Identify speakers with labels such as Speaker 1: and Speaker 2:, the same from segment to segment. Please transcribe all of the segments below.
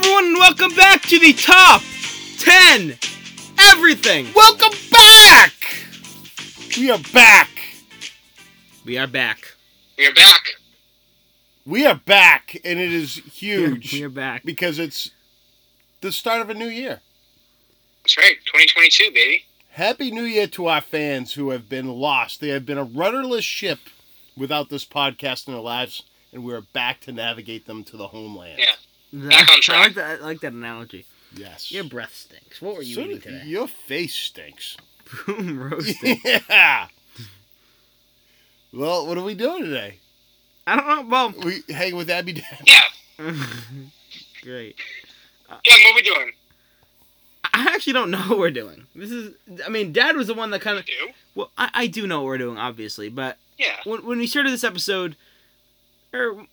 Speaker 1: Welcome back to the top 10 everything.
Speaker 2: Welcome back! We are back.
Speaker 1: We are back.
Speaker 3: We're back.
Speaker 2: We are back, and it is huge
Speaker 1: We are back.
Speaker 2: because it's the start of a new year.
Speaker 3: That's right. 2022, baby.
Speaker 2: Happy New Year to our fans who have been lost. They have been a rudderless ship without this podcast in their lives, and we are back to navigate them to the homeland.
Speaker 3: Yeah.
Speaker 1: I
Speaker 3: Back on track.
Speaker 1: like that, I like that analogy.
Speaker 2: Yes.
Speaker 1: Your breath stinks. What were you
Speaker 2: So
Speaker 1: eating
Speaker 2: did-
Speaker 1: today?
Speaker 2: your face stinks.
Speaker 1: Boom roasting.
Speaker 2: yeah. Well, what are we doing today?
Speaker 1: I don't know.
Speaker 2: We hang with Abby. Dad.
Speaker 3: Yeah.
Speaker 1: Well, great.
Speaker 3: Yeah, what we doing?
Speaker 1: I actually don't know what we're doing. This is. I mean, Dad was the one that kind of.
Speaker 3: Do?
Speaker 1: Well, I, I do know what we're doing, obviously, but
Speaker 3: Yeah.
Speaker 1: when, when we started this episode, or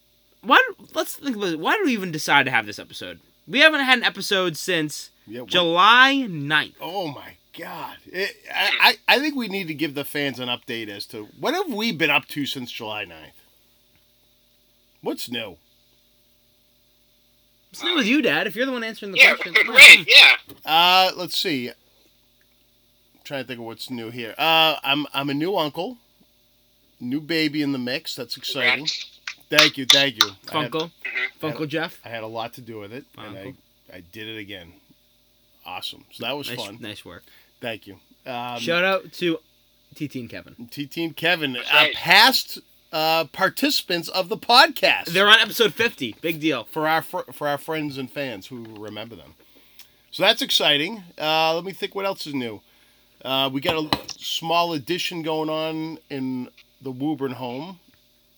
Speaker 1: why? did- Let's think about it. Why did we even decide to have this episode? We haven't had an episode since
Speaker 2: Yeah, what-
Speaker 1: July 9th.
Speaker 2: Oh my God! It,
Speaker 3: Hmm.
Speaker 2: I, I I think we need to give the fans an update as to what have we been up to since July 9th? What's new?
Speaker 1: What's new with you, Dad? If you're the one answering the
Speaker 3: Yeah.
Speaker 1: question,
Speaker 3: right. Yeah.
Speaker 2: Uh, let's see. trying to think of what's new here. Uh, I'm I'm a new uncle, new baby in the mix. That's exciting.
Speaker 3: Congrats.
Speaker 2: Thank you, thank you. I had,
Speaker 1: Funko,
Speaker 3: Mm-hmm.
Speaker 1: Funko Jeff.
Speaker 2: I had a lot to do with it, and I,
Speaker 1: Uncle.
Speaker 2: I did it again. Awesome. So that was
Speaker 1: Nice,
Speaker 2: fun.
Speaker 1: nice work.
Speaker 2: Thank you. Um,
Speaker 1: Shout out to TT and Kevin.
Speaker 2: T Team Kevin,
Speaker 3: That's
Speaker 2: uh,
Speaker 3: right.
Speaker 2: past uh, participants of the podcast.
Speaker 1: They're on episode 50. Big deal.
Speaker 2: for our fr- for our friends and fans who remember them. So that's exciting. Uh, let me think. What else is new? Uh, we got a small addition going on in the Woburn home,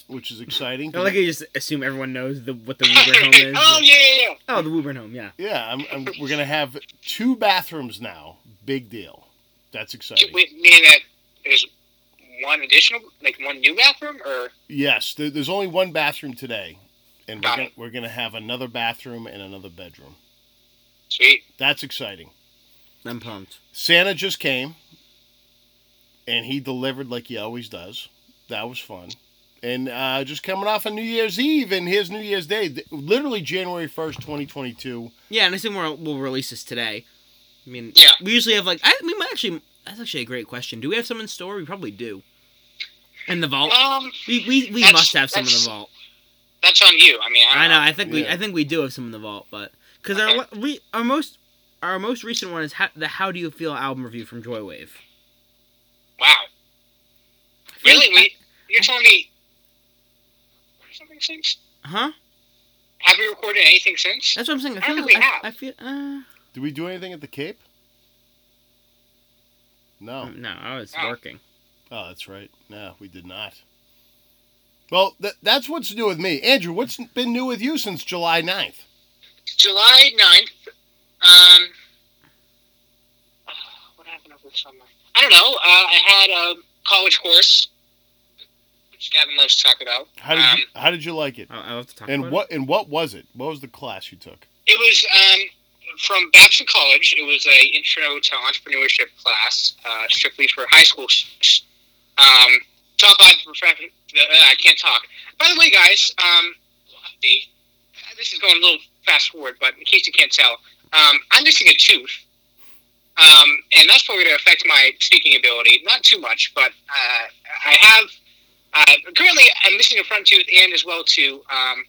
Speaker 2: which is exciting.
Speaker 1: I like how you just assume everyone knows the, what the Woburn home is.
Speaker 3: oh, yeah, yeah, yeah.
Speaker 1: Oh, the Woburn home, yeah.
Speaker 2: yeah, I'm, I'm, we're gonna have two bathrooms now. Big deal. That's exciting.
Speaker 3: Wait, meaning that there's one additional, like one new bathroom, or
Speaker 2: Yes, there, there's only one bathroom today, and we're
Speaker 3: Got
Speaker 2: gonna, we're gonna have another bathroom and another bedroom.
Speaker 3: sweet.
Speaker 2: That's exciting.
Speaker 1: I'm pumped.
Speaker 2: Santa just came and he delivered like he always does. That was fun. And uh, just coming off of New Year's Eve and here's New Year's Day, th- literally January 1st, 2022.
Speaker 1: Yeah, and I assume we're, we'll release this today. I mean,
Speaker 3: Yeah.
Speaker 1: we usually have like, I, we might actually, that's actually a great question. Do we have some in store? We probably do. In the vault?
Speaker 3: Um,
Speaker 1: We, we, we
Speaker 3: That's-
Speaker 1: must have some in the
Speaker 3: that's-
Speaker 1: vault.
Speaker 3: that's on you. I mean, I,
Speaker 1: I
Speaker 3: don't
Speaker 1: know. I think we.
Speaker 2: Yeah.
Speaker 1: I think we do have some in the vault, but because our
Speaker 3: Okay.
Speaker 1: le- re, our most our most recent one is how, the How Do You Feel album review from Joywave.
Speaker 3: Wow. Really? We? You're telling me? Something since?
Speaker 1: Huh?
Speaker 3: Have we recorded anything since?
Speaker 1: That's what I'm saying. I
Speaker 3: I
Speaker 1: feel.
Speaker 3: don't
Speaker 1: like,
Speaker 3: think we
Speaker 1: I, I feel. Uh,
Speaker 2: Did we do anything at the Cape? No.
Speaker 1: No, I was
Speaker 3: Oh.
Speaker 1: working.
Speaker 2: Oh, that's right. No, we did not. Well, th- that's what's new with me. Andrew, what's been new with you since July 9th?
Speaker 3: July 9th. Um, uh, what happened over the summer? I don't know. Uh, I had a college course, which Gavin loves to talk about.
Speaker 2: How did
Speaker 3: um,
Speaker 2: you, how did you like it?
Speaker 1: I'll, I'll have to talk.
Speaker 2: And
Speaker 1: about
Speaker 2: what and what was it? What was the class you took?
Speaker 3: It was um, from Babson College. It was a intro to entrepreneurship class, uh, strictly for high school. students. Um, taught by the professor. Uh, I can't talk. By the way, guys, um, update. Uh, this is going a little fast forward, but in case you can't tell, um, I'm missing a tooth. Um, and that's probably going to affect my speaking ability. Not too much, but uh, I have. Uh, currently, I'm missing a front tooth, and as well to um,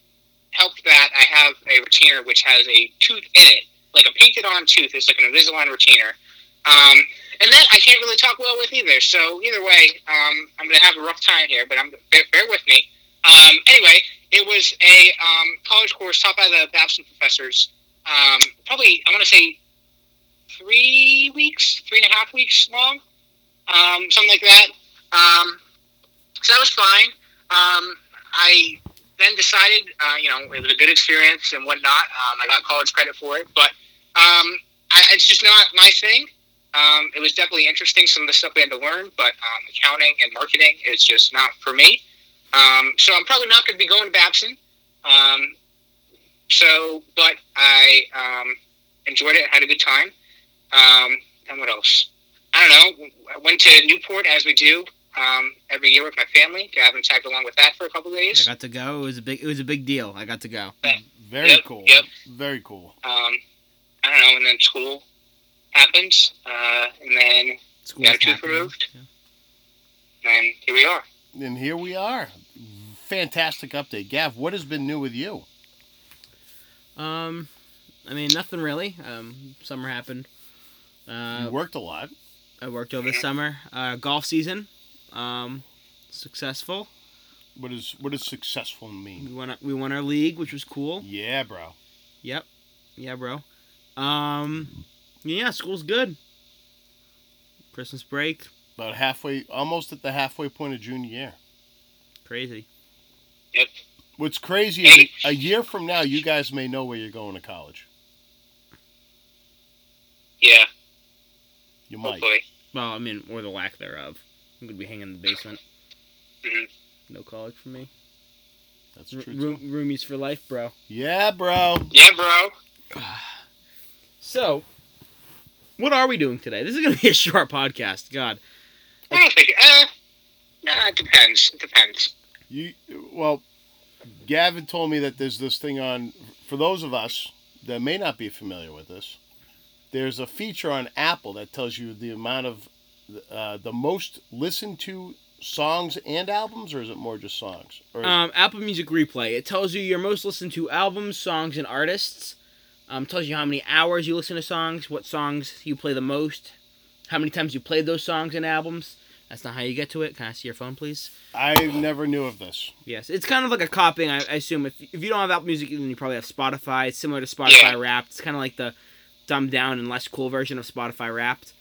Speaker 3: help that, I have a retainer which has a tooth in it, like a painted on tooth. It's like an Invisalign retainer. Um, and that I can't really talk well with either. So either way, um, I'm going to have a rough time here, but I'm bear, bear with me. Um, anyway, it was a um, college course taught by the Babson professors. Um, probably, I want to say three weeks, three and a half weeks long, um, something like that. Um, so that was fine. Um, I then decided, uh, you know, it was a good experience and whatnot. Um, I got college credit for it, but um, I, it's just not my thing. Um, it was definitely interesting, some of the stuff we had to learn, but um, accounting and marketing is just not for me. Um, so I'm probably not going to be going to Babson. Um, so, but I um, enjoyed it, had a good time. Um, and what else? I don't know. I went to Newport as we do um, every year with my family. Gavin tagged along with that for a couple of days.
Speaker 1: I got to go. It was a big. It was a big deal. I got to go.
Speaker 2: Very
Speaker 3: Yep,
Speaker 2: cool.
Speaker 3: yep.
Speaker 2: Very cool.
Speaker 3: Um, I don't know, and then school happens, uh, and then
Speaker 1: School
Speaker 3: Yeah, tooth removed. and here we are.
Speaker 2: And here we are. Fantastic update. Gav, what has been new with you?
Speaker 1: Um, I mean nothing really. Um, summer happened.
Speaker 2: You
Speaker 1: Uh,
Speaker 2: worked a lot.
Speaker 1: I worked over the summer. Uh, golf season, um, successful.
Speaker 2: What is what does successful mean?
Speaker 1: We won. We won our league, which was cool.
Speaker 2: Yeah, bro.
Speaker 1: Yep. Yeah, bro. Um, yeah, school's good. Christmas break,
Speaker 2: About halfway almost at the halfway point of junior year.
Speaker 1: crazy.
Speaker 3: Yep.
Speaker 2: What's crazy is a year from now you guys may know where you're going to college.
Speaker 3: Yeah.
Speaker 2: You might.
Speaker 3: Hopefully.
Speaker 1: Well, I mean, or the lack thereof. I'm gonna be hanging in the basement.
Speaker 3: Mhm.
Speaker 1: No college for me.
Speaker 2: That's
Speaker 1: R-
Speaker 2: true.
Speaker 1: roo-
Speaker 2: too.
Speaker 1: roomies for life, bro.
Speaker 2: Yeah, bro.
Speaker 3: Yeah, bro.
Speaker 1: So, what are we doing today? This is gonna be a short podcast. God.
Speaker 3: I don't think. Uh, no, it depends. It depends.
Speaker 2: You well, Gavin told me that there's this thing on for those of us that may not be familiar with this. There's a feature on Apple that tells you the amount of uh, the most listened to songs and albums, or is it more just songs? Or is-
Speaker 1: Um, Apple Music Replay. It tells you your most listened to albums, songs, and artists. Um, tells you how many hours you listen to songs, what songs you play the most, how many times you played those songs and albums. That's not how you get to it. Can I see your phone, please?
Speaker 2: I never knew of this.
Speaker 1: Yes, it's kind of like a copying. I, I assume if if you don't have Apple Music, then you probably have Spotify. It's similar to Spotify
Speaker 3: Yeah.
Speaker 1: Wrapped. It's kind of like the dumbed down and less cool version of Spotify Wrapped,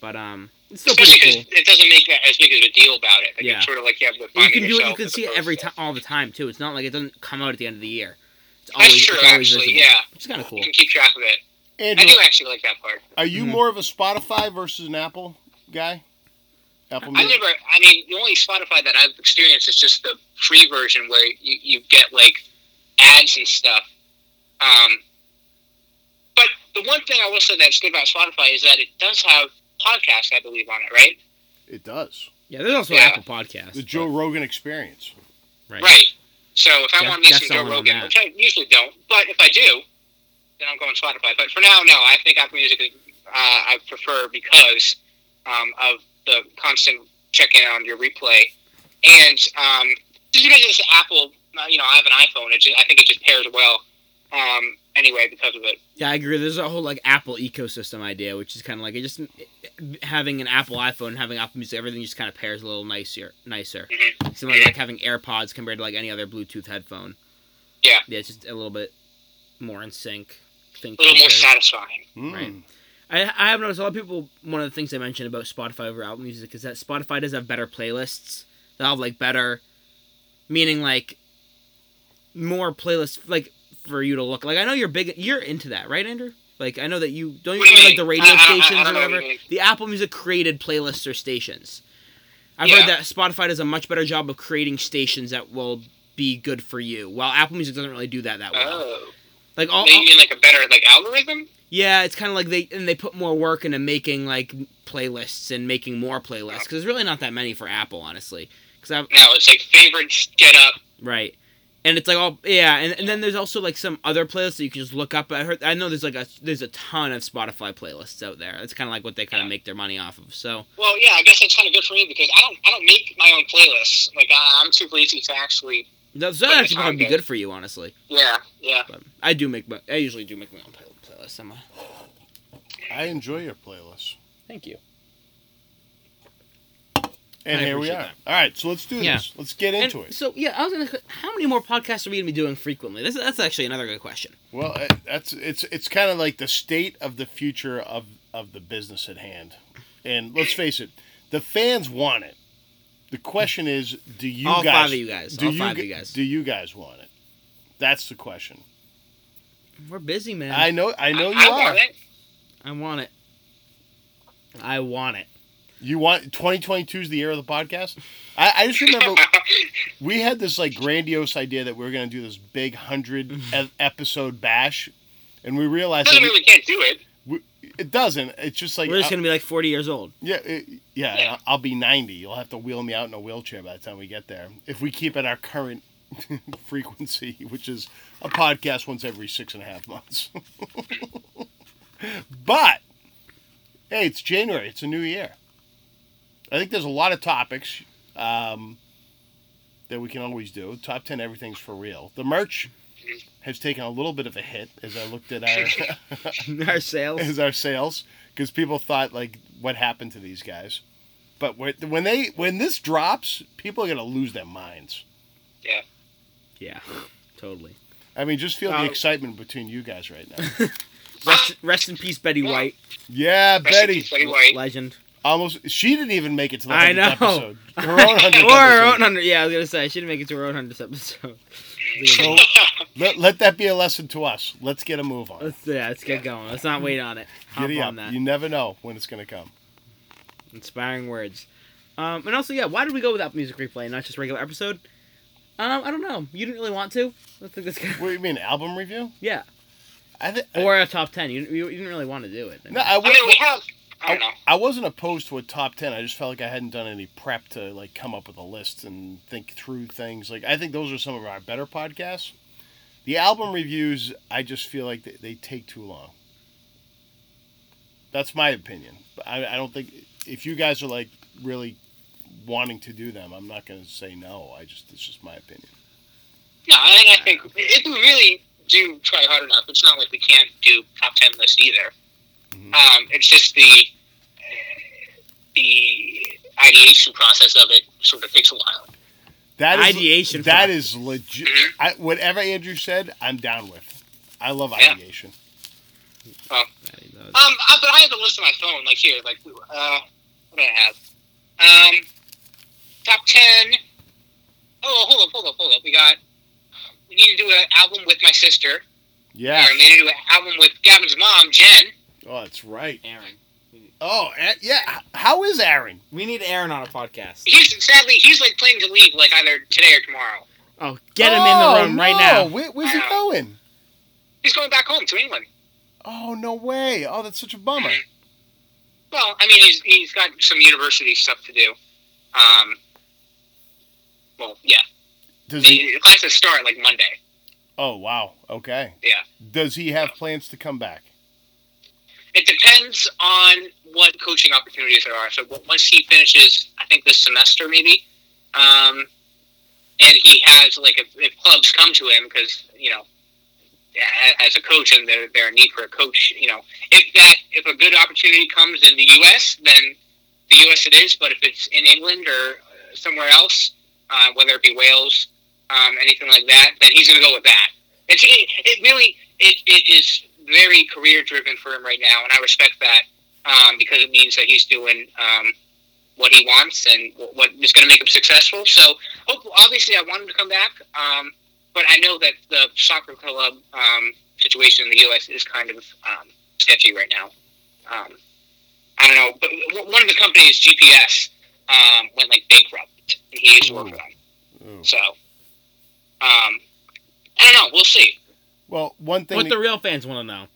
Speaker 1: but um, it's still
Speaker 3: Especially
Speaker 1: pretty
Speaker 3: because
Speaker 1: cool.
Speaker 3: it doesn't make that as big of a deal about it. Like,
Speaker 1: Yeah.
Speaker 3: It's sort of like you have to
Speaker 1: You
Speaker 3: find
Speaker 1: can do
Speaker 3: it
Speaker 1: it. You
Speaker 3: yourself
Speaker 1: can
Speaker 3: as
Speaker 1: see it
Speaker 3: opposed
Speaker 1: every
Speaker 3: to-
Speaker 1: time, all the time too. It's not like it doesn't come out at the end of the year. It's
Speaker 3: That's true,
Speaker 1: it's always
Speaker 3: actually.
Speaker 1: visible,
Speaker 3: Yeah.
Speaker 1: which is kind of cool.
Speaker 3: You can keep track of it. I
Speaker 2: Andrew,
Speaker 3: do actually like that part.
Speaker 2: are you
Speaker 1: Mhm.
Speaker 2: more of a Spotify versus an Apple guy? Apple
Speaker 3: I
Speaker 2: Music.
Speaker 3: never. I mean, the only Spotify that I've experienced is just the free version where you, you get like ads and stuff. Um, but the one thing I will say that's good about Spotify is that it does have podcasts, I believe, on it, right?
Speaker 2: It does.
Speaker 1: Yeah, there's also
Speaker 3: Yeah.
Speaker 1: Apple Podcasts.
Speaker 2: The Joe Rogan Experience.
Speaker 1: but- right.
Speaker 3: Right. So if I
Speaker 1: Yeah,
Speaker 3: want to
Speaker 1: that's
Speaker 3: listen to Joe
Speaker 1: all on
Speaker 3: Rogan,
Speaker 1: that.
Speaker 3: which I usually don't, but if I do, then I'm going Spotify. But for now, no, I think Apple Music is, uh, I prefer because um, of the constant checking on your replay. And um, just because it's Apple, uh, you know, I have an iPhone. It just, I think it just pairs well um, anyway because of it.
Speaker 1: Yeah, I agree. There's a whole like Apple ecosystem idea, which is kind of like it just having an Apple iPhone, having Apple Music, everything just kind of pairs a little nicer, nicer.
Speaker 3: Mm-hmm.
Speaker 1: Similar to like having AirPods compared to like any other Bluetooth headphone.
Speaker 3: Yeah.
Speaker 1: Yeah, it's just a little bit more in sync. Think
Speaker 3: A little more
Speaker 1: compared-
Speaker 3: satisfying.
Speaker 2: Mm.
Speaker 1: Right. I, I have noticed a lot of people. One of the things I mentioned about Spotify over Apple Music is that Spotify does have better playlists. They'll have like better, meaning like more playlists like for you to look. Like I know you're big, you're into that, right, Andrew? Like I know that you don't you
Speaker 3: What do you
Speaker 1: really like
Speaker 3: mean?
Speaker 1: the
Speaker 3: I-
Speaker 1: radio
Speaker 3: I- I- I
Speaker 1: stations or
Speaker 3: don't know what
Speaker 1: whatever.
Speaker 3: you mean.
Speaker 1: The Apple Music created playlists or stations. I've
Speaker 3: Yeah.
Speaker 1: heard that Spotify does a much better job of creating stations that will be good for you, while Apple Music doesn't really do that that well.
Speaker 3: Oh.
Speaker 1: like all,
Speaker 3: you mean like a better like algorithm?
Speaker 1: yeah, it's kind of like they and they put more work into making like playlists and making more playlists because there's really not that many for Apple, honestly. Because I
Speaker 3: No, it's like favorites, get up.
Speaker 1: right, and it's like all yeah, and, and then there's also like some other playlists that you can just look up. I heard I know there's like a there's a ton of Spotify playlists out there. That's kind of like what they kind of
Speaker 3: Yeah.
Speaker 1: make their money off of. So
Speaker 3: Well, yeah, I guess that's kind of good for me because I don't I don't make my own playlists. Like I, I'm too lazy to actually.
Speaker 1: that's
Speaker 3: But
Speaker 1: that
Speaker 3: it's
Speaker 1: actually probably be
Speaker 3: okay.
Speaker 1: good for you, honestly.
Speaker 3: Yeah, yeah.
Speaker 1: But I do make my I usually do make my own play, playlist. I'm a,
Speaker 2: I enjoy your playlist.
Speaker 1: thank you.
Speaker 2: And
Speaker 1: I
Speaker 2: here we are.
Speaker 1: appreciate that.
Speaker 2: All right, so let's do
Speaker 1: Yeah.
Speaker 2: this. Let's get
Speaker 1: And
Speaker 2: into it.
Speaker 1: so yeah, I was gonna. How many more podcasts are we gonna be doing frequently? This, that's actually another good question.
Speaker 2: Well, uh, that's it's it's kind of like the state of the future of of the business at hand, and let's face it, the fans want it. The question is, do you
Speaker 1: All
Speaker 2: guys?
Speaker 1: five of you guys.
Speaker 2: Do
Speaker 1: All five
Speaker 2: gu-
Speaker 1: of you guys.
Speaker 2: Do you guys want it? That's the question.
Speaker 1: We're busy, man.
Speaker 2: I know. I know you
Speaker 3: I,
Speaker 2: are.
Speaker 3: want it.
Speaker 1: I want it. I want it.
Speaker 2: You want 2022 is the year of the podcast. I, I just remember we had this like grandiose idea that we were going to do this big hundred e- episode bash, and we realized that
Speaker 3: Doesn't mean
Speaker 2: we,
Speaker 3: we can't do it.
Speaker 2: it doesn't. It's just like
Speaker 1: We're
Speaker 2: uh,
Speaker 1: just gonna be like 40 years old.
Speaker 2: Yeah, it, yeah,
Speaker 3: Yeah.
Speaker 2: and I'll be 90. You'll have to wheel me out in a wheelchair by the time we get there. If we keep at our current frequency, which is a podcast once every six and a half months. But hey, it's January. It's a new year. I think there's a lot of topics um, that we can always do. Top ten, everything's for real. The merch has taken a little bit of a hit as I looked at our
Speaker 1: Our sales.
Speaker 2: is our sales because people thought like what happened to these guys but when when they when this drops people are going to lose their minds
Speaker 3: Yeah.
Speaker 1: Yeah, totally.
Speaker 2: i mean just feel
Speaker 1: Uh,
Speaker 2: the excitement between you guys right now
Speaker 1: Rest, rest in peace, Betty White,
Speaker 2: yeah
Speaker 3: Rest in
Speaker 2: betty
Speaker 3: peace, Betty White.
Speaker 1: legend.
Speaker 2: almost she didn't even make it to the
Speaker 1: I
Speaker 2: 100th
Speaker 1: know.
Speaker 2: episode her own 100th
Speaker 1: Or her own
Speaker 2: episode.
Speaker 1: hundred. Yeah, I was gonna say I should make it to her own hundredth episode.
Speaker 2: So- let, let that be a lesson to us let's get a move on
Speaker 1: Let's, yeah, let's get going. Let's not wait on it. Hop
Speaker 2: Giddy
Speaker 1: on
Speaker 2: up.
Speaker 1: that.
Speaker 2: you never know when it's going to come
Speaker 1: Inspiring words. Um, and also, yeah, why did we go with Apple Music Replay, not just regular episode? Um, I don't know. You didn't really want to. I think that's
Speaker 2: what do you mean album review
Speaker 1: yeah.
Speaker 2: i think
Speaker 1: Or a top ten. You, didn't- you didn't really want to do it.
Speaker 2: no, I,
Speaker 3: I mean,
Speaker 2: wa-
Speaker 3: we have. I don't know.
Speaker 2: I wasn't opposed to a top ten. I just felt like I hadn't done any prep to like come up with a list and think through things. Like I think those are some of our better podcasts. The album reviews, I just feel like they, they take too long. That's my opinion. But I, I don't think if you guys are like really wanting to do them, I'm not going to say no. I just it's just my opinion.
Speaker 3: No, I, I think if we really do try hard enough, it's not like we can't do top ten lists either.
Speaker 2: Mhm.
Speaker 3: Um, it's just the the ideation process of it sort of takes a while.
Speaker 2: That is
Speaker 1: Ideation
Speaker 2: That
Speaker 1: process.
Speaker 2: is legit. I, whatever Andrew said, I'm down with. I love
Speaker 3: Yeah.
Speaker 2: ideation.
Speaker 3: Um, I, but I have the list on my phone, like here, like uh, what do I have? Um, top ten. Oh, hold up, hold up, hold up. We got. We need to do an album with my sister.
Speaker 2: Yeah.
Speaker 3: And we need to do an album with Gavin's mom, Jen.
Speaker 2: Oh, that's right.
Speaker 1: Aaron.
Speaker 2: Oh, A- yeah. H- How is Aaron?
Speaker 1: We need Aaron on a podcast.
Speaker 3: He's sadly he's like planning to leave like either today or tomorrow.
Speaker 1: Oh, get him in the room right
Speaker 2: Oh, no.
Speaker 1: now.
Speaker 2: Where, where's he
Speaker 3: Wow.
Speaker 2: going?
Speaker 3: He's going back home to England.
Speaker 2: Oh, no way. Oh, that's such a bummer.
Speaker 3: Well, I mean, he's he's got some university stuff to do. Um, well, yeah,
Speaker 2: Does he?
Speaker 3: the classes start like Monday.
Speaker 2: Oh, wow. Okay.
Speaker 3: Yeah.
Speaker 2: Does he have plans to come back?
Speaker 3: It depends on what coaching opportunities there are. So w- once he finishes, I think this semester maybe, um, and he has like if, if clubs come to him because you know, a- as a coach and there there a need for a coach. You know, if that if a good opportunity comes in the U.S., then the U.S. it is. But if it's in England or uh, somewhere else, uh, whether it be Wales, um, anything like that, then he's going to go with that. It's it, it really it, it is very career driven for him right now, and I respect that um, because it means that he's doing um, what he wants and wh- what is going to make him successful. So, hope, obviously, I want him to come back, um, but I know that the soccer club um, situation in the U.S. is kind of um, sketchy right now. Um, I don't know, but w- one of the companies, GPS, um, went like bankrupt, and he used to work for them.
Speaker 2: Ooh.
Speaker 3: So, um, I don't know. We'll see.
Speaker 2: Well, one thing.
Speaker 1: What the
Speaker 2: that-
Speaker 1: real fans want to know.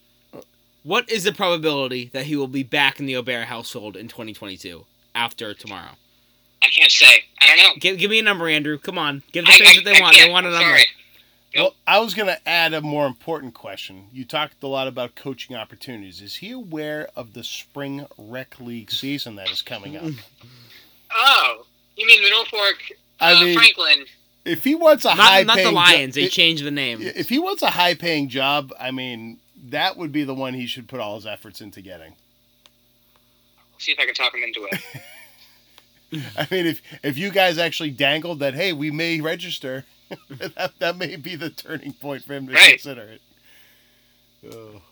Speaker 1: What is the probability that he will be back in the O'Bear household in 2022 after tomorrow?
Speaker 3: I can't say. I don't know.
Speaker 1: Give, give me a number, Andrew. Come on. Give the
Speaker 3: I,
Speaker 1: fans
Speaker 3: I,
Speaker 1: what they
Speaker 3: I
Speaker 1: want. They
Speaker 3: can't.
Speaker 1: want a
Speaker 3: I'm
Speaker 1: number.
Speaker 3: sorry.
Speaker 2: well, I was going to add a more important question. You talked a lot about coaching opportunities. Is he aware of the spring rec league season that is coming up?
Speaker 3: Oh, you mean the Norfolk
Speaker 2: I
Speaker 3: uh,
Speaker 2: mean,
Speaker 3: Franklin?
Speaker 2: if he wants a high
Speaker 1: Not, not the
Speaker 2: paying
Speaker 1: Lions.
Speaker 2: jo-
Speaker 1: They changed the name.
Speaker 2: if he wants a high paying job, I mean, that would be the one he should put all his efforts into getting.
Speaker 3: See if I can talk him into it.
Speaker 2: I mean, if if you guys actually dangled that, hey, we may register, that, that may be the turning point for him to
Speaker 3: Right.
Speaker 2: consider it. Oh.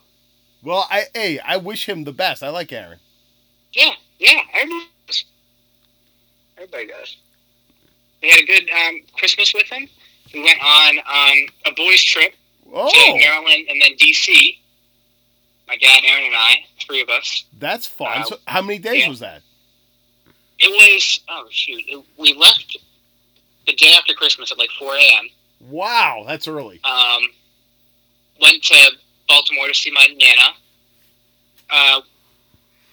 Speaker 2: Well, I hey, I wish him the best. I like Aaron.
Speaker 3: yeah, yeah, everybody does. Everybody does. We had a good um, Christmas with him. We went on um, a boys' trip to
Speaker 2: Oh,
Speaker 3: Maryland and then D.C. My dad, Aaron, and I, three of us.
Speaker 2: that's fun.
Speaker 3: Wow.
Speaker 2: so how many days
Speaker 3: Uh, Yeah.
Speaker 2: was that?
Speaker 3: It was oh shoot, it, we left the day after Christmas at like 4 a.m.
Speaker 2: Wow, that's early.
Speaker 3: um, went to Baltimore to see my nana. Uh,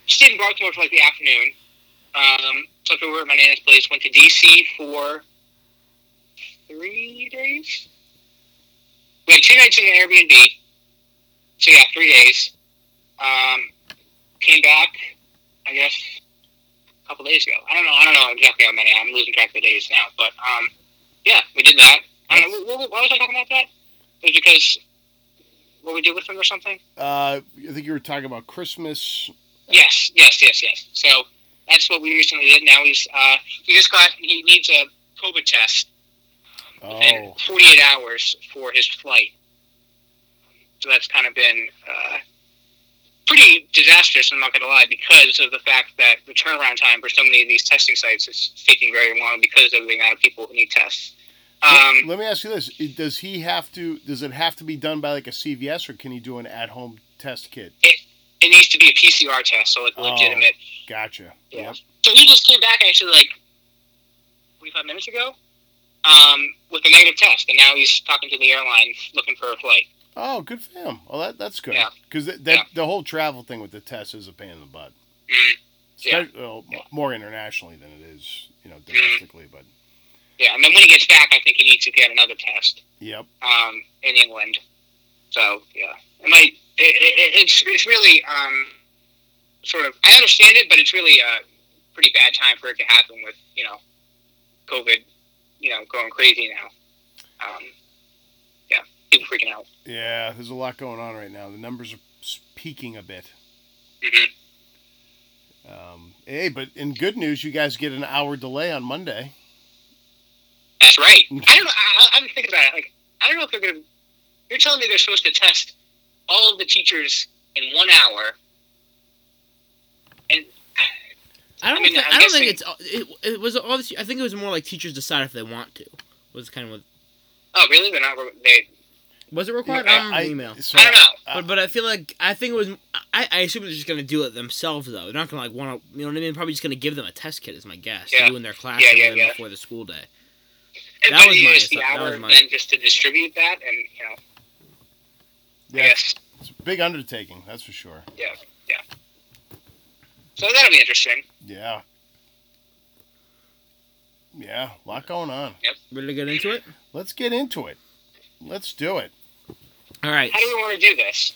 Speaker 3: stayed in Baltimore for like the afternoon. Um, slept over at my nana's place. Went to DC for three days. We had two nights in an Airbnb. So yeah, three days. Um, came back, I guess, a couple days ago. I don't know. I don't know exactly how many. I'm losing track of the days now. But um, yeah, we did that. I don't know, wh- wh- why was I talking about that? It was because what we did with them or something.
Speaker 2: Uh, I think you were talking about Christmas.
Speaker 3: Yes, yes, yes, yes. So that's what we recently did. Now he's uh, he just got he needs a COVID test in
Speaker 2: Oh,
Speaker 3: 48 hours for his flight. So that's kind of been uh, pretty disastrous. I'm not going to lie because of the fact that the turnaround time for so many of these testing sites is taking very long because of the amount of people who need tests. Um,
Speaker 2: let me ask you this: It- Does he have to? Does it have to be done by like a CVS, or can he do an at-home test kit?
Speaker 3: it needs to be a PCR test, so it's
Speaker 2: Oh.
Speaker 3: legitimate.
Speaker 2: Gotcha.
Speaker 3: Yeah.
Speaker 2: Yep.
Speaker 3: So he just came back actually like 45 minutes ago um, with a negative test, and now he's talking to the airline looking for a flight.
Speaker 2: Oh, good for him. Well, that, that's good.
Speaker 3: Yeah.
Speaker 2: Because that,
Speaker 3: Yeah.
Speaker 2: the whole travel thing with the test is a pain in the butt.
Speaker 3: Mhm. Yeah.
Speaker 2: Spe- well,
Speaker 3: Yeah. Mm-hmm.
Speaker 2: More internationally than it is, you know, domestically. But
Speaker 3: Yeah, and then when he gets back, I think he needs to get another test.
Speaker 2: yep.
Speaker 3: um, in England. So yeah, it might. It, it, it's it's really um, sort of. I understand it, but it's really a pretty bad time for it to happen with you know, COVID, you know, going crazy now. Um, yeah, people freaking out.
Speaker 2: Yeah, there's a lot going on right now. The numbers are s- peaking a bit.
Speaker 3: Mhm.
Speaker 2: Um, hey, but in good news, you guys get an hour delay on Monday.
Speaker 3: That's right. I don't know. I, I- I'm thinking about it. Like I don't know if they're gonna. You're telling me they're supposed to test all of the teachers in one hour. And
Speaker 1: I don't.
Speaker 3: I mean,
Speaker 1: think,
Speaker 3: I'm
Speaker 1: I don't think it's.
Speaker 3: guessing-
Speaker 1: It, it was obviously. I think it was more like teachers decide if they want to. Was kind of what.
Speaker 3: oh, really? They're not. They.
Speaker 1: Was it required? I don't remember the um, email.
Speaker 2: so- uh,
Speaker 3: I don't know.
Speaker 1: But but I feel like I think it was. I, I assume they're just gonna do it themselves though. They're not gonna like want to. You know what I mean? Probably just gonna give them a test kit is my guess.
Speaker 3: Yeah.
Speaker 1: Do in their class
Speaker 3: yeah,
Speaker 1: and then
Speaker 3: yeah.
Speaker 1: before the school day.
Speaker 3: And
Speaker 1: That
Speaker 3: better
Speaker 1: was my-
Speaker 3: use the
Speaker 1: that
Speaker 3: hour
Speaker 1: was my-
Speaker 3: than just to distribute that, and you know,
Speaker 2: yeah,
Speaker 3: yes,
Speaker 2: it's a big undertaking, that's for sure.
Speaker 3: so that'll be interesting.
Speaker 2: Yeah. Yeah, a lot going on.
Speaker 1: Ready to get into it?
Speaker 2: Let's get into it. Let's do it.
Speaker 1: All right.
Speaker 3: How do we want to do this?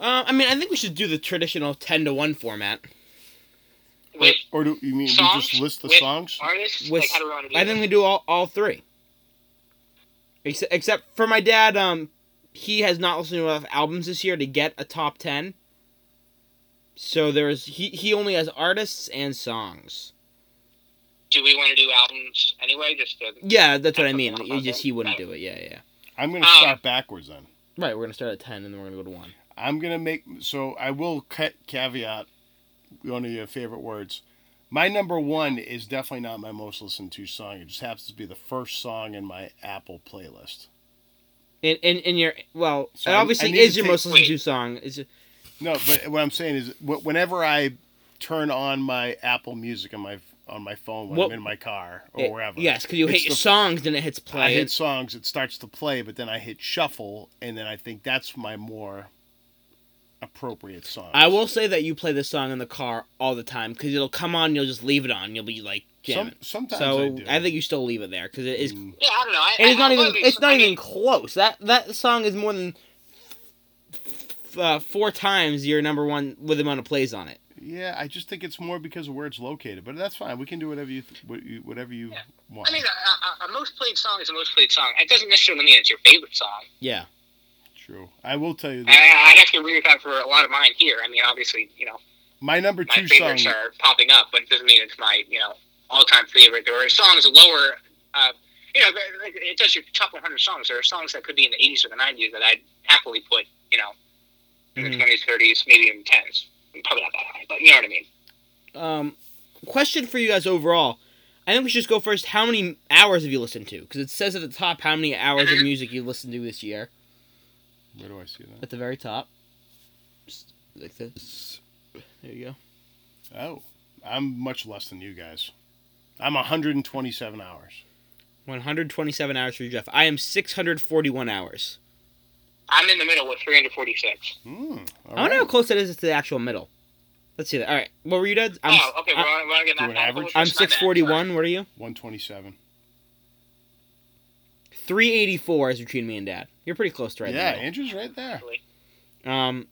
Speaker 1: Uh, I mean, I think we should do the traditional ten to one format.
Speaker 3: With
Speaker 2: Or do you mean we
Speaker 3: Songs?
Speaker 2: just list the
Speaker 3: With-
Speaker 2: songs?
Speaker 3: artists,
Speaker 1: With-
Speaker 3: like how do we want to do
Speaker 1: I
Speaker 3: this?
Speaker 1: think we do all, all three. Except, except for my dad, um, he has not listened to enough albums this year to get a top ten. So there's he he only has artists and songs.
Speaker 3: Do we want to do albums anyway? Just to,
Speaker 1: Yeah, that's what I mean. He just he wouldn't do it. Yeah, yeah.
Speaker 2: I'm going to
Speaker 3: Um,
Speaker 2: start backwards then.
Speaker 1: Right, we're gonna start at ten and then we're gonna go to one.
Speaker 2: I'm gonna make so I will cut caveat one of your favorite words. My number one is definitely not my most listened to song. It just happens to be the first song in my Apple playlist.
Speaker 1: And and, and your well,
Speaker 2: So
Speaker 1: it
Speaker 2: I- I
Speaker 1: obviously
Speaker 2: need
Speaker 1: is
Speaker 2: to
Speaker 1: your
Speaker 2: think-
Speaker 1: most listened
Speaker 3: wait.
Speaker 1: to song. Is
Speaker 2: No, but what I'm saying is, wh- whenever I turn on my Apple Music on my on my phone when
Speaker 1: What-
Speaker 2: I'm in my car or wherever,
Speaker 1: Yes, because you
Speaker 2: it's
Speaker 1: hate your
Speaker 2: the-
Speaker 1: songs and it hits play.
Speaker 2: I hit
Speaker 1: and-
Speaker 2: songs. It starts to play, but then I hit shuffle, and then I think that's my more appropriate song.
Speaker 1: I will say that you play this song in the car all the time because it'll come on, you'll just leave it on, you'll be like
Speaker 2: Some,
Speaker 1: jamming.
Speaker 2: sometimes I
Speaker 1: so
Speaker 2: do.
Speaker 1: I, think you still leave it there because it is, and
Speaker 2: Mm,
Speaker 3: yeah, I don't know. I,
Speaker 1: it's
Speaker 3: I-
Speaker 1: not
Speaker 3: I
Speaker 1: even
Speaker 3: wanna be-
Speaker 1: it's not
Speaker 3: I mean,
Speaker 1: even close. That that song is more than f- uh, four times your number one with the amount of plays on it.
Speaker 2: Yeah, I just think it's more because of where it's located, but that's fine. We can do whatever you th- what you- whatever you
Speaker 3: Yeah.
Speaker 2: want.
Speaker 3: I mean, uh, a, a, a most played song is a most played song. It doesn't necessarily mean it's your favorite song.
Speaker 1: Yeah,
Speaker 2: True. I will tell
Speaker 1: Mm-hmm.
Speaker 2: you
Speaker 3: I,
Speaker 2: that
Speaker 3: I'd have to agree with that for a lot of mine here. I mean, obviously, you know,
Speaker 2: my number
Speaker 3: my
Speaker 2: two song.
Speaker 3: favorites are popping up, but it doesn't mean it's my you know all time favorite. There are songs lower, uh, you know, but, like, it does your top 100 songs. There are songs that could be in the 80s or the 90s that I'd happily put, you know, in
Speaker 2: Mm-hmm.
Speaker 1: Mhm.
Speaker 3: the 20s, 30s, maybe in 10s. Probably not that high, but you know what I mean.
Speaker 1: Um, question for you guys overall. I think we should just go first. How many hours have you listened to? Because it says at the top how many hours
Speaker 3: Mm-hmm.
Speaker 1: of music you listened to this year
Speaker 2: Where do I see that?
Speaker 1: at the very top. Just Like this. There you go.
Speaker 2: Oh, I'm much less than you guys. I'm 127 hours.
Speaker 1: 127 hours for you, Jeff. I am 641 hours.
Speaker 3: I'm in the middle with 346.
Speaker 2: Hmm. all
Speaker 1: I wonder how
Speaker 2: right.
Speaker 1: close that is to the actual middle. Let's see that. All right. What were you, Dad? I'm,
Speaker 3: oh, okay.
Speaker 1: I,
Speaker 3: we're, we're
Speaker 2: Do
Speaker 3: gonna
Speaker 2: an average?
Speaker 1: am 641. What are you?
Speaker 2: 127.
Speaker 1: 384 is between me and Dad. You're pretty close to right
Speaker 2: yeah,
Speaker 1: in the middle.
Speaker 2: Andrew's right there.
Speaker 1: Um,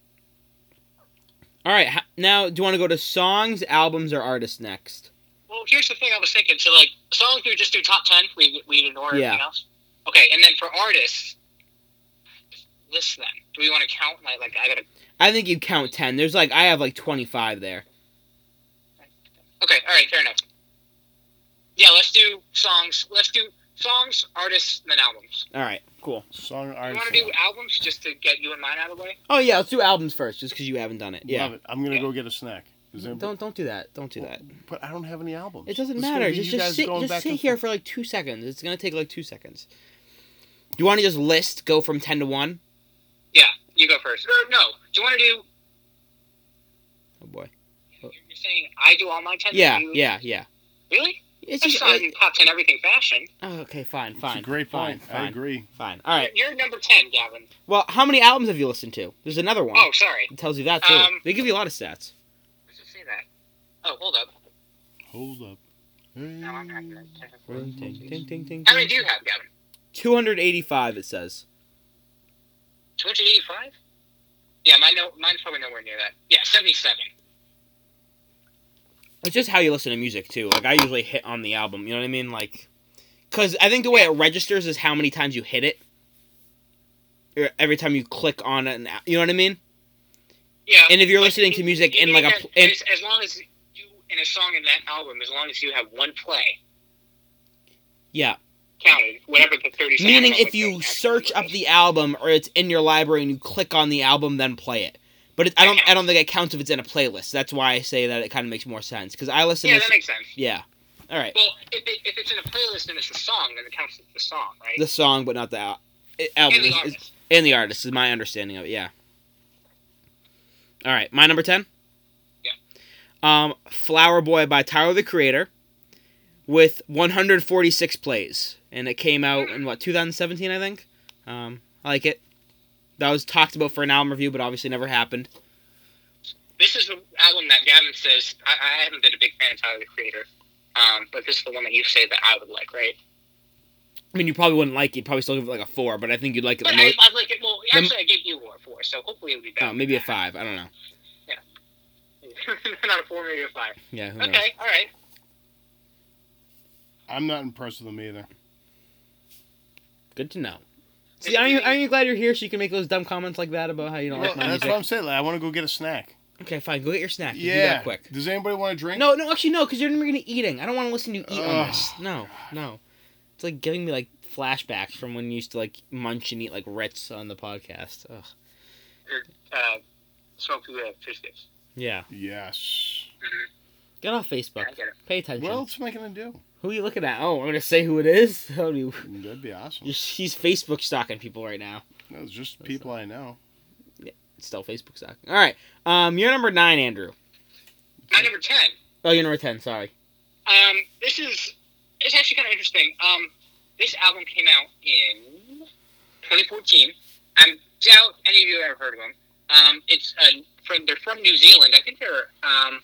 Speaker 1: All right, ha- now do you want to go to songs, albums, or artists next?
Speaker 3: Well, here's the thing I was thinking. So, like, songs we would just do top ten. We we ignore
Speaker 1: Yeah.
Speaker 3: everything else. Okay, and then for artists, this then. Do we want to count? Like, like I gotta.
Speaker 1: I think you count ten. There's like I have like twenty five there.
Speaker 3: Okay, all right, fair enough. Yeah, let's do songs. Let's do songs, artists, and then albums.
Speaker 1: All right, cool.
Speaker 2: Song
Speaker 3: You
Speaker 2: artist.
Speaker 3: want to do albums just to get you and mine out of the way?
Speaker 1: Oh yeah, let's do albums first, just because you haven't done it. Yeah.
Speaker 2: Love it. I'm gonna go get a snack. Is there-
Speaker 1: Don't don't do that. Don't do that.
Speaker 2: But I don't have any albums.
Speaker 1: It doesn't
Speaker 2: It's gonna
Speaker 1: matter.
Speaker 2: be
Speaker 1: Just
Speaker 2: you
Speaker 1: just
Speaker 2: guys
Speaker 1: sit
Speaker 2: going
Speaker 1: just
Speaker 2: back
Speaker 1: sit
Speaker 2: and
Speaker 1: here for like two seconds. It's gonna take like two seconds. Do you want to just list go from ten to one?
Speaker 3: Yeah, you go first. Or no? Do you want to do?
Speaker 1: Oh boy.
Speaker 3: You're saying I do all my ten.
Speaker 1: Yeah,
Speaker 3: you-
Speaker 1: yeah, yeah.
Speaker 3: Really?
Speaker 1: It's
Speaker 3: I
Speaker 1: just
Speaker 3: saw you in top ten everything fashion.
Speaker 1: oh, okay. Fine,
Speaker 2: It's
Speaker 1: fine.
Speaker 2: a great
Speaker 1: fine,
Speaker 2: point.
Speaker 1: Fine,
Speaker 2: I agree.
Speaker 1: Fine. All right.
Speaker 3: You're number ten, Gavin.
Speaker 1: Well, how many albums have you listened to? There's another one.
Speaker 3: Oh, sorry.
Speaker 1: It tells you that too.
Speaker 3: Um,
Speaker 1: they give you a lot of stats.
Speaker 3: Let's just say that. Oh, hold up.
Speaker 2: Hold up.
Speaker 3: No, I'm not gonna. How many do
Speaker 1: Two
Speaker 3: you have, Gavin?
Speaker 1: hundred eighty-five. It says.
Speaker 3: 285? Yeah, mine no, mine's probably nowhere near that. Yeah, 77.
Speaker 1: It's just how you listen to music too. Like I usually hit on the album. You know what I mean? Like, cause I think the way it registers is how many times you hit it. Or every time you click on an, al- you know what I mean?
Speaker 3: Yeah.
Speaker 1: And if you're
Speaker 3: Like,
Speaker 1: listening to
Speaker 3: you-
Speaker 1: music
Speaker 3: you
Speaker 1: in like a,
Speaker 3: have-
Speaker 1: pl- in,
Speaker 3: as, as long as you in a song in that album, as long as you have one play
Speaker 1: yeah,
Speaker 3: counted, whatever the 30 seconds
Speaker 1: meaning
Speaker 3: of
Speaker 1: if
Speaker 3: the
Speaker 1: you
Speaker 3: thing
Speaker 1: search up
Speaker 3: actually is.
Speaker 1: the album or it's in your library and you click on the album, then play it. But it, I don't, I don't think it counts if it's in a playlist. That's why I say that it kind of makes more sense. Cause I listen
Speaker 3: Yeah,
Speaker 1: to,
Speaker 3: that makes sense.
Speaker 1: yeah, all right,
Speaker 3: Well, if, it, if it's in a playlist and it's a song, then it counts as the song, right?
Speaker 1: the song, but not the al- it-
Speaker 3: and
Speaker 1: album.
Speaker 3: the
Speaker 1: It's- it's-
Speaker 3: artist.
Speaker 1: And the artist is my understanding of it, yeah. All right, my number 10?
Speaker 3: Yeah.
Speaker 1: Um, Flower Boy by Tyler the Creator with 146 plays. And it came out in, what, 2017, I think? Um, I like it. That was talked about for an album review, but obviously never happened.
Speaker 3: This is the album that Gavin says, I, I haven't been a big fan of Tyler, the Creator, um, but this is the one that you say that I would like, right?
Speaker 1: I mean, you probably wouldn't like it. You'd probably still give it like a 4, but I think you'd like it
Speaker 3: But
Speaker 1: the
Speaker 3: I,
Speaker 1: most.
Speaker 3: I like it. Well,
Speaker 1: the-
Speaker 3: actually, I gave you a four, so hopefully it'll be better.
Speaker 1: Oh, maybe a 5. I don't know.
Speaker 3: Not a four, maybe a five.
Speaker 1: Yeah, who knows?
Speaker 3: Okay, all right.
Speaker 2: I'm not impressed with them either.
Speaker 1: Good to know. See, aren't you, aren't you glad you're here so you can make those dumb comments like that about how you don't
Speaker 2: Well,
Speaker 1: like my
Speaker 2: that's
Speaker 1: music?
Speaker 2: what I'm saying. Like, I want to go get a snack.
Speaker 1: Okay, fine. Go get your snack. You Do
Speaker 2: Yeah.
Speaker 1: that quick.
Speaker 2: Does anybody want a drink?
Speaker 1: No, no, actually, no, because you're never gonna eating. I don't want to listen to you eat on
Speaker 2: Ugh.
Speaker 1: this. No, no. It's like giving me like flashbacks from when you used to like munch and eat like Ritz on the podcast. Ugh.
Speaker 3: Uh, smoke through the fish sticks.
Speaker 1: Yeah.
Speaker 2: Yes.
Speaker 1: Get off Facebook.
Speaker 3: I get it.
Speaker 1: Pay attention.
Speaker 2: What else am I gonna do?
Speaker 1: Who are you looking at? Oh, I'm gonna say who it is. That would be-
Speaker 2: That'd be awesome.
Speaker 1: You're- He's Facebook stalking people right now.
Speaker 2: No, it's just people I know.
Speaker 1: It's still Facebook stalking. All right. Um, you're number nine, Andrew.
Speaker 3: My number ten.
Speaker 1: Oh, you're number ten. Sorry.
Speaker 3: Um, this is it's actually kind of interesting. Um, this album came out in 2014. I doubt any of you have ever heard of them. Um, it's uh, from they're from New Zealand. I think they're um,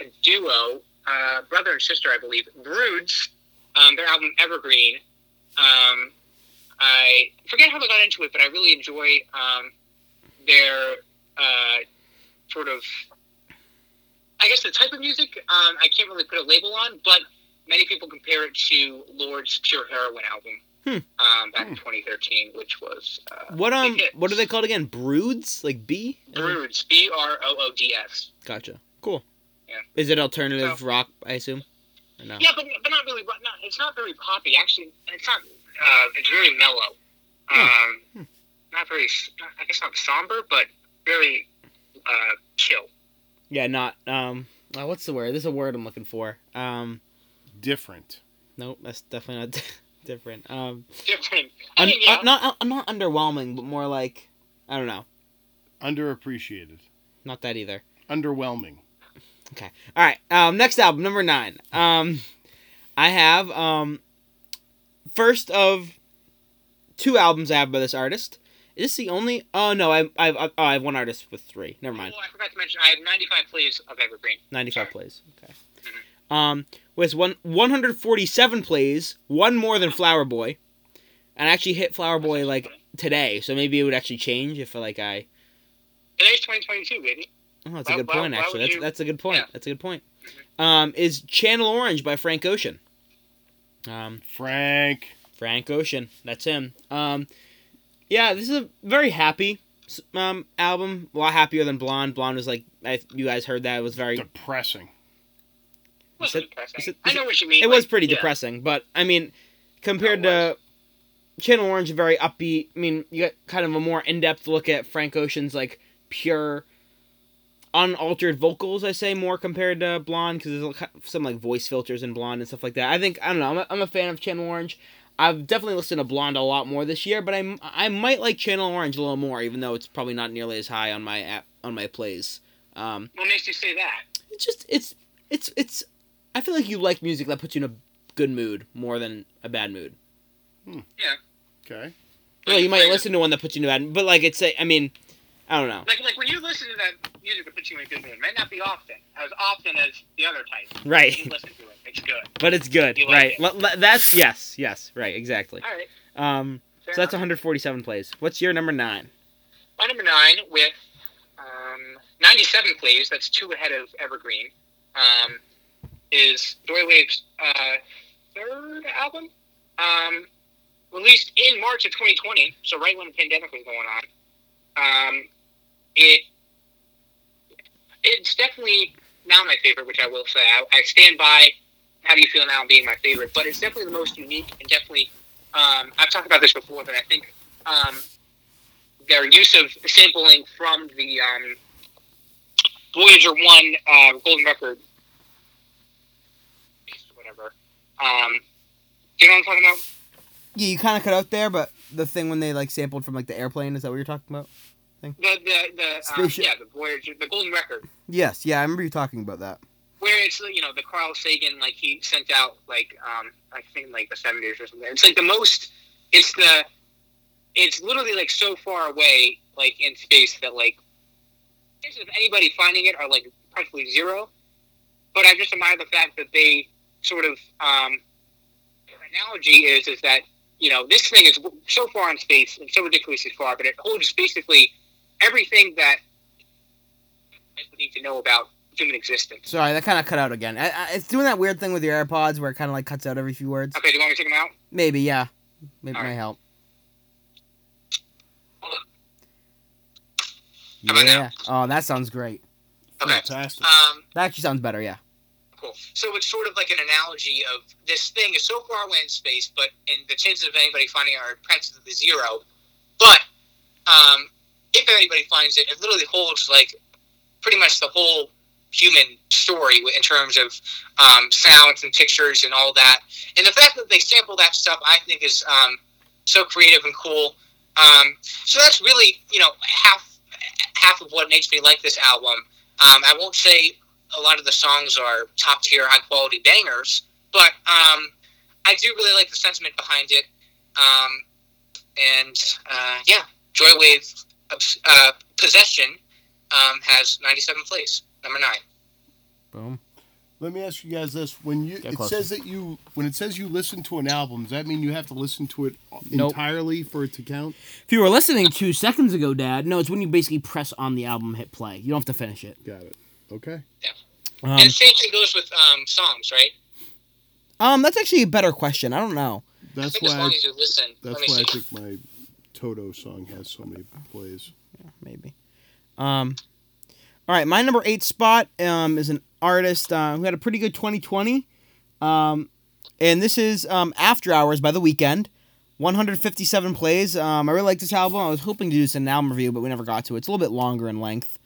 Speaker 3: a duo, uh, brother and sister, I believe. Broods. Um, their album Evergreen. Um, I forget how they got into it, but I really enjoy um, their uh, sort of I guess the type of music, um, I can't really put a label on, but many people compare it to Lord's Pure Heroin album um, back in 2013, which was uh,
Speaker 1: What um?
Speaker 3: big hit.
Speaker 1: What are they called again? Broods? Like B? Oh,
Speaker 3: Broods, B E R O O D S.
Speaker 1: Gotcha. Cool.
Speaker 3: Yeah.
Speaker 1: Is it alternative rock? I assume. Or no.
Speaker 3: Yeah, but, but not really. Not, it's not very poppy, actually. It's not. Uh, it's very mellow. Um, Not very. s- not- I guess not somber, but very uh, chill.
Speaker 1: Yeah, not um. uh, what's the word? There's a word I'm looking for. Um,
Speaker 2: Different.
Speaker 1: nope, that's definitely not different. Um,
Speaker 3: Different. I
Speaker 1: un-
Speaker 3: mean, yeah,
Speaker 1: uh, not uh, not underwhelming, but more like I don't know,
Speaker 2: Underappreciated.
Speaker 1: not that either.
Speaker 2: Underwhelming.
Speaker 1: All right, um, next album number nine. Um, I have um, first of two albums I have by this artist. Is this the only? Oh no, I I've, oh, I have one artist with three. Never mind.
Speaker 3: oh, I forgot to mention. I have 95 plays of Evergreen.
Speaker 1: 95
Speaker 3: Sorry.
Speaker 1: plays. Okay. Um, with one 147 plays, one more than Flower Boy, and I actually hit Flower Boy like today, so maybe it would actually change if like I
Speaker 3: Today's 2022, baby.
Speaker 1: Oh, that's a
Speaker 3: Why-
Speaker 1: good
Speaker 3: why-
Speaker 1: point.
Speaker 3: why
Speaker 1: Actually,
Speaker 3: would
Speaker 1: that's
Speaker 3: you-
Speaker 1: that's a good point.
Speaker 3: Yeah.
Speaker 1: That's a good point. Um, is Channel Orange by Frank Ocean? Um,
Speaker 2: Frank.
Speaker 1: Frank Ocean. That's him. Um, yeah, this is a very happy s- um album. A lot happier than Blonde. Blonde was like I, you guys heard that it was very.
Speaker 2: Depressing.
Speaker 3: was
Speaker 1: Is it-
Speaker 3: depressing.
Speaker 1: is it-
Speaker 3: I
Speaker 1: is
Speaker 3: know what you mean.
Speaker 1: It
Speaker 3: like,
Speaker 1: was pretty
Speaker 3: yeah.
Speaker 1: depressing, but I mean, compared
Speaker 3: It was.
Speaker 1: to Channel Orange, very upbeat. I mean, you got kind of a more in-depth look at Frank Ocean's like pure, unaltered vocals. I say more compared to Blonde because there's a ki- some like voice filters in Blonde and stuff like that. I think I don't know. I'm a, I'm a fan of Channel Orange. I've definitely listened to Blonde a lot more this year, but I I might like Channel Orange a little more, even though it's probably not nearly as high on my app on my plays. Um,
Speaker 3: What makes you say that?
Speaker 1: it's just it's it's it's i feel like you like music that puts you in a good mood more than a bad mood
Speaker 2: Okay.
Speaker 1: well you might
Speaker 3: Like,
Speaker 1: listen to one that puts you in a bad but like it's a, i mean i don't know
Speaker 3: Like, like when you listen to that music that puts you in a good mood, it might not be often, as often as the other type. You
Speaker 1: right
Speaker 3: listen to it, it's good.
Speaker 1: but it's good
Speaker 3: You like
Speaker 1: right
Speaker 3: it.
Speaker 1: L- l- that's yes yes right exactly
Speaker 3: All right.
Speaker 1: um
Speaker 3: fair
Speaker 1: so that's
Speaker 3: enough.
Speaker 1: 147 plays what's your number nine
Speaker 3: My number nine with um, 97 plays, that's two ahead of Evergreen, um, is Doywave's uh, third album, um, released in March of 2020, so right when the pandemic was going on. Um, it It's definitely now my favorite, which I will say. I, I stand by How Do You Feel Now being my favorite, but it's definitely the most unique and definitely, um, I've talked about this before, but I think. Um, their use of sampling from the um, Voyager One uh, Golden Record, whatever. Um, you know what I'm talking about?
Speaker 1: yeah you kind of cut out there but the thing when they like sampled from like the airplane is that what you're talking about
Speaker 3: The the the um,
Speaker 1: Spaceship.
Speaker 3: yeah the Voyager the Golden Record
Speaker 1: yes yeah i remember you talking about that
Speaker 3: where it's you know the Carl Sagan like he sent out like um I think in, like the seventies or something. It's like the most. It's the. It's literally like so far away, like in space, that like chances of anybody finding it are like practically zero. But I just admire the fact that they sort of um, their analogy is is that you know this thing is w- so far in space and so ridiculously far, but it holds basically everything that we need to know about human existence.
Speaker 1: sorry that kind of cut out again I, I, it's doing that weird thing with your airpods where it kind of like cuts out every few words
Speaker 3: Okay, do you want me to take them out?
Speaker 1: Maybe, yeah. Maybe
Speaker 3: All
Speaker 1: it
Speaker 3: right.
Speaker 1: might help.
Speaker 3: How about
Speaker 1: yeah. Oh, that sounds great.
Speaker 3: Okay.
Speaker 2: Fantastic.
Speaker 3: Um,
Speaker 1: That actually sounds better, yeah.
Speaker 3: cool. So it's sort of like an analogy of this thing is so far away in space, but and the chances of anybody finding it are practically zero. But um, if anybody finds it, it literally holds like pretty much the whole human story w- in terms of um, sounds and pictures and all that. And the fact that they sample that stuff, I think, is um, so creative and cool. Um, so that's really, you know, half half of what makes me like this album. Um, I won't say a lot of the songs are top tier, high quality bangers, but um, I do really like the sentiment behind it. Um, and uh, yeah, Joywave obs- uh, Possession um, has 97 plays, number nine.
Speaker 1: Boom.
Speaker 2: Let me ask you guys this: When you
Speaker 1: Get
Speaker 2: it
Speaker 1: closer.
Speaker 2: says that you when it says you listen to an album, does that mean you have to listen to it
Speaker 1: Nope.
Speaker 2: entirely for it to count?
Speaker 1: If you were listening two seconds ago, Dad, no, it's when you basically press on the album, hit play. You don't have to finish it.
Speaker 2: Got it. Okay.
Speaker 1: Um,
Speaker 3: and same thing goes with um, songs, right?
Speaker 1: um, that's actually a better question. I don't know.
Speaker 3: I
Speaker 2: That's
Speaker 3: think as
Speaker 2: why.
Speaker 3: long
Speaker 2: I,
Speaker 3: as you listen, let
Speaker 2: that's
Speaker 3: me
Speaker 2: why
Speaker 3: see.
Speaker 2: I think my Toto song has so many plays.
Speaker 1: Maybe. Um, all right, my number eight spot um, is an artist uh, who had a pretty good 2020. Um, and this is um, After Hours by The Weekend. 157 plays. Um, I really like this album. I was hoping to do this in an album review, but we never got to it. It's a little bit longer in length.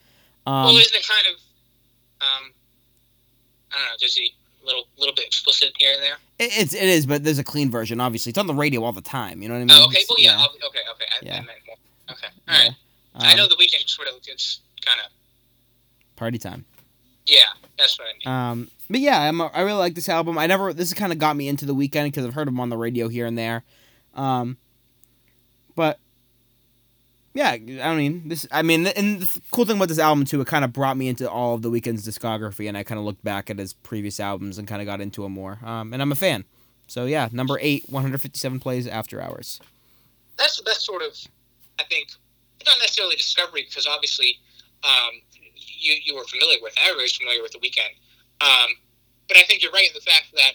Speaker 1: Um,
Speaker 3: well, isn't it kind of, um, I don't know, just a little, little bit explicit here and there?
Speaker 1: It, it's it is, but there's a clean version. Obviously, it's on the radio all the time. You know what I mean?
Speaker 3: Oh, okay.
Speaker 1: It's-
Speaker 3: Well, yeah. ob- Okay. Okay. I,
Speaker 1: Yeah.
Speaker 3: I meant more. Okay.
Speaker 1: yeah.
Speaker 3: All right. I
Speaker 1: Um,
Speaker 3: know the weekend sort of it's kind of
Speaker 1: Party time.
Speaker 3: yeah. That's what I mean.
Speaker 1: Um, but yeah, I'm a, I really like this album. I never this kind of got me into the weekend because I've heard him on the radio here and there. Um, but yeah, I mean this. I mean, and the th- cool thing about this album too, it kind of brought me into all of the weekend's discography, and I kind of looked back at his previous albums and kind of got into him more. Um, and I'm a fan. So yeah, number eight, 157 plays after hours.
Speaker 3: that's that's sort of I think not necessarily discovery because obviously um, you, you were familiar with. Everybody's familiar with The Weeknd. Um, but I think you're right in the fact that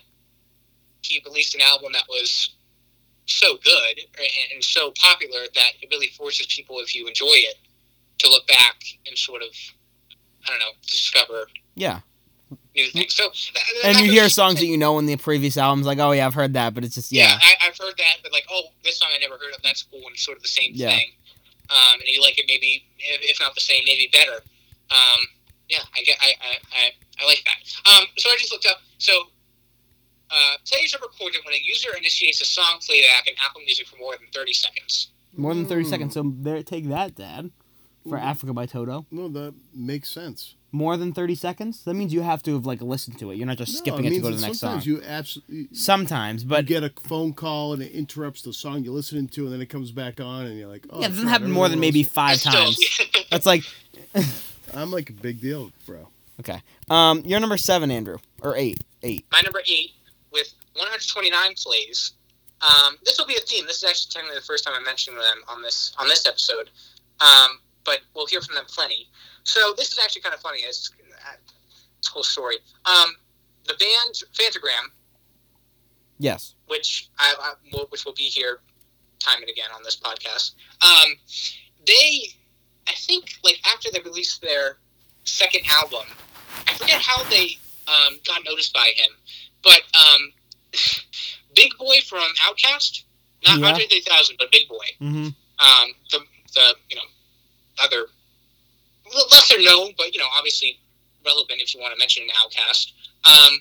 Speaker 3: he released an album that was so good and, and so popular that it really forces people, if you enjoy it, to look back and sort of, I don't know, discover
Speaker 1: Yeah.
Speaker 3: new things. So that-
Speaker 1: And
Speaker 3: that
Speaker 1: you
Speaker 3: goes
Speaker 1: hear
Speaker 3: to
Speaker 1: songs
Speaker 3: say-
Speaker 1: that you know in the previous albums, like, oh yeah, I've heard that, but it's just
Speaker 3: yeah,
Speaker 1: yeah.
Speaker 3: I, I've heard that, but like, oh, this song I never heard of. That's cool, and it's sort of the same
Speaker 1: Yeah.
Speaker 3: thing. Um, and you like it maybe, if if not the same, maybe better. Um, yeah, I get, I, I, I, I like that. Um, so I just looked up. So uh, plays are recorded when a user initiates a song playback in Apple Music for more than thirty seconds.
Speaker 1: More than thirty
Speaker 2: Mm.
Speaker 1: seconds. So there, take that, Dad. For
Speaker 2: Mhm.
Speaker 1: Africa by Toto,
Speaker 2: No, that makes sense.
Speaker 1: more than thirty seconds. That means you have to have like listened to it. You're not just skipping it to
Speaker 2: means
Speaker 1: go to
Speaker 2: that
Speaker 1: the next song.
Speaker 2: sometimes you absolutely
Speaker 1: sometimes, but
Speaker 2: you get a phone call and it interrupts the song you're listening to, and then it comes back on, and you're like, oh,
Speaker 1: yeah, it doesn't
Speaker 2: crap,
Speaker 1: happen more than
Speaker 2: everyone
Speaker 1: maybe
Speaker 2: else-
Speaker 1: five
Speaker 3: That's still-
Speaker 1: times. That's like
Speaker 2: I'm like a big deal, bro.
Speaker 1: okay. Um, you're number seven, Andrew, or eight, eight.
Speaker 3: my number eight with 129 plays. Um, this will be a theme. This is actually technically the first time I mentioned them on this on this episode, um, but we'll hear from them plenty. So this is actually kind of funny. It's, uh, it's a cool story. Um, the band Fantagram,
Speaker 1: Yes.
Speaker 3: which I, I will- which will be here time and again on this podcast. Um, they, I think, like after they released their second album, I forget how they um, got noticed by him, but um, Big Boy from Outkast, not
Speaker 1: Yeah.
Speaker 3: Andre 3000, but Big Boy,
Speaker 1: Mm-hmm.
Speaker 3: um, the the you know other l- lesser known, but you know obviously relevant if you want to mention an outcast. Um,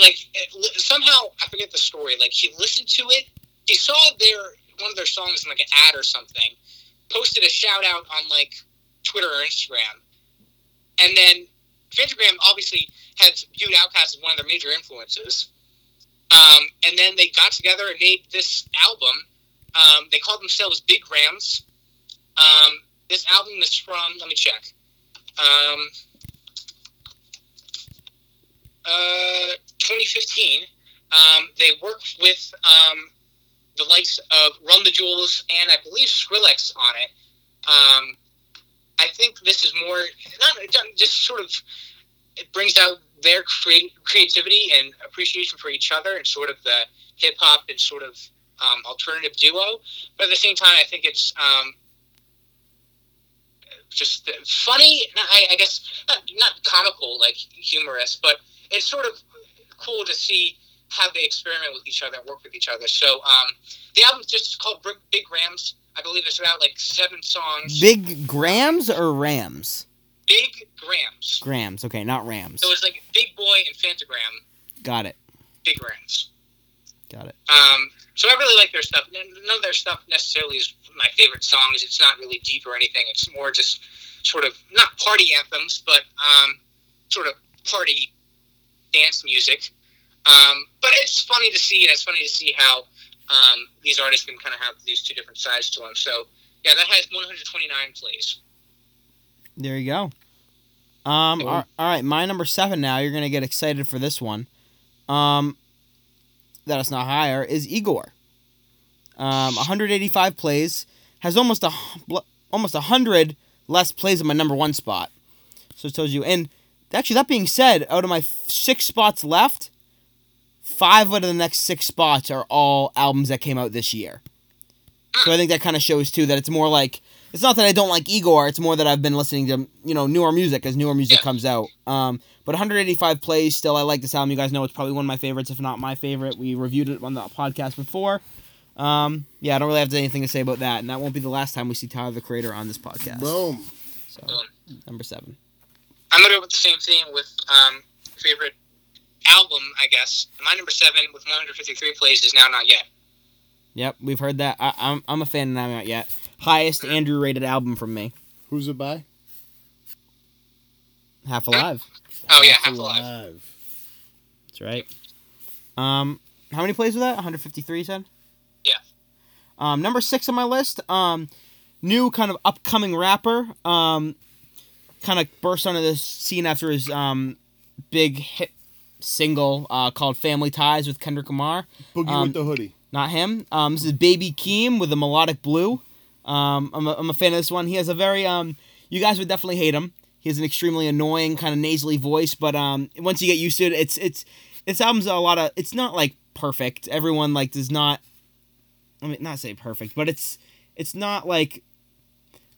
Speaker 3: like it- li- somehow I forget the story. Like he listened to it, he saw their one of their songs in like an ad or something, posted a shout out on like Twitter or Instagram, and then Instagram obviously has viewed Outcast as one of their major influences. Um, and then they got together and made this album um, they call themselves Big Rams. Um, this album is from, let me check. Um, uh, 2015. Um, they work with um, the likes of Run the Jewels and I believe Skrillex on it. Um, I think this is more, not, it doesn't- just sort of, it brings out their creat- creativity and appreciation for each other and sort of the hip hop and sort of um, alternative duo. But at the same time, I think it's um, just funny. not- I, I guess not, not comical, like humorous, but it's sort of cool to see how they experiment with each other and work with each other. So um, the album's just called Big- Big Rams. I believe it's about like seven songs.
Speaker 1: Big grams or rams?
Speaker 3: Big Grams.
Speaker 1: Grams. Okay, not rams.
Speaker 3: So it's like Big Boy and Fantagram,
Speaker 1: Got it.
Speaker 3: Big Rams.
Speaker 1: Got it.
Speaker 3: Um, so I really like their stuff. N- None of their stuff necessarily is my favorite songs. It's not really deep or anything. It's more just sort of not party anthems, but um, sort of party dance music. Um, but it's funny to see, and it's funny to see how um, these artists can kind of have these two different sides to them. So yeah, that has 129 plays.
Speaker 1: There you go. Um.
Speaker 2: Cool.
Speaker 1: All, all right, my number seven. Now you're gonna get excited for this one. Um, that it's not higher is Igor. Um, 185 plays has almost a h- bl- almost a hundred less plays than my number one spot. So it tells you. And actually, that being said, out of my f- six spots left, five out of the next six spots are all albums that came out this year. So I think that kind of shows too that it's more like it's not that I don't like Igor. It's more that I've been listening to you know newer music as newer music
Speaker 3: Yeah.
Speaker 1: comes out. Um, but 185 plays still. I like this album. You guys know it's probably one of my favorites, if not my favorite. We reviewed it on the podcast before. Um, yeah, I don't really have anything to say about that, and that won't be the last time we see Tyler the Creator on this podcast.
Speaker 2: Boom.
Speaker 1: So number seven.
Speaker 3: I'm gonna go with the same thing with um, favorite album, I guess. My number seven with 153 plays is now not yet.
Speaker 1: Yep, we've heard that. I, I'm I'm a fan, and I'm out yet. Highest Andrew rated album from me.
Speaker 2: Who's it by?
Speaker 1: Half Alive.
Speaker 3: Oh yeah, half alive.
Speaker 1: Uh, That's right. Um, how many plays was that? 153, you said?
Speaker 3: Yeah.
Speaker 1: Um, number six on my list, um, new kind of upcoming rapper, um, kind of burst onto the scene after his um, big hit single uh, called Family Ties with Kendrick Lamar.
Speaker 2: Boogie
Speaker 1: Um,
Speaker 2: with the hoodie.
Speaker 1: Not him. Um, this is Baby Keem with a melodic blue. Um, I'm, a, I'm a fan of this one. He has a very um, You guys would definitely hate him. He has an extremely annoying kind of nasally voice, but um, once you get used to it, it's it's this album's a lot of. It's not like perfect. Everyone like does not. I mean, not say perfect, but it's it's not like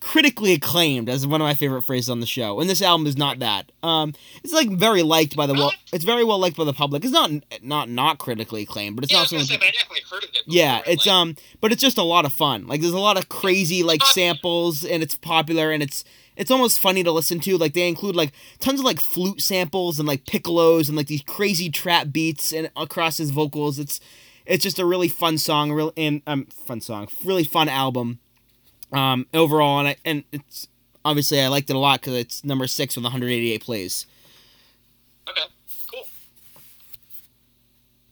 Speaker 1: critically acclaimed as one of my favorite phrases on the show and this album is not that um it's like very liked by the well it's very well liked by the public it's not not not critically acclaimed but it's
Speaker 3: yeah, I
Speaker 1: not
Speaker 3: was gonna
Speaker 1: something
Speaker 3: say, but I definitely heard of it. Before,
Speaker 1: yeah it's
Speaker 3: like,
Speaker 1: um but it's just a lot of fun like there's a lot of crazy like samples and it's popular and it's it's almost funny to listen to like they include like tons of like flute samples and like piccolos and like these crazy trap beats and across his vocals it's it's just a really fun song real and um fun song really fun album um overall and I, and it's obviously I liked it a lot cuz it's number 6 with 188 plays
Speaker 3: Okay, cool.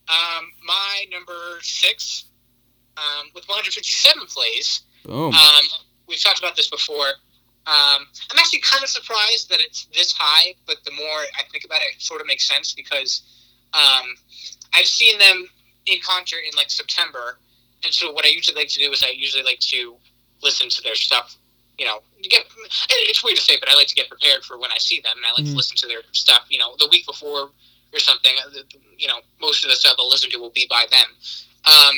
Speaker 3: Um, my number six, um, with 157 plays.
Speaker 1: boom
Speaker 3: Um, we've talked about this before. Um, I'm actually kind of surprised that it's this high, but the more I think about it, it sort of makes sense because um, I've seen them in concert in like September, and so what I usually like to do is I usually like to listen to their stuff. You know, to get it- it's weird to say, but I like to get prepared for when I see them, and I like
Speaker 1: Mhm.
Speaker 3: to listen to their stuff. You know, the week before or something. uh, You know, most of the stuff I'll listen to will be by then. Um,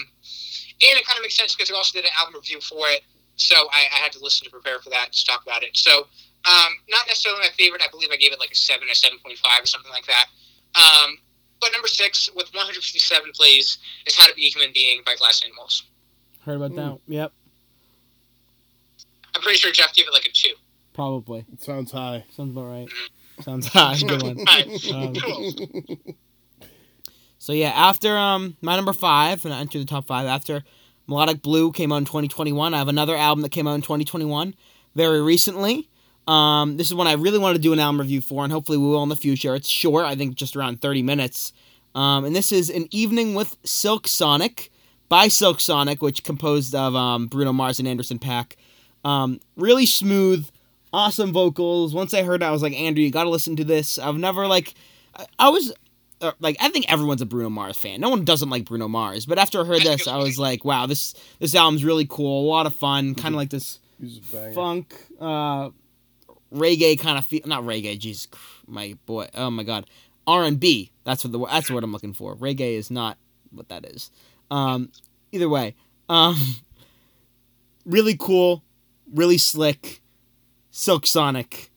Speaker 3: and it kind of makes sense because we also did an album review for it so I, I had to listen to prepare for that to talk about it. So um, not necessarily my favorite. I believe I gave it like a seven or seven point five or something like that. Um, but number six with 157 plays is How to Be a Human Being by Glass Animals.
Speaker 1: heard about
Speaker 2: that.
Speaker 1: yep
Speaker 3: I'm pretty sure Jeff gave it like a two.
Speaker 1: probably
Speaker 2: It sounds high.
Speaker 1: sounds about right sounds high good one Um, So yeah, after um my number five, and I entered the top five after Melodic Blue came out in 2021. I have another album that came out in 2021, very recently. Um, this is one I really want to do an album review for, and hopefully we will in the future. It's short, I think just around 30 minutes. Um, and this is an evening with Silk Sonic by Silk Sonic, which composed of um, Bruno Mars and Anderson Pack. Um, really smooth, awesome vocals. Once I heard it, I was like, Andrew, you gotta listen to this. I've never like, I, I was uh, like I think everyone's a Bruno Mars fan. No one doesn't like Bruno Mars, but after I heard this, I was like, wow, this this album's really cool, a lot of fun, kind of like this
Speaker 2: He's a banger.
Speaker 1: funk uh reggae kind of feel, not reggae, Jesus, Christ, my boy. Oh my god. R&B. That's what the that's what I'm looking for. Reggae is not what that is. Um either way, um really cool, really slick Silk Sonic.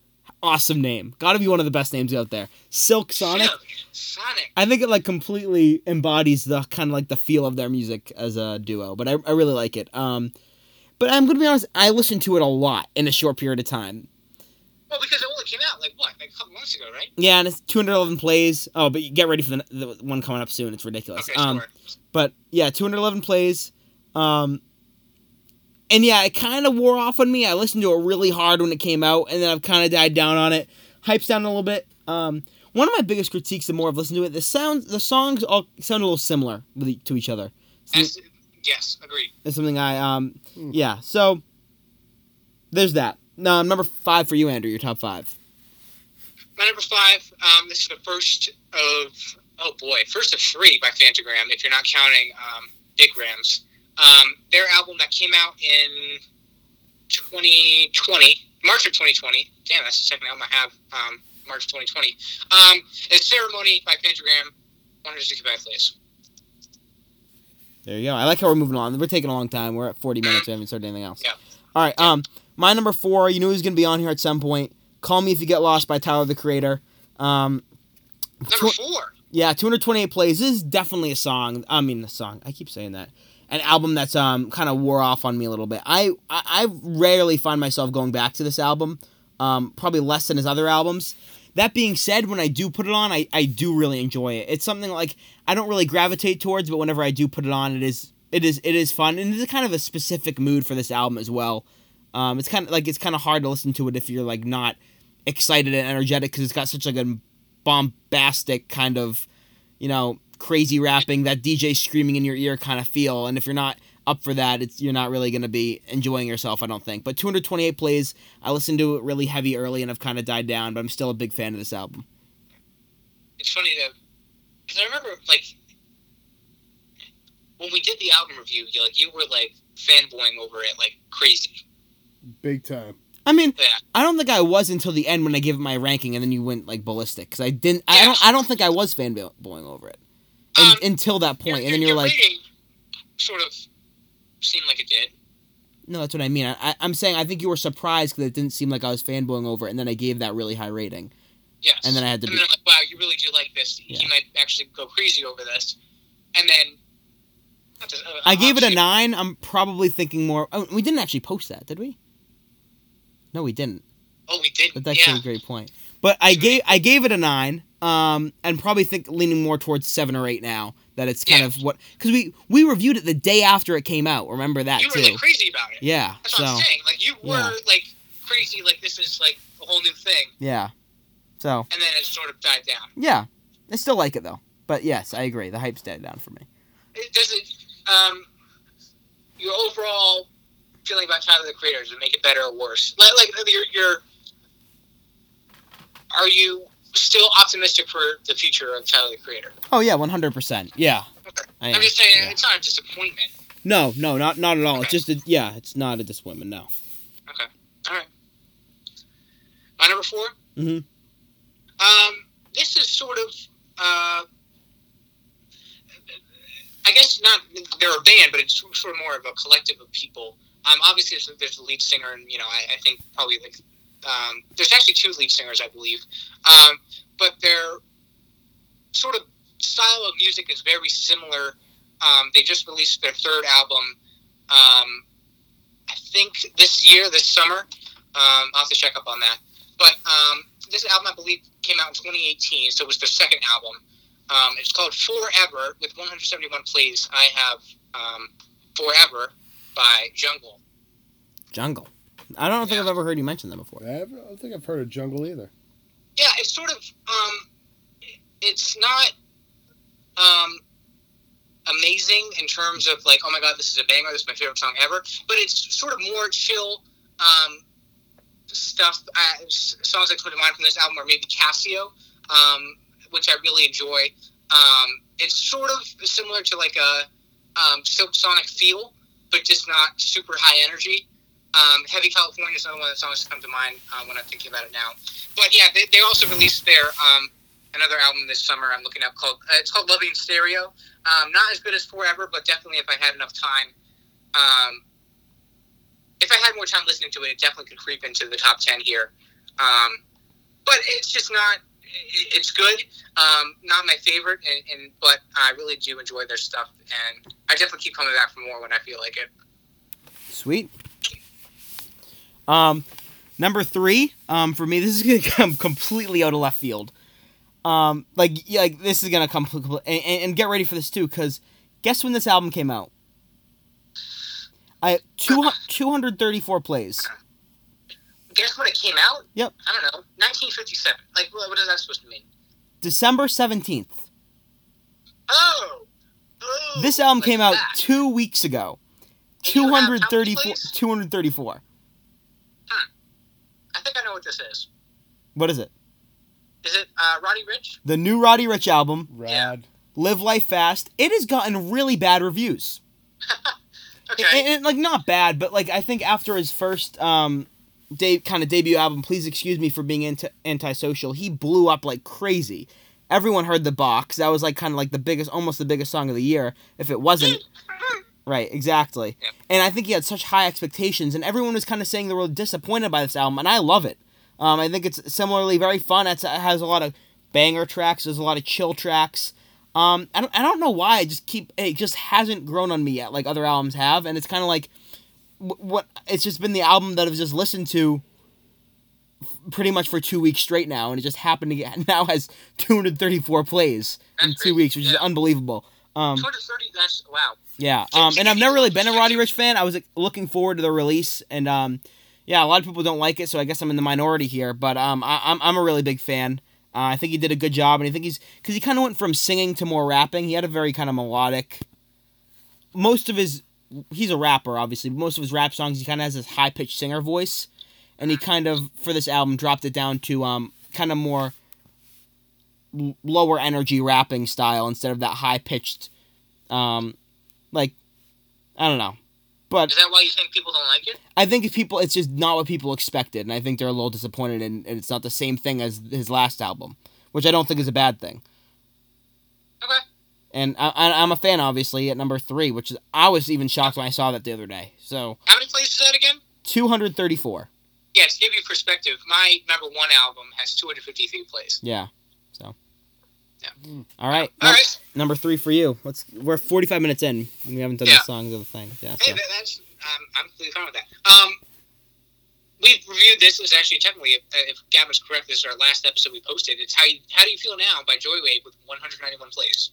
Speaker 1: Awesome name. Got to be one of the best names out there. Silk Sonic.
Speaker 3: Sonic.
Speaker 1: I think it like completely embodies the kind of like the feel of their music as a duo, but I, I really like it. Um, but I'm gonna be honest, I listened to it a lot in a short period of time.
Speaker 3: Well, because it only came out like what, like a couple months ago, right?
Speaker 1: Yeah, and it's 211 plays. Oh, but you get ready for the, the one coming up soon. It's ridiculous.
Speaker 3: Okay,
Speaker 1: um,
Speaker 3: sure.
Speaker 1: but yeah, 211 plays. Um, and yeah, it kind of wore off on me. I listened to it really hard when it came out, and then I've kind of died down on it. Hypes down a little bit. Um, one of my biggest critiques the more I've listened to it, the sounds, the songs all sound a little similar with e- to each other.
Speaker 3: As- yes, agreed.
Speaker 1: That's something I um, yeah. So there's that. Now number five for you, Andrew. Your top five.
Speaker 3: My number five. Um, this is the first of oh boy, first of three by Fantagram. If you're not counting um, Big Rams, um, their album that came out in 2020, March of 2020. Damn, that's the second album I have. Um, March 2020. Um, it's Ceremony by Fantagram. 165 plays.
Speaker 1: There you go. I like how we're moving on. We're taking a long time. We're at 40 minutes. We haven't started anything else.
Speaker 3: Yeah.
Speaker 1: All right. Um, my number four. You knew he was gonna be on here at some point. Call me if you get lost by Tyler the Creator. Um,
Speaker 3: Number four.
Speaker 1: yeah, 228 plays. This is definitely a song. I mean, a song. I keep saying that. An album that's um kind of wore off on me a little bit. I, I I rarely find myself going back to this album. Um, probably less than his other albums. That being said, when I do put it on, I, I do really enjoy it. It's something like I don't really gravitate towards, but whenever I do put it on, it is it is it is fun and it's kind of a specific mood for this album as well. Um, it's kind of like it's kind of hard to listen to it if you're like not excited and energetic because it's got such like a bombastic kind of you know crazy rapping that DJ screaming in your ear kind of feel. And if you're not up for that, it's you're not really gonna be enjoying yourself, I don't think. But 228 plays. I listened to it really heavy early and I've kind of died down, but I'm still a big fan of this album.
Speaker 3: It's funny though, because I remember like when we did the album review, you like you were like fanboying over it like crazy.
Speaker 2: Big time.
Speaker 1: I mean,
Speaker 3: Yeah.
Speaker 1: I don't think I was until the end when I gave it my ranking, and then you went like ballistic because I didn't. I
Speaker 3: Yeah.
Speaker 1: don't. I don't think I was fanboying over it un-
Speaker 3: Um,
Speaker 1: until that point, and then you're
Speaker 3: your- your
Speaker 1: like,
Speaker 3: rating sort of seemed like it did.
Speaker 1: no, that's what I mean. I, I, I'm saying I think you were surprised because it didn't seem like I was fanboying over it, and then I gave that really high rating.
Speaker 3: Yes.
Speaker 1: And then I had to
Speaker 3: And
Speaker 1: be-
Speaker 3: then I'm like, wow, you really do like this.
Speaker 1: Yeah.
Speaker 3: He might actually go crazy over this. And then. not to- uh,
Speaker 1: I gave it a
Speaker 3: obviously-
Speaker 1: nine. I'm probably thinking more. Oh, we didn't actually post that, did we? No, we didn't.
Speaker 3: Oh, we did.
Speaker 1: That's
Speaker 3: yeah.
Speaker 1: actually a great point. But I gave I gave it a nine, um, and probably think leaning more towards seven or eight now. That it's kind
Speaker 3: Yeah.
Speaker 1: of what because we we reviewed it the day after it came out. Remember that
Speaker 3: you were
Speaker 1: too?
Speaker 3: like crazy about it.
Speaker 1: yeah.
Speaker 3: That's what
Speaker 1: So
Speaker 3: I'm saying. Like you were
Speaker 1: Yeah.
Speaker 3: like crazy. Like this is like a whole new thing.
Speaker 1: yeah. So
Speaker 3: And then it sort of died down.
Speaker 1: yeah, I still like it though. But yes, I agree. The hype's dead down for me.
Speaker 3: It doesn't. Um, your overall feeling about Tyler the Creator does it make it better or worse? Like, like your your. Are you still optimistic for the future of Tyler the Creator?
Speaker 1: Oh yeah, one hundred percent. Yeah.
Speaker 3: Okay.
Speaker 1: I
Speaker 3: I'm
Speaker 1: am.
Speaker 3: just saying
Speaker 1: yeah.
Speaker 3: it's not a disappointment.
Speaker 1: No, no, not not at all. It's just a, yeah, it's not a disappointment. No.
Speaker 3: All right. My number 4
Speaker 1: Mhm.
Speaker 3: Um, this is sort of, uh, I guess not. They're a band, but it's sort of more of a collective of people. Um, obviously there's, there's the lead singer, and you know, I, I think probably like, um, there's actually two lead singers, I believe. Um, but their sort of style of music is very similar. Um, they just released their third album. Um, I think this year, this summer. Um, I'll have to check up on that. But um, this album, I believe, came out in 2018, so it was their second album. Um, it's called Forever with 171 plays. I have um, Forever by Jungle.
Speaker 1: Jungle. I don't think
Speaker 3: Yeah.
Speaker 1: I've ever heard you mention that before.
Speaker 2: I don't think I've heard of Jungle either.
Speaker 3: Yeah, it's sort of um, it's not um, amazing in terms of like, oh my god, this is a banger, this is my favorite song ever. But it's sort of more chill um, stuff. Uh, s- songs that come to mind from this album are maybe Casio, um, which I really enjoy. Um, it's sort of similar to like a um, Silk Sonic feel, but just not super high energy. Um, Heavy California is another one of the songs that come to mind uh, when I'm thinking about it now. But yeah, they, they also released their um, another album this summer. I'm looking up called uh, it's called Loving Stereo. Um, not as good as Forever, but definitely if I had enough time, um, if I had more time listening to it, it definitely could creep into the top ten here. Um, but it's just not. i- It's good. Um, not my favorite, and, and but I really do enjoy their stuff, and I definitely keep coming back for more when I feel like it.
Speaker 1: Sweet. Um, number three, um, for me, this is gonna come completely out of left field. Um, like, yeah, like this is gonna come and, and, and get ready for this too, because guess when this album came out? I two two hundred thirty four plays.
Speaker 3: Guess when it came out?
Speaker 1: Yep.
Speaker 3: I don't know. 1957. Like, what, what is that supposed to mean?
Speaker 1: December seventeenth.
Speaker 3: Oh. Oh,
Speaker 1: This album
Speaker 3: like
Speaker 1: came out
Speaker 3: that.
Speaker 1: two weeks ago.
Speaker 3: And you have how many
Speaker 1: 234,
Speaker 3: plays?
Speaker 1: 234.
Speaker 3: I think I know what this is.
Speaker 1: What is it?
Speaker 3: Is it uh, Roddy Rich?
Speaker 1: The new Roddy Rich album,
Speaker 2: Rad.
Speaker 1: Live Life Fast. It has gotten really bad reviews.
Speaker 3: Okay.
Speaker 1: and, and, like not bad, but like I think after his first um, day kind of debut album, please excuse me for being anti- antisocial. He blew up like crazy. Everyone heard the box. That was like kind of like the biggest, almost the biggest song of the year. If it wasn't, right, exactly.
Speaker 3: Yeah.
Speaker 1: And I think he had such high expectations, and everyone was kind of saying they were disappointed by this album, and I love it. Um, I think it's similarly very fun. It's, it has a lot of banger tracks. There's a lot of chill tracks. Um, I don't, I don't know why. I just keep it just hasn't grown on me yet, like other albums have, and it's kind of like wh- what it's just been the album that I've just listened to f- pretty much for two weeks straight now, and it just happened to get now has 234 plays in
Speaker 3: That's
Speaker 1: two
Speaker 3: crazy.
Speaker 1: weeks, which is
Speaker 3: Yeah.
Speaker 1: unbelievable. Um,
Speaker 3: 230. That's wow.
Speaker 1: yeah, um, and I've never really been a Roddy Rich fan. I was like, looking forward to the release, and um, yeah, a lot of people don't like it, so I guess I'm in the minority here. But um, I, I'm I'm a really big fan. Uh, I think he did a good job, and I think he's because he kind of went from singing to more rapping. He had a very kind of melodic. Most of his, he's a rapper, obviously. but Most of his rap songs, he kind of has this high pitched singer voice, and he kind of for this album dropped it down to um, kind of more l- lower energy rapping style instead of that high pitched um, like I don't know. But
Speaker 3: Is that why you think people don't like it?
Speaker 1: I think if people, it's just not what people expected, and I think they're a little disappointed, and, and it's not the same thing as his last album, which I don't think is a bad thing.
Speaker 3: Okay.
Speaker 1: And I, I, I'm a fan, obviously, at number three, which is I was even shocked when I saw that the other day. So
Speaker 3: How many plays is that again?
Speaker 1: two hundred thirty-four.
Speaker 3: Yes, give you perspective. My number one album has 253 plays.
Speaker 1: Yeah. So.
Speaker 3: Yeah.
Speaker 1: All right.
Speaker 3: All
Speaker 1: Num-
Speaker 3: right.
Speaker 1: Number three for you. Let's. We're forty-five minutes in. and We haven't done
Speaker 3: Yeah.
Speaker 1: the songs of the thing. Yeah.
Speaker 3: Hey,
Speaker 1: So.
Speaker 3: that, that's um, I'm completely fine with that. Um, we've reviewed this. This is actually technically, if, uh, if Gavin's correct, this is our last episode we posted. It's how you, how do you feel now by Joywave with 191 plays?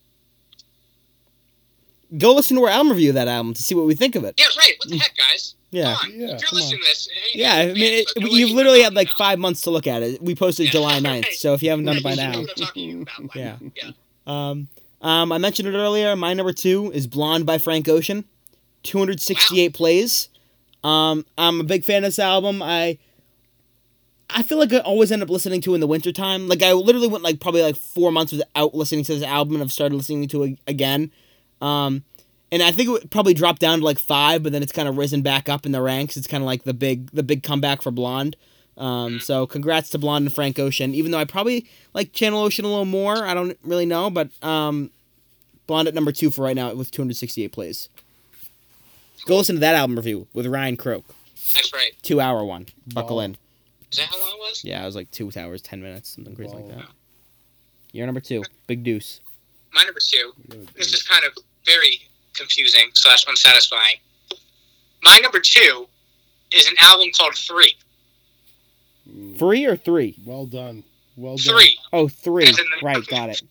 Speaker 1: Go listen to our album review of that album to see what we think of it.
Speaker 3: Yeah, right. What
Speaker 1: Mm.
Speaker 3: the heck, guys?
Speaker 1: Yeah.
Speaker 3: Come on.
Speaker 2: Yeah,
Speaker 3: if
Speaker 2: come
Speaker 3: you're listening to this, eh,
Speaker 1: Yeah, I
Speaker 3: you're
Speaker 1: mean, it,
Speaker 3: fans, but do what
Speaker 1: you've
Speaker 3: you
Speaker 1: literally
Speaker 3: were
Speaker 1: had like
Speaker 3: talking
Speaker 1: five months to look at it. We posted
Speaker 3: Yeah.
Speaker 1: July 9th, so if you haven't done it by
Speaker 3: about.
Speaker 1: now,
Speaker 3: What I'm talking about, like,
Speaker 1: Yeah.
Speaker 3: yeah.
Speaker 1: Um, um, I mentioned it earlier. My number two is Blonde by Frank Ocean. 268 plays. Um, I'm a big fan of this album. I I feel like I always end up listening to it in the wintertime. Like I literally went like probably like four months without listening to this album and I've started listening to it again. Um, and I think it would probably dropped down to like five, but then it's kind of risen back up in the ranks. It's kind of like the big the big comeback for Blonde. Um, so congrats to Blonde and Frank Ocean. Even though I probably like Channel Ocean a little more, I don't really know, but um, Blonde at number two for right now with 268 plays. Go listen to that album review with Ryan Croak,
Speaker 3: That's right.
Speaker 1: two hour one. Buckle
Speaker 2: Wow.
Speaker 1: in.
Speaker 3: Is that how long it was?
Speaker 1: Yeah, it was like two hours, ten minutes, something crazy like
Speaker 2: Wow.
Speaker 1: that. You're number two, Big Deuce.
Speaker 3: My number two. This is kind of very confusing slash unsatisfying. My number two is an album called Three.
Speaker 2: Mm,
Speaker 1: Three or three?
Speaker 2: Well done. Well done.
Speaker 3: Three.
Speaker 1: Oh, three.
Speaker 3: As in the-
Speaker 1: Right, got it.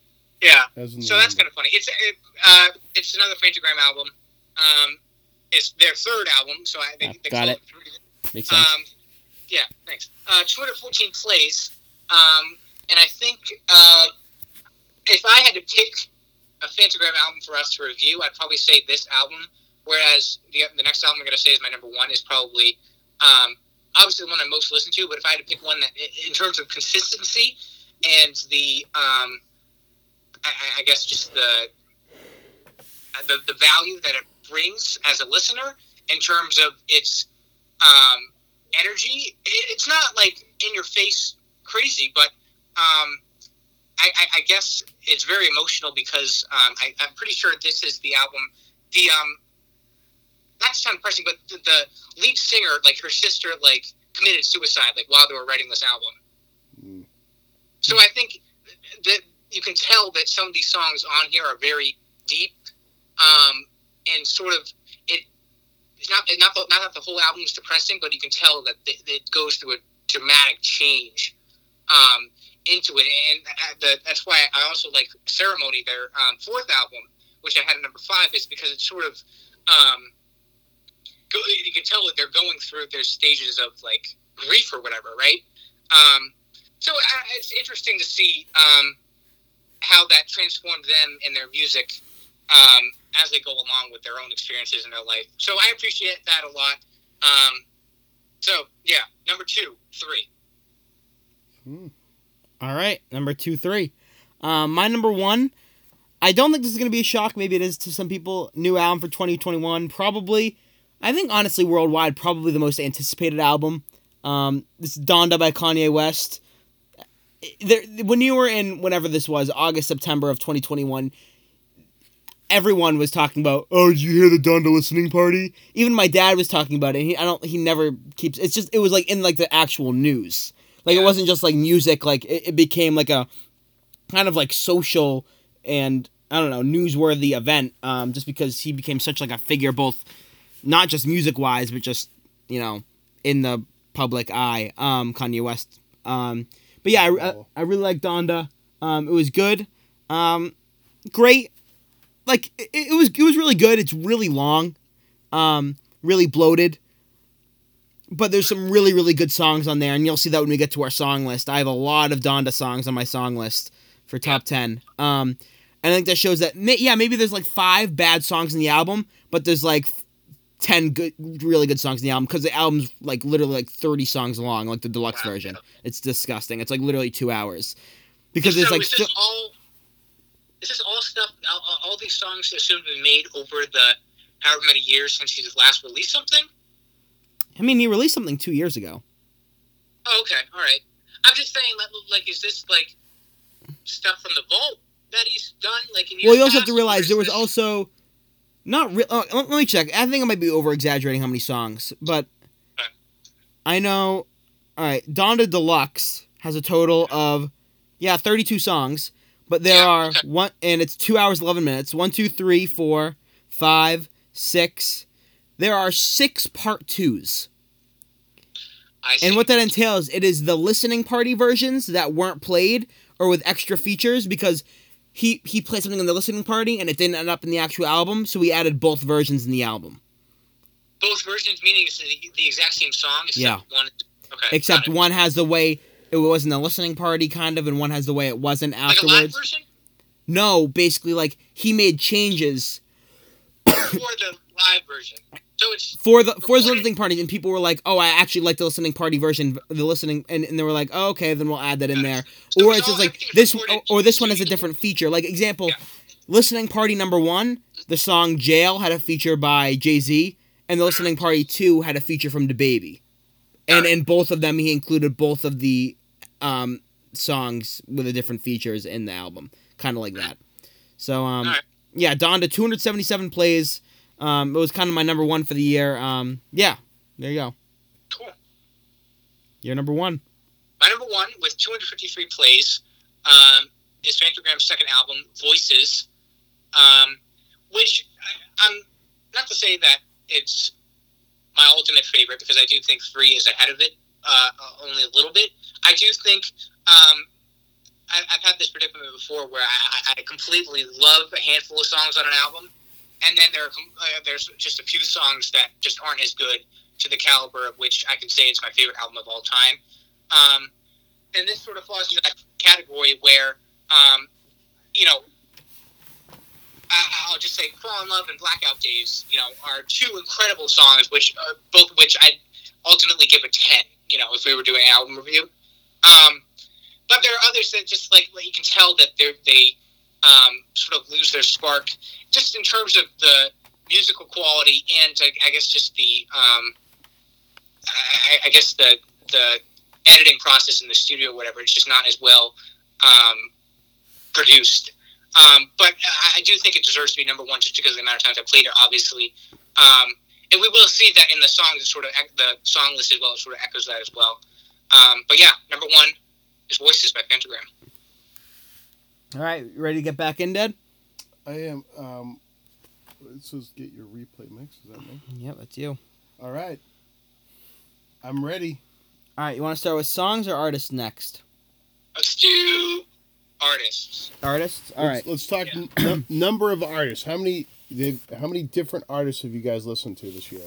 Speaker 3: Yeah.
Speaker 2: As in the
Speaker 3: So
Speaker 1: Mm-hmm.
Speaker 3: that's
Speaker 2: number.
Speaker 3: kind of funny. It's it, uh, it's another Fantagram album. Um, it's their third album, so I
Speaker 1: Ah,
Speaker 3: think they
Speaker 1: got
Speaker 3: call
Speaker 1: it.
Speaker 3: it Three.
Speaker 1: Makes sense.
Speaker 3: Um, yeah, thanks. Uh, 214 plays. Um, and I think uh, if I had to pick a Fantagram album for us to review, I'd probably say this album. Whereas the, the next album I'm going to say is my number one is probably um, obviously the one I most listen to. But if I had to pick one that, i- in terms of consistency and the, um, I, I- I guess just the, the the value that it brings as a listener in terms of its um, energy. It, it's not like in your face crazy, but um, I, I, I guess it's very emotional because um, I, I'm pretty sure this is the album. The um, not to sound pressing, but the, the lead singer, like her sister, like committed suicide, like while they were writing this album.
Speaker 2: Mm.
Speaker 3: So I think that you can tell that some of these songs on here are very deep, um, and sort of it. It's not not the, not that the whole album is depressing, but you can tell that th- that it goes through a dramatic change um, into it, and uh, the, that's why I also like Ceremony, their um, fourth album, which I had at number five, is because it's sort of um, go, you can tell that they're going through their stages of like grief or whatever, right? Um, so uh, it's interesting to see um, how that transformed them in their music um, as they go along with their own experiences in their life. So I appreciate that a lot. Um, so yeah, number two, three.
Speaker 2: Mm,
Speaker 1: All right, number two, three. Um, my number one. I don't think this is gonna be a shock. Maybe it is to some people. New album for 2021. Probably, I think honestly, worldwide, probably the most anticipated album. Um, this is Donda by Kanye West. There, when you were in whenever this was, August, September of 2021, everyone was talking about. Oh, did you hear the Donda listening party? Even my dad was talking about it. He, I don't. He never keeps. It's just. It was like in like the actual news. Like it
Speaker 3: Yeah.
Speaker 1: wasn't just like music. Like it, it became like a kind of like social and I don't know newsworthy event. Um, just because he became such like a figure, both not just music wise, but just you know in the public eye. Um, Kanye West. Um, but yeah, I, I, I really like Donda. Um, it was good. Um, great. Like it, it was it was really good. It's really long. Um, really bloated. But there's some really really good songs on there, and you'll see that when we get to our song list. I have a lot of Donda songs on my song list for top ten. Um, and I think that shows that ma- yeah maybe there's like five bad songs in the album, but there's like 10 good really good songs in the album because the album's like literally like 30 songs long like the deluxe
Speaker 3: Wow.
Speaker 1: version it's disgusting it's like literally two hours because
Speaker 3: So
Speaker 1: it's like
Speaker 3: is
Speaker 1: still,
Speaker 3: this all? Is this all stuff? All, all- all these songs assumed to be made over the however many years since he's last released something.
Speaker 1: I mean, he released something two years ago.
Speaker 3: Oh, okay, all right. I'm just saying, like- like, is this like stuff from the vault that he's done? Like, in
Speaker 1: Well,
Speaker 3: years
Speaker 1: you also have
Speaker 3: past,
Speaker 1: to
Speaker 3: or
Speaker 1: realize
Speaker 3: is
Speaker 1: there was
Speaker 3: this-
Speaker 1: also not real. Uh, let let me check. I think I might be over exaggerating how many songs, but I know. All right, Donda Deluxe has a total of yeah, thirty-two songs, but there
Speaker 3: Yeah,
Speaker 1: are
Speaker 3: okay.
Speaker 1: one, and it's two hours eleven minutes. One, two, three, four, five, six. There are six part twos,
Speaker 3: I see.
Speaker 1: and what that entails, it is the listening party versions that weren't played or with extra features because he he played something in the listening party and it didn't end up in the actual album, so we added both versions in the album,
Speaker 3: both versions meaning it's the, the exact same song. Except
Speaker 1: Yeah.
Speaker 3: One. Okay.
Speaker 1: except
Speaker 3: got it.
Speaker 1: one has the way it was in the listening party kind of, and one has the way it wasn't
Speaker 3: like a live
Speaker 1: afterwards.
Speaker 3: version
Speaker 1: No, basically like he made changes
Speaker 3: or the live version. So it's
Speaker 1: for the for the listening party, and people were like, "Oh, I actually like the listening party version, the listening," and, and they were like, oh, "Okay, then we'll add that in there."
Speaker 3: So
Speaker 1: or it's just
Speaker 3: it's all-
Speaker 1: like
Speaker 3: everything's
Speaker 1: this,
Speaker 3: recorded
Speaker 1: or this one has a
Speaker 3: individually.
Speaker 1: different feature. Like example,
Speaker 3: Yeah.
Speaker 1: listening party number one, the song "Jail" had a feature by Jay Z, and the listening
Speaker 3: Mm-hmm.
Speaker 1: party two had a feature from the Baby, and
Speaker 3: Got it.
Speaker 1: in both of them, he included both of the um, songs with the different features in the album, kind of like that. So um,
Speaker 3: Alright.
Speaker 1: yeah, Donda, two hundred seventy-seven plays. Um, it was kind of my number one for the year. Um, yeah, there you go.
Speaker 3: cool.
Speaker 1: You're number one.
Speaker 3: My number one, with 253 plays, um, is Pantogram's second album, Voices, um, which I, I'm not to say that it's my ultimate favorite because I do think three is ahead of it uh, only a little bit. I do think um, I, I've had this predicament before where I, I- I completely love a handful of songs on an album, and then there are, com- uh, there's just a few songs that just aren't as good to the caliber of which I can say it's my favorite album of all time. Um, and this sort of falls into that category where, um, you know, I, I'll just say "Fall in Love" and "Blackout Days." You know, are two incredible songs, which uh, both of which I ultimately give a ten. You know, if we were doing an album review, um, but there are others that just like like you can tell that they they um, sort of lose their spark, just in terms of the musical quality and I, I guess just the um, I, I guess the the editing process in the studio or whatever. It's just not as well um, produced. Um, but I, I do think it deserves to be number one just because of the amount of times I played it, obviously. Um, and we will see that in the songs, it sort of ec- the song list as well, it sort of echoes that as well. Um, but yeah, number one is Voices by Pentagram.
Speaker 1: All right, you ready to get back in, Dad?
Speaker 2: I am. Um, it says get your replay mix. Is that me?
Speaker 1: Yep, that's you.
Speaker 2: All right. I'm ready.
Speaker 1: All right, you want to start with songs or artists next?
Speaker 3: Let's do artists.
Speaker 1: Artists. All right.
Speaker 2: Let's, let's talk
Speaker 3: Yeah.
Speaker 2: n- number of artists. How many? they've- How many different artists have you guys listened to this year?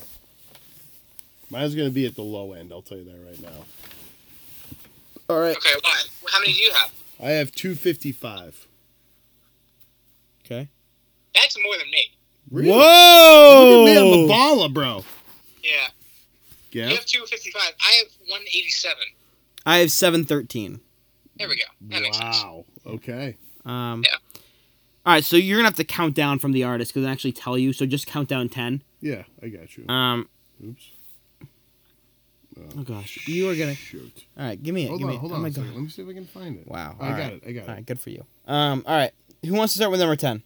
Speaker 2: Mine's gonna be at the low end. I'll tell you that right now. All right.
Speaker 3: Okay, what? How many do you have?
Speaker 2: I have two fifty five.
Speaker 1: Okay.
Speaker 3: That's more than me.
Speaker 2: Look
Speaker 1: Whoa!
Speaker 2: at me, I'm a baller, bro.
Speaker 3: Yeah.
Speaker 2: Yeah.
Speaker 3: You have 255. I have 187.
Speaker 1: I have seven thirteen.
Speaker 3: There we go. That makes sense.
Speaker 2: Wow. Okay.
Speaker 1: Um,
Speaker 3: Yeah.
Speaker 1: All right, so you're gonna have to count down from the artist because I actually tell you. So just count down ten.
Speaker 2: Yeah, I got you.
Speaker 1: Um.
Speaker 2: Oops.
Speaker 1: Oh gosh, you are gonna.
Speaker 2: Shoot.
Speaker 1: All right, give me it.
Speaker 2: Hold
Speaker 1: give
Speaker 2: on,
Speaker 1: me it.
Speaker 2: hold
Speaker 1: oh
Speaker 2: on.
Speaker 1: my
Speaker 2: a
Speaker 1: god.
Speaker 2: second. Let me see if I can find it.
Speaker 1: Wow.
Speaker 2: I
Speaker 1: all
Speaker 2: got
Speaker 1: right.
Speaker 2: it. I got
Speaker 1: All
Speaker 2: it.
Speaker 1: right, good for you. Um. All right. Who wants to start with number ten?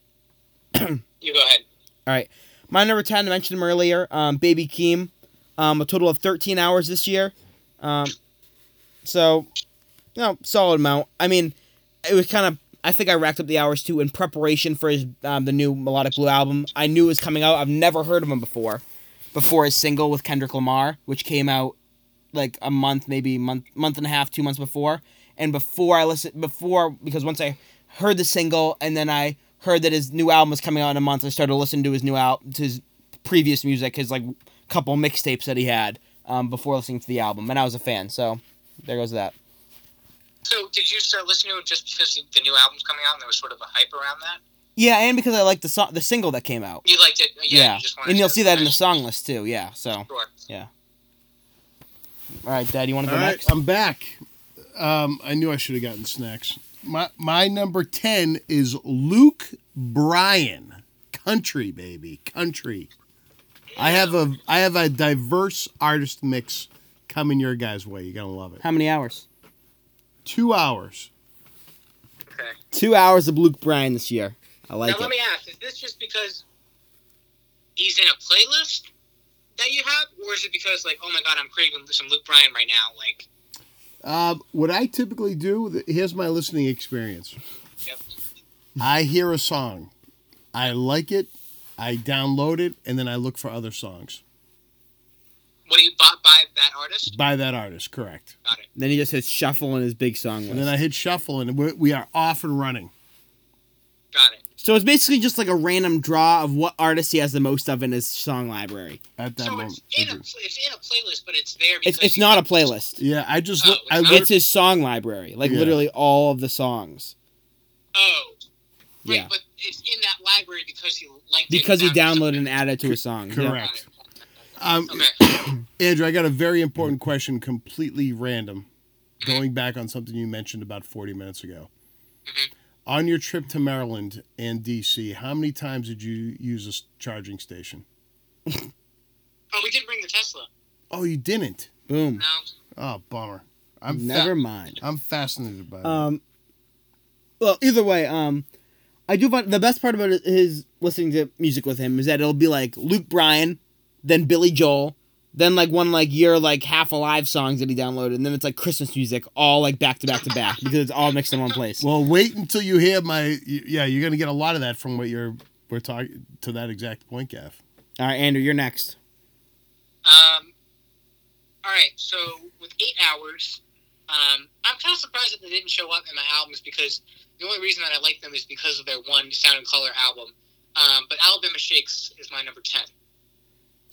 Speaker 3: You go ahead.
Speaker 1: All right. My number 10, I mentioned him earlier, um, Baby Keem. Um, a total of 13 hours this year. Um, so, you know, solid amount. I mean, it was kind of, I think I racked up the hours too in preparation for his um, the new Melodic Blue album. I knew it was coming out. I've never heard of him before. Before his single with Kendrick Lamar, which came out like a month, maybe month, month and a half, two months before. And before I listened, before because once I heard the single and then I heard that his new album was coming out in a month, I started listening to his new album, to his previous music, his like couple mixtapes that he had um, before listening to the album, and I was a fan. So there goes that.
Speaker 3: So, did you start listening to it just because the new album's coming out and there was sort of a hype around that?
Speaker 1: Yeah, and because I liked the song, the single that came out.
Speaker 3: You liked it, yeah.
Speaker 1: Yeah,
Speaker 3: You just wanted
Speaker 1: and you'll
Speaker 3: to-
Speaker 1: see that in the song list too. Yeah. So, all
Speaker 3: Sure.
Speaker 1: right, Dad, you want to go
Speaker 2: All right,
Speaker 1: next?
Speaker 2: I'm back. Um, I knew I should have gotten snacks. My my number ten is Luke Bryan, country baby, country. I have a I have a diverse artist mix coming your guys' way. You're gonna love it.
Speaker 1: How many hours?
Speaker 2: Two hours.
Speaker 3: Okay.
Speaker 1: Two hours of Luke Bryan this year. I like
Speaker 3: now let
Speaker 1: it.
Speaker 3: me ask: Is this just because he's in a playlist that you have, or is it because like, oh my god, I'm craving some Luke Bryan right now? Like,
Speaker 2: Um, what I typically do, th- here's my listening experience.
Speaker 3: Yep.
Speaker 2: I hear a song, I like it, I download it, and then I look for other songs
Speaker 3: what do you bought by that artist?
Speaker 2: by that artist. Correct.
Speaker 3: Got it.
Speaker 1: Then he just hits shuffle in his big song
Speaker 2: And then
Speaker 1: list.
Speaker 2: I hit shuffle, and we we are off and running.
Speaker 3: Got it.
Speaker 1: so it's basically just like a random draw of what artist he has the most of in his song library.
Speaker 2: At that
Speaker 3: so
Speaker 2: moment.
Speaker 3: it's in a it's in a playlist, but it's there because
Speaker 1: It's, it's
Speaker 3: you-
Speaker 1: not a playlist.
Speaker 2: Yeah, I just
Speaker 3: Oh,
Speaker 2: look. I
Speaker 3: it's
Speaker 2: look
Speaker 1: It's his song library, like
Speaker 2: Yeah.
Speaker 1: literally all of the songs.
Speaker 3: Oh, right,
Speaker 1: Yeah.
Speaker 3: but it's in that library because he liked it.
Speaker 1: Because he
Speaker 3: and found
Speaker 1: downloaded
Speaker 3: something.
Speaker 1: and added to his song. Yeah.
Speaker 2: Correct.
Speaker 3: Got it.
Speaker 2: um,
Speaker 3: Okay.
Speaker 2: Andrew, I got a very important question, completely random, going back on something you mentioned about 40 minutes ago.
Speaker 3: Mhm.
Speaker 2: On your trip to Maryland and DC, how many times did you use a s- charging station?
Speaker 3: Oh, we didn't bring the Tesla.
Speaker 2: Oh, you didn't.
Speaker 1: Boom.
Speaker 3: No.
Speaker 2: Oh, bummer. I'm fa-
Speaker 1: Never mind.
Speaker 2: I'm fascinated by that.
Speaker 1: Um, well, either way, um, I do find the best part about his listening to music with him is that it'll be like Luke Bryan, then Billy Joel, then like one like your like half alive songs that he downloaded, and then it's like Christmas music all like back to back to back because it's all mixed in one place.
Speaker 2: well, wait until you hear my. y- Yeah, you're gonna get a lot of that from what you're we're talking to that exact point, Gav.
Speaker 1: all right, Andrew, you're next.
Speaker 3: Um, all right, so with eight hours, um, I'm kind of surprised that they didn't show up in my albums because the only reason that I like them is because of their one Sound and Color album. Um, but Alabama Shakes is my number 10.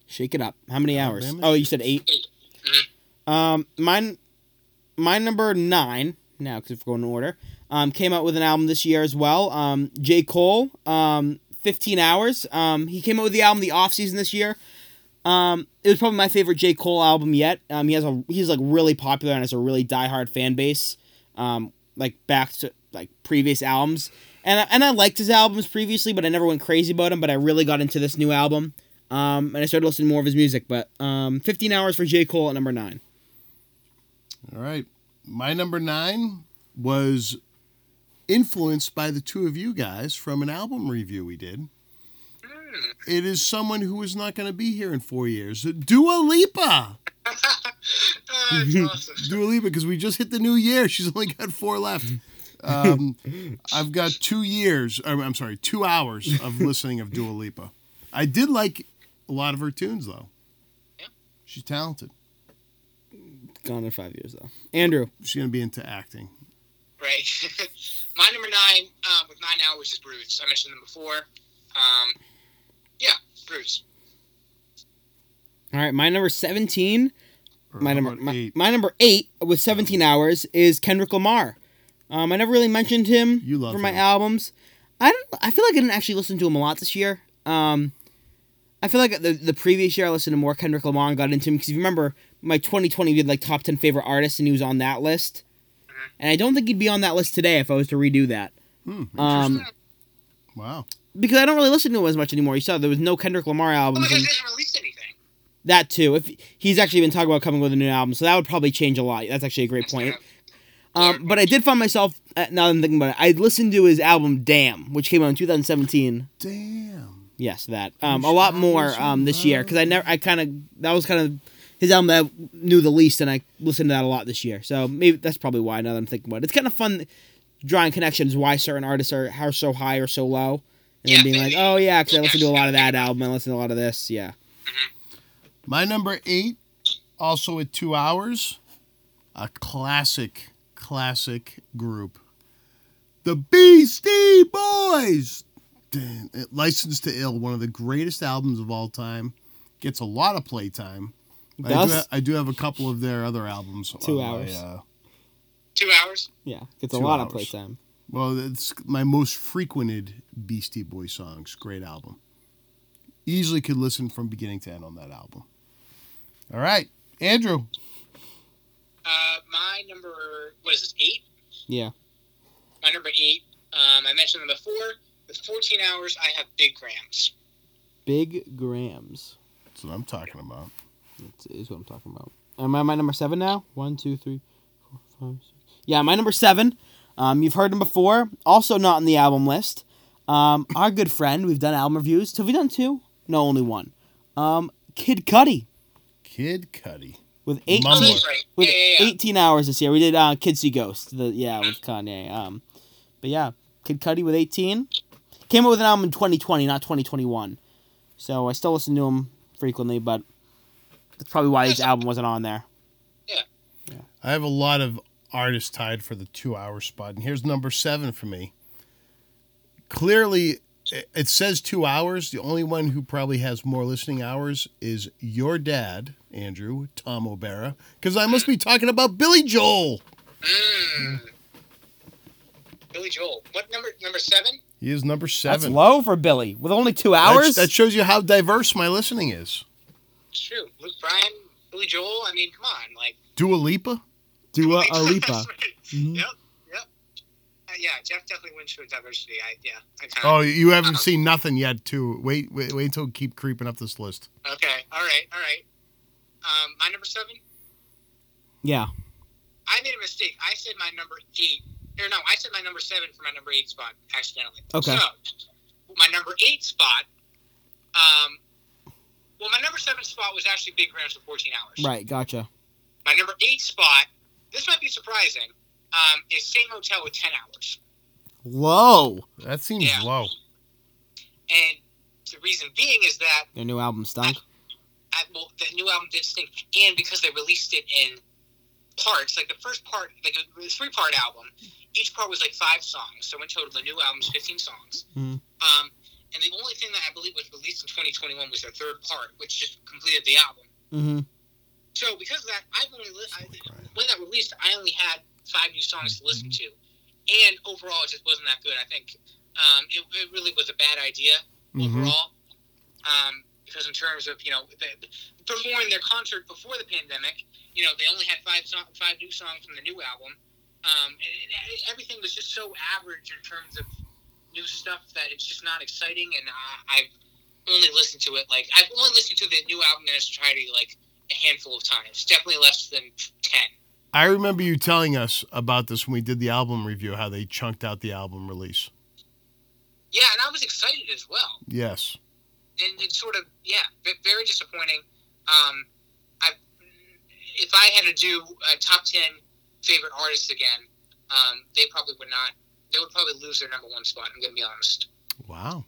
Speaker 1: Shake it up. How many hours?
Speaker 2: Alabama
Speaker 1: Oh, you said eight.
Speaker 3: Eight.
Speaker 1: Um, mine, my number nine now because if we're going in order, um, came out with an album this year as well. Um, J Cole, um, fifteen hours. Um, he came out with the album the off season this year. Um, it was probably my favorite J Cole album yet. Um, he has a he's like really popular and has a really diehard fan base. Um, like back to like previous albums, and I, and I liked his albums previously, but I never went crazy about him. But I really got into this new album. Um, and I started listening more of his music, but um, 15 hours for J. Cole at number nine.
Speaker 2: All right. My number nine was influenced by the two of you guys from an album review we did. It is someone who is not going to be here in four years. Dua Lipa.
Speaker 3: Uh, that's awesome.
Speaker 2: Dua Lipa, because we just hit the new year. She's only got four left. Um, I've got two years, or I'm sorry, two hours of listening of Dua Lipa. I did like a lot of her tunes, though.
Speaker 3: Yeah.
Speaker 2: She's talented.
Speaker 1: Gone in five years though. Andrew,
Speaker 2: She's going to be into acting.
Speaker 3: Right. my number nine, um, with nine hours, is Brutes. I mentioned them before. Um, yeah, Brutes.
Speaker 1: all right, my number seventeen,
Speaker 2: Or
Speaker 1: my
Speaker 2: how
Speaker 1: number
Speaker 2: about
Speaker 1: my,
Speaker 2: eight?
Speaker 1: my number eight with seventeen hours is Kendrick Lamar. Um, I never really mentioned him
Speaker 2: You love
Speaker 1: for my
Speaker 2: him.
Speaker 1: albums. I don't. I feel like I didn't actually listen to him a lot this year. Um, I feel like the the previous year I listened to more Kendrick Lamar and got into him because if you remember my twenty twenty did like top ten favorite artists and he was on that list,
Speaker 2: Mm-hmm.
Speaker 1: and I don't think he'd be on that list today if I was to redo that.
Speaker 2: Hmm,
Speaker 1: Um,
Speaker 2: wow.
Speaker 1: because I don't really listen to him as much anymore. You saw there was no Kendrick Lamar
Speaker 3: Oh
Speaker 1: albums.
Speaker 3: my gosh,
Speaker 1: in-
Speaker 3: they didn't release anything.
Speaker 1: That too. If he's actually been talking about coming with a new album, so that would probably change a lot. That's actually a great
Speaker 3: That's
Speaker 1: point.
Speaker 3: kind
Speaker 1: Um, but I did find myself uh, now that I'm thinking about it. I listened to his album "Damn," which came out in 2017.
Speaker 2: Damn.
Speaker 1: Yes, that um, a lot more um, this year because I never, I kind of that was kind of his album that I knew the least, and I listened to that a lot this year. So maybe that's probably why. Now that I'm thinking about it, it's kind of fun drawing connections why certain artists are how so high or so low, and
Speaker 3: Yeah,
Speaker 1: then being like,
Speaker 3: maybe.
Speaker 1: oh yeah, because I listened to a lot of that album, I listened to a lot of this. Yeah,
Speaker 2: My number eight, also at two hours, a classic, classic group. The Beastie Boys! Damn, it- Licensed to Ill, one of the greatest albums of all time. Gets a lot of playtime. I do,
Speaker 1: Does?
Speaker 2: ha- I do have a couple of their other albums.
Speaker 1: Two
Speaker 2: on my,
Speaker 1: hours.
Speaker 2: uh,
Speaker 3: Two hours?
Speaker 1: yeah, it's a
Speaker 2: Two
Speaker 1: lot of
Speaker 2: hours.
Speaker 1: playtime.
Speaker 2: well, it's my most frequented Beastie Boy songs. Great album. Easily could listen from beginning to end on that album. All right, Andrew.
Speaker 3: Uh, my number was this eight.
Speaker 1: Yeah.
Speaker 3: My number eight. Um, I mentioned them before. With 14 hours, I have Big Grams.
Speaker 1: Big Grams.
Speaker 2: That's what I'm talking about.
Speaker 1: That's is what I'm talking about. Am I my number seven now? One, two, three, four, five, six. Yeah, my number seven. Um, you've heard him before. Also not on the album list. Um, our good friend. We've done album reviews. So have we done two? No, only one. Um, Kid Cudi
Speaker 2: Kid Cudi.
Speaker 1: with eight
Speaker 3: Oh,
Speaker 2: Mumble.
Speaker 3: that's right.
Speaker 1: with
Speaker 3: yeah, yeah, yeah.
Speaker 1: 18 hours this year. We did uh, Kid See Ghost. The, yeah, with Kanye. Um, but yeah, Kid Cudi with 18 came out with an album in 2020, not 2021. So I still listen to him frequently, but that's probably why his album wasn't on there.
Speaker 2: I have a lot of artists tied for the two hour spot, and here's number seven for me. Clearly, it- it says two hours. The only one who probably has more listening hours is your dad, Andrew Tom O'Bara, because I must be talking about Billy Joel.
Speaker 3: Mm. Billy Joel. What number? Number seven?
Speaker 2: He is number
Speaker 1: That's
Speaker 2: seven.
Speaker 1: low for Billy with only two
Speaker 2: That-
Speaker 1: hours.
Speaker 2: That shows you how diverse my listening is.
Speaker 3: It's true. Luke Bryan, Billy Joel. I mean, come on, like.
Speaker 2: Dua Lipa.
Speaker 1: Dua uh, Lipa.
Speaker 3: That's right.
Speaker 1: Mm. Mm-hmm.
Speaker 3: Yep. Yep. Uh, yeah, Jeff definitely wins for diversity. I yeah. I kinda,
Speaker 2: Oh, you haven't seen nothing yet, too. Wait, wait, wait until we keep creeping up this list.
Speaker 1: Oh.
Speaker 3: Okay. All right. All right. Um, my number seven.
Speaker 1: Yeah.
Speaker 3: I made a mistake. I said my number eight. Or no, I said my number seven for my number eight spot accidentally.
Speaker 1: Okay.
Speaker 3: So my number eight spot. Um, well, my number seven spot was actually Big Rams for 14 hours.
Speaker 1: Right. Gotcha.
Speaker 3: My number eight spot. This might be surprising. Um, is same hotel with 10 hours.
Speaker 2: Low. That seems
Speaker 3: Yeah.
Speaker 2: low.
Speaker 3: And the reason being is that
Speaker 1: Their new album stunk.
Speaker 3: I, well, the new album did stink, and because they released it in parts, like the first part, like a three-part album, each part was like five songs. So in total, the new album's fifteen songs.
Speaker 1: Mhm.
Speaker 3: Um, and the only thing that I believe was released in 2021 was their third part, which just completed the album.
Speaker 1: Mm-hmm.
Speaker 3: So because of that, I've only li- I, when that released, I only had five new songs to listen to, and overall, it just wasn't that good. I think um, it, it really was a bad idea
Speaker 2: Mhm.
Speaker 3: overall. Um, because in terms of you know the, performing their concert before the pandemic, you know they only had five song, five new songs from the new album. Um, and, and everything was just so average in terms of new stuff that it's just not exciting. And I, I've only listened to it like I've only listened to the new album in its entirety like a handful of times. Definitely less than ten.
Speaker 2: I remember you telling us about this when we did the album review, how they chunked out the album release.
Speaker 3: Yeah, and I was excited as well.
Speaker 2: Yes.
Speaker 3: and it's sort of yeah, ve- very disappointing. Um, I if I had to do a top ten favorite artists again, um, they probably would not. They would probably lose their number one spot. I'm gonna be honest.
Speaker 2: Wow.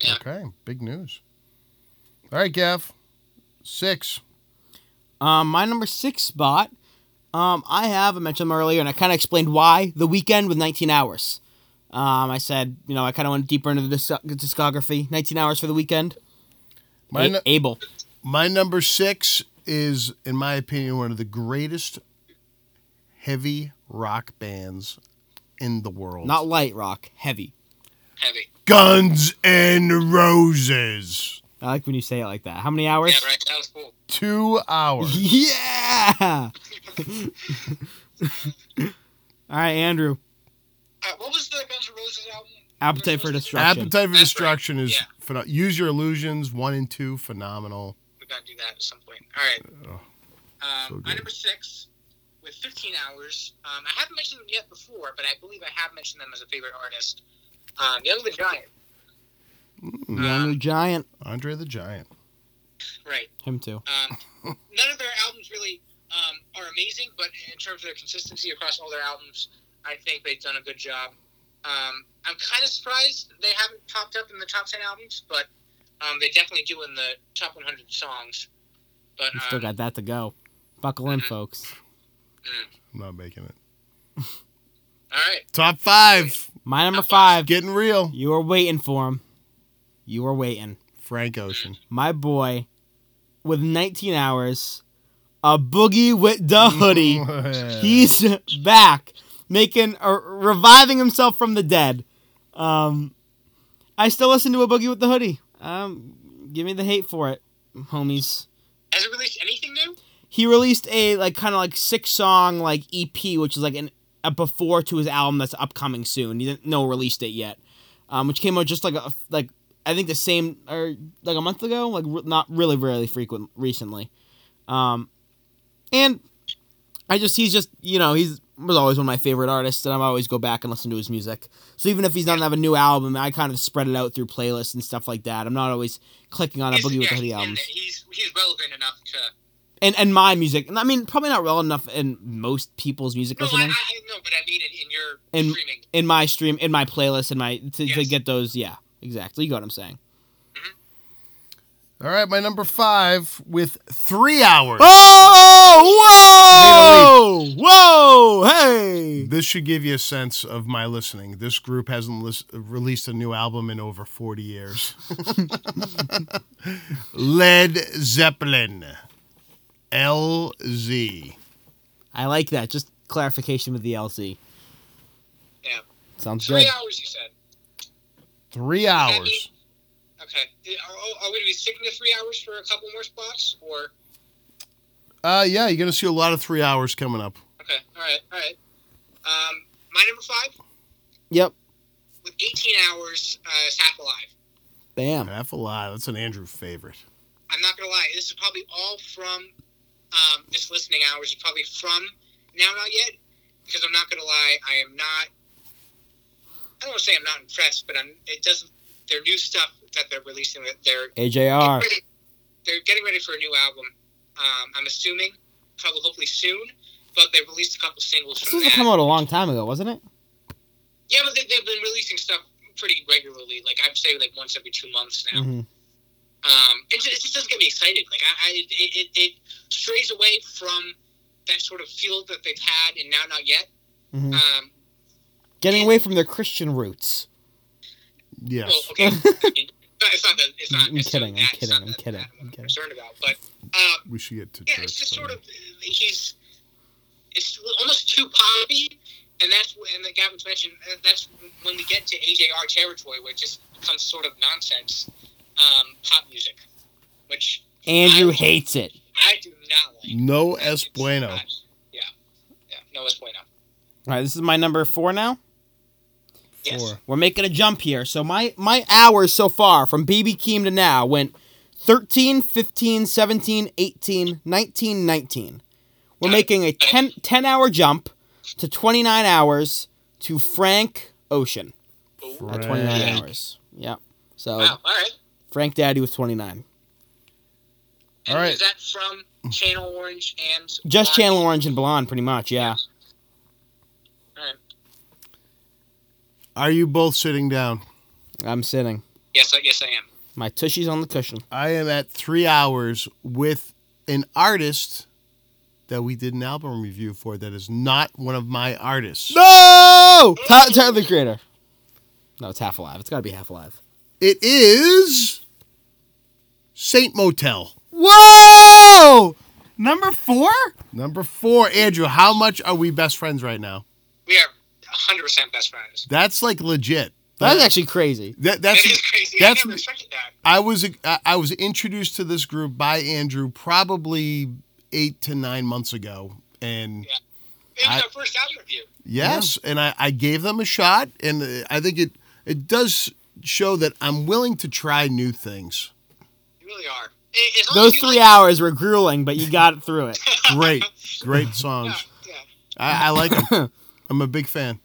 Speaker 3: Yeah.
Speaker 2: Okay. Big news. All right, Gav. Six.
Speaker 1: Um, my number six spot, um, I have I mentioned them earlier, and I kind of explained why the weekend with 19 hours. Um, I said you know I kind of went deeper into the disc- discography. 19 hours for the weekend.
Speaker 2: My,
Speaker 1: A-
Speaker 2: nu-
Speaker 1: Abel.
Speaker 2: my number six is, in my opinion, one of the greatest heavy rock bands in the world.
Speaker 1: Not light rock, heavy.
Speaker 3: Heavy.
Speaker 2: Guns and Roses.
Speaker 1: I like when you say it like that. How many hours?
Speaker 3: Yeah, right. That was cool.
Speaker 2: Two hours.
Speaker 1: Yeah. All right, Andrew.
Speaker 3: Uh, what was the Guns N' Roses album?
Speaker 1: Appetite for Destruction.
Speaker 2: Appetite for
Speaker 3: That's
Speaker 2: Destruction
Speaker 3: right.
Speaker 2: is
Speaker 3: Yeah.
Speaker 2: pheno- Use Your Illusions, one and two, phenomenal.
Speaker 3: We gotta do that at some point. All right.
Speaker 2: Oh,
Speaker 3: Um,
Speaker 2: so
Speaker 3: my
Speaker 2: good.
Speaker 3: number six with 15 hours. Um, I haven't mentioned them yet before, but I believe I have mentioned them as a favorite artist. Um, Young the Giant.
Speaker 1: Young
Speaker 3: Um,
Speaker 1: Giant.
Speaker 2: Mm-hmm. Andre the Giant.
Speaker 3: right.
Speaker 1: Him too.
Speaker 3: Um, none of their albums really um, are amazing, but in terms of their consistency across all their albums, I think they've done a good job. Um, I'm kind of surprised they haven't popped up in the top 10 albums, but um, they definitely do in the top 100 songs. But
Speaker 1: We still
Speaker 3: um,
Speaker 1: got that to go. Buckle in, folks.
Speaker 2: I'm not making it.
Speaker 3: all right,
Speaker 2: Top five.
Speaker 1: My number five.
Speaker 2: Getting real.
Speaker 1: You were waiting for him. You were waiting.
Speaker 2: Frank Ocean.
Speaker 1: My boy, with 19 hours, a boogie with the hoodie. He's back, making or reviving himself from the dead. Um, I still listen to a boogie with the hoodie. Um, give me the hate for it, homies.
Speaker 3: has it released anything new?
Speaker 1: He released a like kind of like six song like EP, which is like an a before to his album that's upcoming soon. He didn't no release date yet, um, which came out just like a like I think the same or like a month ago, like re- not really really frequent recently. Um, and I just he's just you know he's was always one of my favorite artists, and I always go back and listen to his music. So even if he's not have a new album, I kind of spread it out through playlists and stuff like that. I'm not always clicking on a
Speaker 3: He's-
Speaker 1: boogie with
Speaker 3: yeah,
Speaker 1: the hoodie
Speaker 3: he's in
Speaker 1: albums
Speaker 3: there. He's he's relevant enough to.
Speaker 1: and and my music. And I mean, probably not well enough in most people's music
Speaker 3: No, I, I,
Speaker 1: listening
Speaker 3: I no, but I mean in, in your
Speaker 1: And-
Speaker 3: streaming.
Speaker 1: in my stream, in my playlist, in my to, to
Speaker 3: Yes.
Speaker 1: get those. Yeah, exactly. You got what I'm saying.
Speaker 2: All right, my number five with three hours.
Speaker 1: Oh! Whoa! Whoa! Hey!
Speaker 2: This should give you a sense of my listening. This group hasn't lis- released a new album in over 40 years. Led Zeppelin. LZ.
Speaker 1: I like that. Just clarification with the LC.
Speaker 3: Yeah.
Speaker 1: Sounds
Speaker 3: Three
Speaker 1: good.
Speaker 3: hours, you said.
Speaker 2: Three hours.
Speaker 3: Okay. Are, are- are we going to be sticking to three hours for a couple more spots? Or
Speaker 2: Uh, yeah, you're going to see a lot of three hours coming up.
Speaker 3: okay, all right, all right. Um, my number five
Speaker 1: Yep.
Speaker 3: with 18 hours uh, is half alive.
Speaker 1: Bam.
Speaker 2: Half a lot. That's an Andrew favorite.
Speaker 3: I'm not gonna lie. This is probably all from um, this listening hours. Is probably from now, not yet, because I'm not gonna lie. I am not. I don't want to say I'm not impressed, but I'm. It doesn't. Their new stuff that they're releasing, that they're
Speaker 1: AJR.
Speaker 3: getting ready- they're getting ready for a new album. Um, I'm assuming probably hopefully soon, but they released a couple singles
Speaker 1: This
Speaker 3: from
Speaker 1: was to
Speaker 3: that.
Speaker 1: come out a long time ago, wasn't it?
Speaker 3: Yeah, but they, they've been releasing stuff pretty regularly. Like I'd say like once every two months now.
Speaker 1: Mhm.
Speaker 3: um, it, ju- it just doesn't get me excited. Like I, I it, it, it strays away from that sort of feel that they've had and now not yet.
Speaker 1: Mhm.
Speaker 3: Um,
Speaker 1: Getting away from their Christian roots.
Speaker 2: Yes.
Speaker 3: Well, okay, I mean, but it's not that. It's not.
Speaker 1: I'm
Speaker 3: necessarily
Speaker 1: kidding, I'm
Speaker 3: that, it's not
Speaker 1: kidding, I'm
Speaker 3: that-
Speaker 1: kidding,
Speaker 3: that
Speaker 1: I'm kidding.
Speaker 3: Concerned about, but um,
Speaker 2: we should get to
Speaker 3: yeah,
Speaker 2: church.
Speaker 3: it's just
Speaker 2: by
Speaker 3: sort
Speaker 2: then.
Speaker 3: of he's it's almost too poppy, and that's wh- and the Gavin's mentioned uh, that's when we get to AJR territory, where it just becomes sort of nonsense um, pop music, which
Speaker 1: Andrew
Speaker 3: I-
Speaker 1: hates it.
Speaker 3: I do not like.
Speaker 2: No es
Speaker 3: It's
Speaker 2: bueno.
Speaker 3: not- Yeah. Yeah. No es bueno.
Speaker 1: All right, this is my number four now.
Speaker 3: Yes.
Speaker 1: Or We're making a jump here. So my my hours so far from BB Keem to now went 13, 15, 17, 18, 19, 19. We're making a 10, 10 hour jump to 29 hours to Frank Ocean
Speaker 3: Ooh.
Speaker 1: at 29
Speaker 2: Frank.
Speaker 1: hours. Yep. So
Speaker 3: Wow. All right.
Speaker 1: Frank Daddy was 29.
Speaker 3: And
Speaker 2: All right.
Speaker 3: Is that from Channel Orange and
Speaker 1: Just
Speaker 3: Orange?
Speaker 1: Channel Orange and Blonde pretty much, yeah.
Speaker 3: All right.
Speaker 2: Are you both sitting down?
Speaker 1: I'm sitting.
Speaker 3: Yes. I, yes, I am.
Speaker 1: My tushy's on the cushion.
Speaker 2: I am at three hours with an artist that we did an album review for that is not one of my artists.
Speaker 1: No! Ty- Tyler the Creator. No, it's half alive. It's got to be half alive.
Speaker 2: It is Saint Motel.
Speaker 1: Whoa! Number 4?
Speaker 2: Number four, Andrew. How much are we best friends right now?
Speaker 3: We are 100 percent best friends.
Speaker 2: That's like legit.
Speaker 1: That's actually crazy.
Speaker 2: That,
Speaker 3: That
Speaker 2: that's
Speaker 3: is crazy.
Speaker 2: that's-
Speaker 3: I never expected that.
Speaker 2: I was I I was introduced to this group by Andrew probably eight to nine months ago, and
Speaker 3: Yeah. It was
Speaker 2: I-
Speaker 3: our first album review.
Speaker 2: Yes, and I, I gave them a shot, and uh, I think it it does show that I'm willing to try new things.
Speaker 3: You really are. A- as long
Speaker 1: Those
Speaker 3: as you
Speaker 1: three
Speaker 3: like-
Speaker 1: hours were grueling, but you got through it.
Speaker 2: Great, great
Speaker 3: Yeah,
Speaker 2: songs.
Speaker 3: yeah.
Speaker 2: I, I like them. I'm a big fan.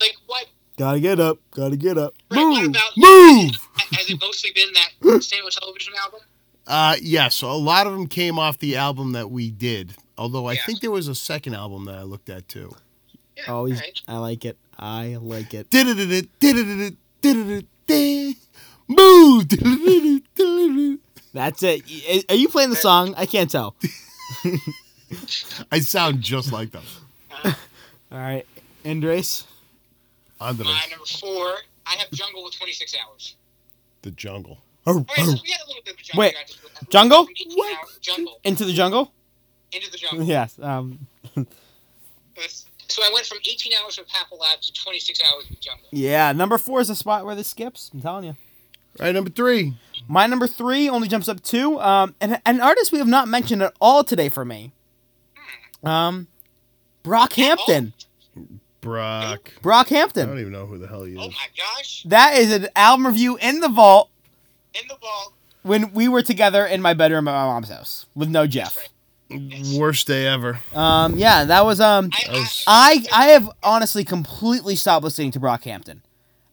Speaker 3: Like what?
Speaker 1: gotta get up. Gotta get up.
Speaker 3: Right, what about?
Speaker 2: Move.
Speaker 3: Has it mostly been that Samuel Television album?
Speaker 2: Uh, yes, a lot of them came off the album that we did. Although I
Speaker 3: Yeah.
Speaker 2: think there was a second album that I looked at too.
Speaker 3: Yeah.
Speaker 1: Always.
Speaker 3: all right.
Speaker 1: Oh, I like it. I like it.
Speaker 2: Did it, move. Diddididididididididididididididididididididididididididididididididididididididid.
Speaker 1: That's it. Y- Are you playing the song? I can't tell.
Speaker 2: I sound just like them.
Speaker 1: All right, Andres.
Speaker 2: On the
Speaker 3: My number four. I have Jungle with 26 hours.
Speaker 2: the jungle.
Speaker 3: All right, so we had a little bit of jungle.
Speaker 1: Oh. Wait,
Speaker 3: I just-
Speaker 1: Jungle?
Speaker 3: 18
Speaker 1: What?
Speaker 3: hours, Jungle.
Speaker 1: Into the jungle.
Speaker 3: Into the jungle.
Speaker 1: Yes. Um.
Speaker 3: So I went from 18 hours of Half Alive to 26 hours of Jungle.
Speaker 1: Yeah. Number four is a spot where this skips. I'm telling you.
Speaker 2: All right, number three.
Speaker 1: My number three only jumps up two. Um, and an artist we have not mentioned at all today for me. Um, Brockhampton.
Speaker 3: Oh.
Speaker 2: Brock. I
Speaker 1: Brockhampton.
Speaker 2: don't even know who the hell he
Speaker 3: Oh
Speaker 2: is.
Speaker 3: my gosh.
Speaker 1: That is an album review in the vault
Speaker 3: in the vault.
Speaker 1: When we were together in my bedroom at my mom's house with no Jeff.
Speaker 2: Worst day ever.
Speaker 1: Um, yeah, that was um.
Speaker 3: I,
Speaker 2: Nice.
Speaker 3: I,
Speaker 1: I I have honestly completely stopped listening to Brockhampton.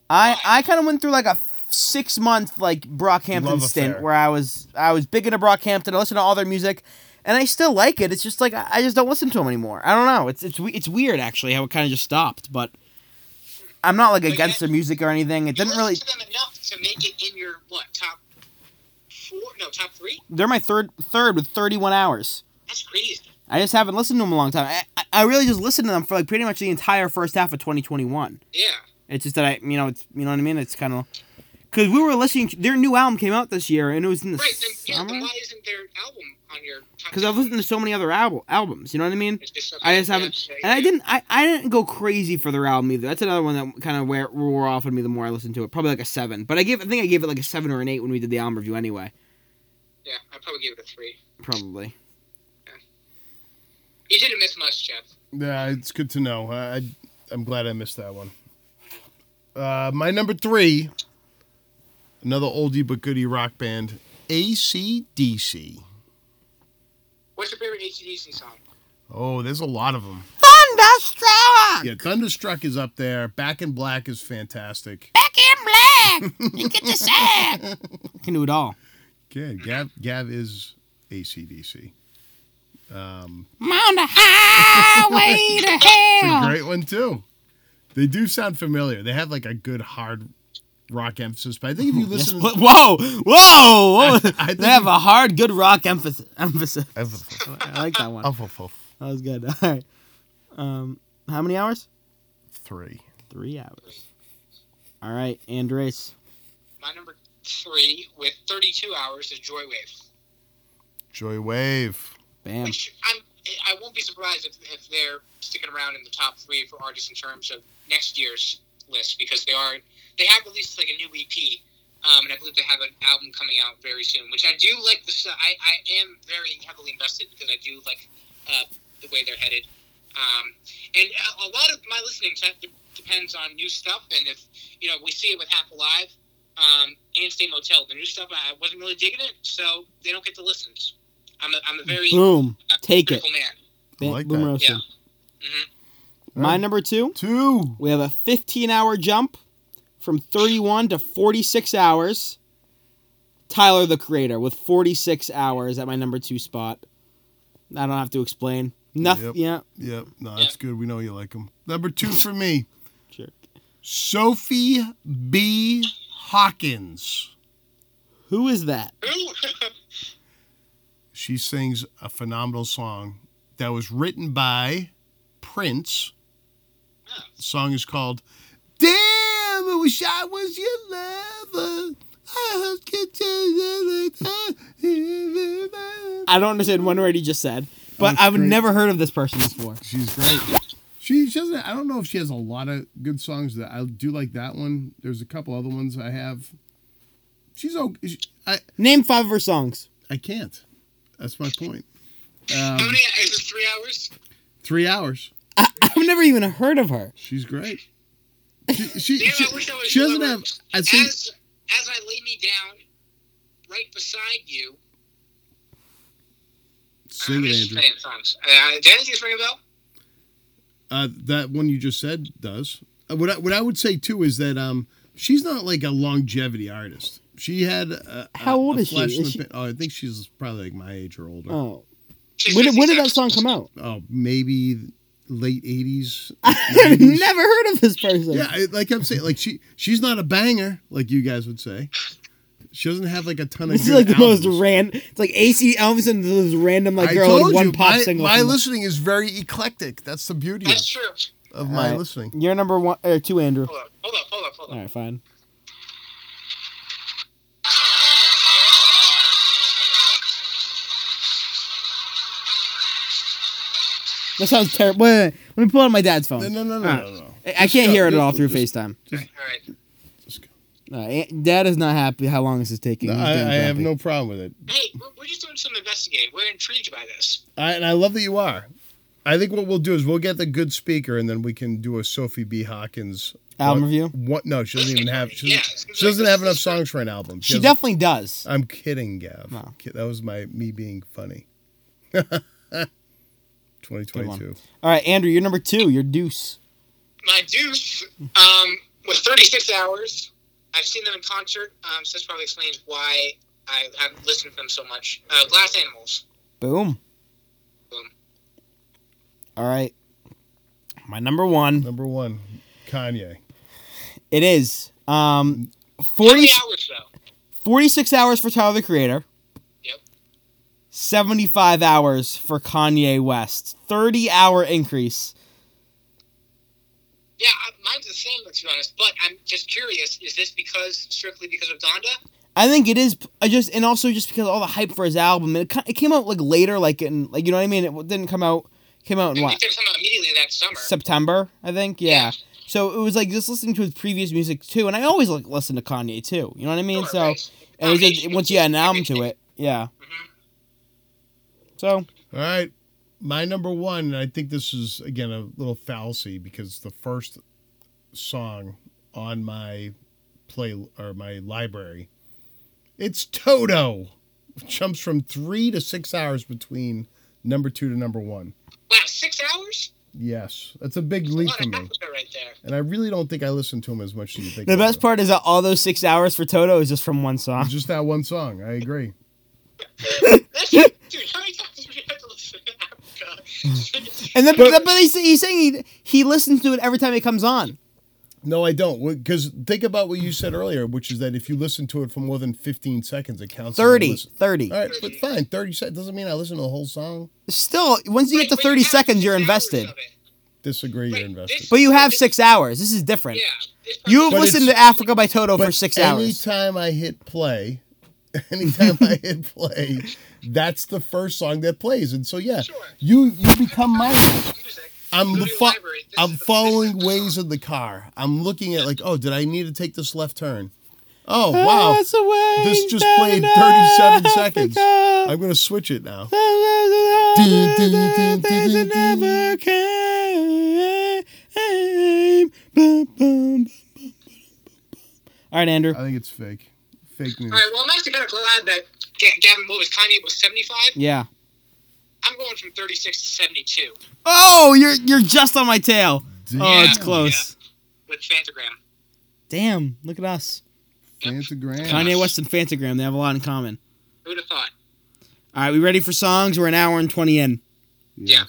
Speaker 1: I I kind of went through like a six month like Brockhampton
Speaker 2: Love
Speaker 1: stint
Speaker 2: affair.
Speaker 1: where I was I was big into Brockhampton. I listened to all their music, and I still like it. It's just like I I just don't listen to them anymore. I don't know. It's it's we- it's weird actually how it kind of just stopped. But I'm not like
Speaker 3: But
Speaker 1: against
Speaker 3: yet-
Speaker 1: their music or anything. It
Speaker 3: you
Speaker 1: didn't
Speaker 3: listened
Speaker 1: really.
Speaker 3: to them enough to make it in your what top four? No, top three.
Speaker 1: They're my third third with 31 hours.
Speaker 3: That's crazy.
Speaker 1: I just haven't listened to them in a long time. I- I, I really just listened to them for like pretty much the entire first half of 2021.
Speaker 3: Yeah.
Speaker 1: It's just that I, you know, it's you know what I mean. It's kind of because we were listening. To, their new album came out this year, and it was in the
Speaker 3: Right. Then, yeah, then
Speaker 1: summer.
Speaker 3: why isn't their album on your top?
Speaker 1: Because I've listened to so many other album albums. You know what I mean?
Speaker 3: It's just
Speaker 1: I just
Speaker 3: something-
Speaker 1: haven't-
Speaker 3: yeah,
Speaker 1: And I
Speaker 3: yeah.
Speaker 1: didn't. I, I didn't go crazy for their album either. That's another one that kind of wore, wore off on me the more I listened to it. Probably like a seven, but I gave. I think I gave it like a seven or an eight when we did the album review anyway.
Speaker 3: Yeah, I probably gave it a three.
Speaker 1: Probably.
Speaker 3: You didn't miss much, Jeff.
Speaker 2: Yeah, it's good to know. I, I- I'm glad I missed that one. Uh, my number three, another oldie but goodie rock band, ACDC.
Speaker 3: What's your favorite ACDC song?
Speaker 2: Oh, there's a lot of them.
Speaker 1: Thunderstruck.
Speaker 2: Yeah, Thunderstruck is up there. Back in Black is fantastic.
Speaker 1: Back in black. You get the sack. I can do it all.
Speaker 2: Yeah, Gav, Gav is ACDC. Um,
Speaker 1: I'm on the highway to
Speaker 2: it's a
Speaker 1: hell.
Speaker 2: great one, too. They do sound familiar. They have like a good hard rock emphasis, but I think if you
Speaker 1: Yes,
Speaker 2: listen.
Speaker 1: wha- whoa, whoa!
Speaker 2: I- I
Speaker 1: they have
Speaker 2: think-
Speaker 1: a hard, good rock emphasis. emphasis.
Speaker 2: Emphasis.
Speaker 1: I like that one.
Speaker 2: Emphasis.
Speaker 1: That was good. All right. Um, how many hours?
Speaker 2: Three.
Speaker 1: Three hours. All right, Andres.
Speaker 3: My number three, with 32 hours, is Joywave.
Speaker 2: Joy Wave.
Speaker 1: Bam.
Speaker 3: Which I'm, I won't be surprised if, if they're sticking around in the top three for artists in terms of next year's list because they are they have released like a new EP, um, and I believe they have an album coming out very soon. Which I do like. This I I am very heavily invested because I do like uh, the way they're headed. Um, and a a lot of my listening te- depends on new stuff, and if you know we see it with Half Alive um, and State Motel, the new stuff I wasn't really digging it, so they don't get the listens. I'm a, I'm a very
Speaker 1: Boom.
Speaker 3: uh,
Speaker 1: Take it.
Speaker 3: critical man.
Speaker 2: I
Speaker 1: Bam,
Speaker 2: like
Speaker 1: boom
Speaker 2: that.
Speaker 1: roasted.
Speaker 3: Mhm.
Speaker 1: My number two.
Speaker 2: Two.
Speaker 1: We have a 15-hour jump from 31 to 46 hours. Tyler the Creator with 46 hours at my number two spot. I don't have to explain. Nothing.
Speaker 2: Yep.
Speaker 1: Yeah.
Speaker 2: Yep. No, that's good. We know you like them. Number two for me,
Speaker 1: Sure.
Speaker 2: Sophie B. Hawkins.
Speaker 1: Who is that?
Speaker 2: She sings a phenomenal song that was written by Prince. The song is called Damn, I Wish I Was Your Lover. I hope you do the-
Speaker 1: I don't understand one word he just said, but
Speaker 2: That's
Speaker 1: I've
Speaker 2: great.
Speaker 1: never heard of this person before.
Speaker 2: She's great. She, she doesn't. I don't know if she has a lot of good songs. That I do like that one. There's a couple other ones I have. She's okay. She, I
Speaker 1: Name five of her songs.
Speaker 2: I can't. That's my point.
Speaker 3: How
Speaker 2: Um,
Speaker 3: many is this three hours?
Speaker 2: three hours.
Speaker 1: I, I've never even heard of her.
Speaker 2: She's great. She she,
Speaker 3: Damn,
Speaker 2: she,
Speaker 3: I wish I was
Speaker 2: she doesn't
Speaker 3: lower.
Speaker 2: have. I think
Speaker 3: As as I lay me down right beside you.
Speaker 2: sing
Speaker 3: I'm
Speaker 2: it,
Speaker 3: just
Speaker 2: Andrew.
Speaker 3: saying songs. Uh, did anything ring a bell?
Speaker 2: Uh, that one you just said does. Uh, what I, what I would say too is that um she's not like a longevity artist. She had a, a-
Speaker 1: How old
Speaker 2: a
Speaker 1: is she?
Speaker 2: flash in
Speaker 1: Is
Speaker 2: the
Speaker 1: she-
Speaker 2: pan- Oh, I think she's probably like my age or older.
Speaker 1: Oh,
Speaker 3: She's
Speaker 1: when, did- when did
Speaker 3: 57.
Speaker 1: that song come out?
Speaker 2: oh, maybe late eighties.
Speaker 1: I've never heard of this person.
Speaker 2: Yeah, I- like I'm saying, like she she's not a banger, like you guys would say. She doesn't have like a ton of.
Speaker 1: This is
Speaker 2: good
Speaker 1: like the
Speaker 2: albums.
Speaker 1: most random. It's like AC Elvis and this random like
Speaker 2: I
Speaker 1: girl
Speaker 2: told
Speaker 1: in one
Speaker 2: you,
Speaker 1: pop
Speaker 2: my,
Speaker 1: single.
Speaker 2: My
Speaker 1: from-
Speaker 2: listening is very eclectic. That's the beauty
Speaker 3: That's true.
Speaker 2: of my
Speaker 1: Alright.
Speaker 2: listening.
Speaker 1: You're number one or two, Andrew.
Speaker 3: Hold up, hold up, hold up, hold up.
Speaker 1: All right, fine. That sounds terrible. Wait, wait, wait. Let me pull out my dad's phone.
Speaker 2: No, no, no, no,
Speaker 1: Alright.
Speaker 2: no, no.
Speaker 1: I- I can't
Speaker 2: go-
Speaker 1: hear it at
Speaker 2: just-
Speaker 1: all through
Speaker 2: just-
Speaker 1: FaceTime.
Speaker 3: All right.
Speaker 2: Just go.
Speaker 1: Uh, Aunt- Dad is not happy how long this is taking.
Speaker 2: No,
Speaker 1: He's
Speaker 2: I,
Speaker 1: getting
Speaker 2: I have
Speaker 1: grumpy.
Speaker 2: no problem with it,
Speaker 3: Hey, we're, we're just doing some investigating. We're intrigued by this.
Speaker 2: I, and I love that you are. I think what we'll do is we'll get the good speaker, and then we can do a Sophie B. Hawkins.
Speaker 1: Album
Speaker 2: What-
Speaker 1: review.
Speaker 2: What? No, she doesn't even have. She
Speaker 3: Yeah,
Speaker 2: doesn't,
Speaker 3: it's 'cause
Speaker 2: she doesn't
Speaker 3: like
Speaker 2: have
Speaker 3: this
Speaker 2: enough
Speaker 3: is-
Speaker 2: songs for an album.
Speaker 1: She
Speaker 2: doesn't-
Speaker 1: definitely does.
Speaker 2: I'm kidding, Gav.
Speaker 1: No.
Speaker 2: Ki- That was my me being funny. 2022.
Speaker 1: All right, Andrew, you're number two. You're Deuce.
Speaker 3: My Deuce um, was 36 hours. I've seen them in concert, um, so this probably explains why I have listened to them so much. Uh, Glass Animals.
Speaker 1: Boom.
Speaker 3: Boom.
Speaker 1: All right. My number one.
Speaker 2: Number one, Kanye.
Speaker 1: It is um
Speaker 3: How many
Speaker 1: 40,
Speaker 3: hours though?
Speaker 1: 46 hours for Tyler the Creator.
Speaker 3: Yep.
Speaker 1: 75 hours for Kanye West. 30 hour increase.
Speaker 3: Yeah, I- mine's the same to be honest. But I'm just curious: is this because strictly because of Donda?
Speaker 1: I think it is I just and also just because all the hype for his album and it, ki- it came out like later like in like you know what I mean it didn't come out came out in
Speaker 3: It
Speaker 1: what
Speaker 3: did come out immediately that summer.
Speaker 1: September I think yeah
Speaker 3: Yeah.
Speaker 1: so it was like just listening to his previous music too and I always like listen to Kanye too you know what I mean
Speaker 3: Sure,
Speaker 1: so
Speaker 3: right.
Speaker 1: and it was just,
Speaker 3: Foundation.
Speaker 1: once you add an album to it yeah
Speaker 3: Mhm. Mm-hmm.
Speaker 1: so
Speaker 2: All right. My number one, and I think this is, again, a little fallacy because the first song on my play or my library, it's Toto. It jumps from three to six hours between number two to number one.
Speaker 3: Wow, six hours?
Speaker 2: Yes. That's a big
Speaker 3: A
Speaker 2: leap
Speaker 3: lot
Speaker 2: for
Speaker 3: of
Speaker 2: me.
Speaker 3: episode right there.
Speaker 2: And I really don't think I listen to him as much as you think.
Speaker 1: the
Speaker 2: I
Speaker 1: best
Speaker 2: do.
Speaker 1: part is that all those six hours for Toto is just from one
Speaker 2: It's
Speaker 1: song
Speaker 2: just that one song. I agree.
Speaker 3: That's- Dude, how many times do we have to listen to that?
Speaker 1: and then but, he's, he's saying he he listens to it every time it comes on
Speaker 2: No, I don't. Because think about what you said earlier, which is that if you listen to it for more than 15 seconds, it counts. as a
Speaker 1: 30
Speaker 2: listen.
Speaker 1: 30
Speaker 2: All right, but fine. 30 seconds doesn't mean I listen to the whole song.
Speaker 1: still once you get to 30 seconds you're
Speaker 3: Hours
Speaker 1: invested
Speaker 3: of it.
Speaker 2: Disagree,
Speaker 3: Right,
Speaker 2: you're invested.
Speaker 3: this-
Speaker 1: But you have six hours. This is different.
Speaker 3: Yeah. this part-
Speaker 1: You've
Speaker 2: But
Speaker 1: listened to
Speaker 2: it's-
Speaker 1: Africa by Toto for six hours.
Speaker 2: Anytime I hit play, anytime I hit play, that's the first song that plays. And so, yeah,
Speaker 3: Sure.
Speaker 2: you you become my.
Speaker 3: Music.
Speaker 2: I'm
Speaker 3: Go to
Speaker 2: the
Speaker 3: your
Speaker 2: fo-
Speaker 3: library. This
Speaker 2: I'm
Speaker 3: is the-
Speaker 2: following
Speaker 3: this is the
Speaker 2: ways
Speaker 3: song.
Speaker 2: of the car. I'm looking at like, oh, did I need to take this left turn? Oh, wow. This just played 37 seconds. I'm going to switch it now.
Speaker 1: All right, Andrew.
Speaker 2: I think it's fake. Fake news.
Speaker 3: All right, well, I'm actually kind of glad that Ga- Gavin, what was Kanye, was 75.
Speaker 1: Yeah.
Speaker 3: I'm going from 36 to 72
Speaker 1: Oh, you're you're just on my tail. Oh, it's
Speaker 3: Yeah.
Speaker 1: close.
Speaker 3: with Fantagram.
Speaker 1: Damn, look at us.
Speaker 2: Fantagram.
Speaker 1: Kanye West and Fantagram, they have a lot in common.
Speaker 3: Who'd have thought?
Speaker 1: All right, we ready for songs? We're an hour and 20 in.
Speaker 3: Yeah.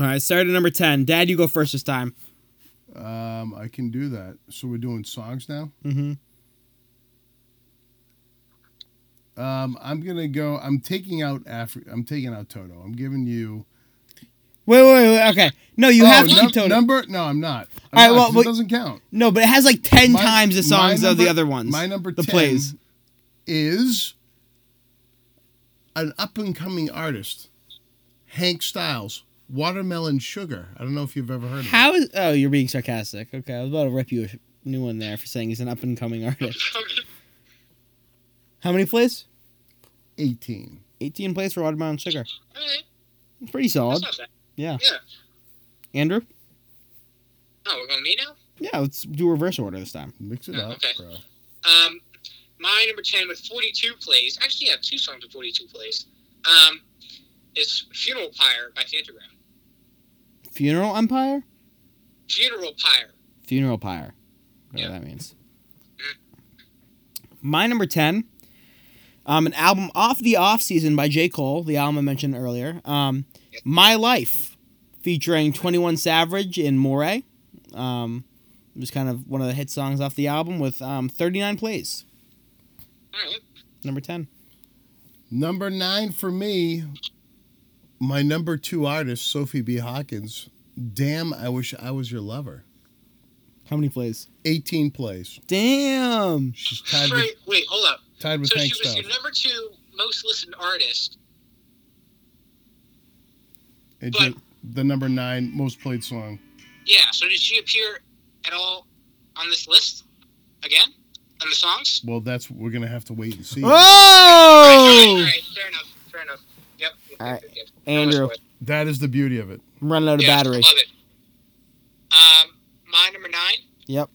Speaker 1: All right, start at number 10. Dad, you go first this time.
Speaker 2: Um, I can do that. So we're doing songs now.
Speaker 1: Mm-hmm.
Speaker 2: Um, I'm gonna go. I'm taking out Afri- I'm taking out Toto. I'm giving you.
Speaker 1: Wait, wait, wait. Okay. No, you
Speaker 2: Oh,
Speaker 1: have to
Speaker 2: num-
Speaker 1: keep Toto.
Speaker 2: number. No, I'm not. I'm
Speaker 1: All right,
Speaker 2: not,
Speaker 1: well,
Speaker 2: 'cause
Speaker 1: well-
Speaker 2: it doesn't count.
Speaker 1: no, but it has like 10
Speaker 2: My-
Speaker 1: times the
Speaker 2: my
Speaker 1: songs of the
Speaker 2: number-
Speaker 1: other ones.
Speaker 2: My number
Speaker 1: The
Speaker 2: 10
Speaker 1: plays.
Speaker 2: is an up and coming artist, Hank Styles, Watermelon Sugar. I don't know if you've ever heard of him.
Speaker 1: How is. Oh, you're being sarcastic. Okay, I was about to rip you a new one there for saying he's an up and coming artist. How many plays?
Speaker 2: 18.
Speaker 1: 18 plays for Watermelon Sugar.
Speaker 3: All right,
Speaker 1: It's pretty
Speaker 3: that's
Speaker 1: solid.
Speaker 3: not bad.
Speaker 1: Yeah.
Speaker 3: Yeah.
Speaker 1: Andrew?
Speaker 3: Oh, we're going me now?
Speaker 1: Yeah, let's do reverse order this time.
Speaker 2: Mix it
Speaker 3: Yeah,
Speaker 2: up,
Speaker 3: okay.
Speaker 2: bro.
Speaker 3: Um, my number 10 with 42 plays, actually, yeah, two songs with 42 plays, um, is Funeral Pyre by Fantagram.
Speaker 1: Funeral Empire?
Speaker 3: Funeral Pyre.
Speaker 1: Funeral pyre. Whatever
Speaker 3: Yeah.
Speaker 1: that means. My number 10, um, an album off the off season by J. Cole, the album I mentioned earlier. Um, My Life, featuring 21 Savage and Moray. Um, it was kind of one of the hit songs off the album with um, 39 plays.
Speaker 3: All right.
Speaker 1: Number 10.
Speaker 2: Number nine for me, my number two artist, Sophie B. Hawkins. Damn, I wish I was your lover.
Speaker 1: How many plays?
Speaker 2: 18 plays.
Speaker 1: Damn.
Speaker 2: She's tied with,
Speaker 3: Wait, wait, hold up.
Speaker 2: tied with
Speaker 3: So
Speaker 2: Hank
Speaker 3: she was your
Speaker 2: Styles.
Speaker 3: number two most listened artist.
Speaker 2: And
Speaker 3: but-
Speaker 2: she- the number nine most played song.
Speaker 3: Yeah, so did she appear at all on this list again? On the songs?
Speaker 2: Well, that's we're gonna have to wait and see.
Speaker 1: Hmm. Ah!
Speaker 3: All
Speaker 1: Oh!
Speaker 3: right, fair enough, fair enough. Yep. yep,
Speaker 1: All right,
Speaker 3: yep, yep, yep.
Speaker 1: Andrew.
Speaker 2: That is the beauty of it.
Speaker 1: I'm running out of
Speaker 3: Yeah,
Speaker 1: battery.
Speaker 3: Love it. Um, my number nine
Speaker 1: Yep.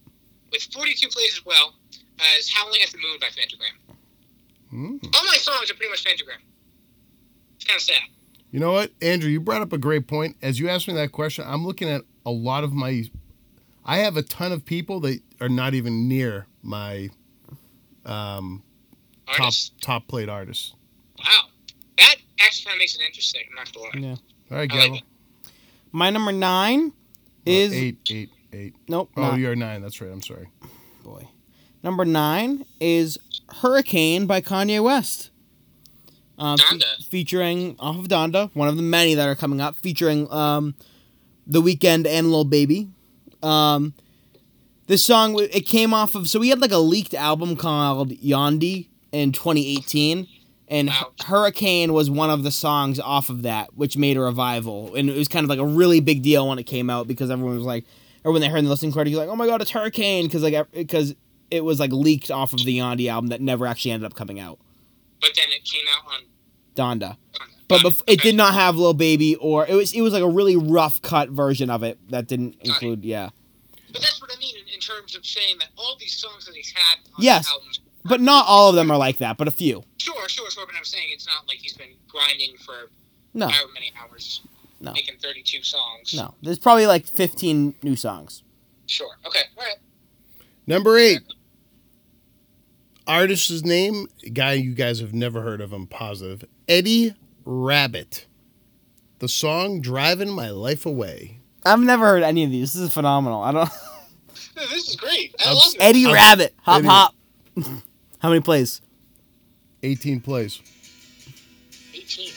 Speaker 3: with 42 plays as well as Howling at the Moon by Phantogram.
Speaker 2: Mm.
Speaker 3: All my songs are pretty much Phantogram. It's kind of sad.
Speaker 2: You know what, Andrew? You brought up a great point. As you asked me that question, I'm looking at a lot of my. I have a ton of people that are not even near my um, top
Speaker 3: Artists.
Speaker 2: top played artists.
Speaker 3: Wow. That actually kind of makes it interesting. I'm not going to lie.
Speaker 1: Yeah.
Speaker 2: All right,
Speaker 3: I like
Speaker 2: Gavel.
Speaker 3: it.
Speaker 1: My number nine
Speaker 2: Uh,
Speaker 1: is
Speaker 2: eight, eight, eight.
Speaker 1: nope.
Speaker 2: Oh,
Speaker 1: not-
Speaker 2: you're nine. That's right. I'm sorry.
Speaker 1: boy. Number nine is Hurricane by Kanye West. Uh, fe-
Speaker 3: Donda.
Speaker 1: featuring off of Donda, one of the many that are coming up, featuring um, The Weekend and Lil Baby. Um, this song w- it came off of so we had like a leaked album called Yandi in 2018, and Hu-
Speaker 3: Ouch.
Speaker 1: Hurricane was one of the songs off of that, which made a revival, and it was kind of like a really big deal when it came out because everyone was like, or when they heard the listening party, you're like, oh my god, it's Hurricane, because like because it was like leaked off of the Yandi album that never actually ended up coming out,
Speaker 3: But then it came out on.
Speaker 1: Donda.
Speaker 3: on
Speaker 1: But
Speaker 3: on-
Speaker 1: bef- it did not have Lil Baby, or it was it was like a really rough cut version of it that didn't
Speaker 3: it.
Speaker 1: include, yeah.
Speaker 3: But that's what I mean in, in terms of saying that all these songs that he's had on
Speaker 1: Yes.
Speaker 3: the albums.
Speaker 1: But not all of them are like that, but a few.
Speaker 3: Sure, sure, sure. But I'm saying it's not like he's been grinding for
Speaker 1: No,
Speaker 3: however many hours,
Speaker 1: No.
Speaker 3: making 32 songs.
Speaker 1: no. There's probably like 15 new songs.
Speaker 3: Sure. Okay. All right.
Speaker 2: Number eight. Artist's name, guy you guys have never heard of, I'm positive. Eddie Rabbit. The song Driving My Life Away.
Speaker 1: I've never heard any of these. This is phenomenal. I don't.
Speaker 3: This is great. I
Speaker 2: Um,
Speaker 3: love it.
Speaker 1: Eddie
Speaker 2: Um,
Speaker 1: Rabbit, hop
Speaker 2: Eddie-
Speaker 1: hop. How many plays?
Speaker 2: 18 plays.
Speaker 3: 18.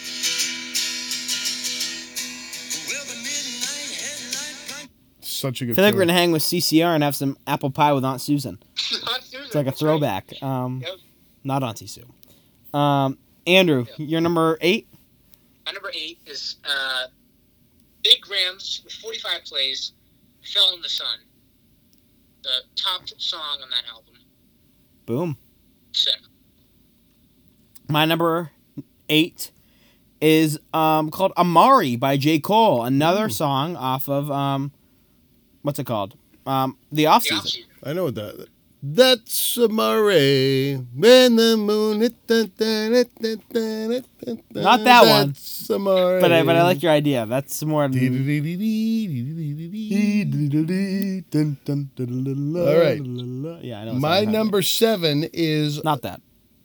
Speaker 2: Such a good
Speaker 1: I feel like we're
Speaker 2: tune.
Speaker 1: gonna hang with CCR and have some apple pie with Aunt Susan. It's like a throwback. Um,
Speaker 3: Yep.
Speaker 1: not Auntie Sue. Um, Andrew,
Speaker 3: Yeah.
Speaker 1: you're number eight.
Speaker 3: My number eight is uh, Big Grams with 45 plays, Fell in the Sun. The top song on that album.
Speaker 1: Boom.
Speaker 3: Sick.
Speaker 1: My number eight is um called Amari by J Cole. Another song off of um, what's it called? Um, the off
Speaker 3: The
Speaker 1: season.
Speaker 3: offseason.
Speaker 2: I know what that. That's a Murray. When the moon. Not
Speaker 1: Not that one.
Speaker 2: That's a Murray.
Speaker 1: But I but I like your idea. That's more.
Speaker 2: All right.
Speaker 1: Yeah, I know. it's
Speaker 2: My
Speaker 1: not-
Speaker 2: number seven is
Speaker 1: Not that.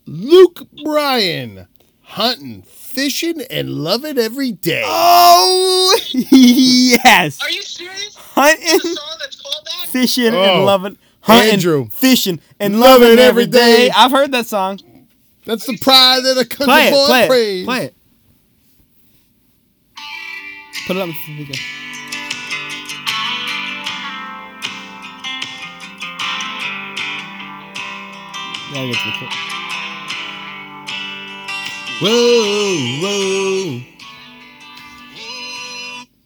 Speaker 2: Luke Bryan. Hunting, fishing, and loving every day.
Speaker 1: Oh yes,
Speaker 3: Are you serious? There's a
Speaker 1: hunting,
Speaker 3: song that's called that?
Speaker 1: fishing,
Speaker 2: Oh,
Speaker 1: and loving. Hunting,
Speaker 2: Andrew.
Speaker 1: fishing, and
Speaker 2: Loving
Speaker 1: loving
Speaker 2: every
Speaker 1: every day.
Speaker 2: day.
Speaker 1: I've heard that song.
Speaker 2: That's the pride that a country
Speaker 1: Play it,
Speaker 2: boy
Speaker 1: play
Speaker 2: prays.
Speaker 1: it, play it. Put it up. Here we go. Yeah, I get the clip.
Speaker 2: Whoa, whoa.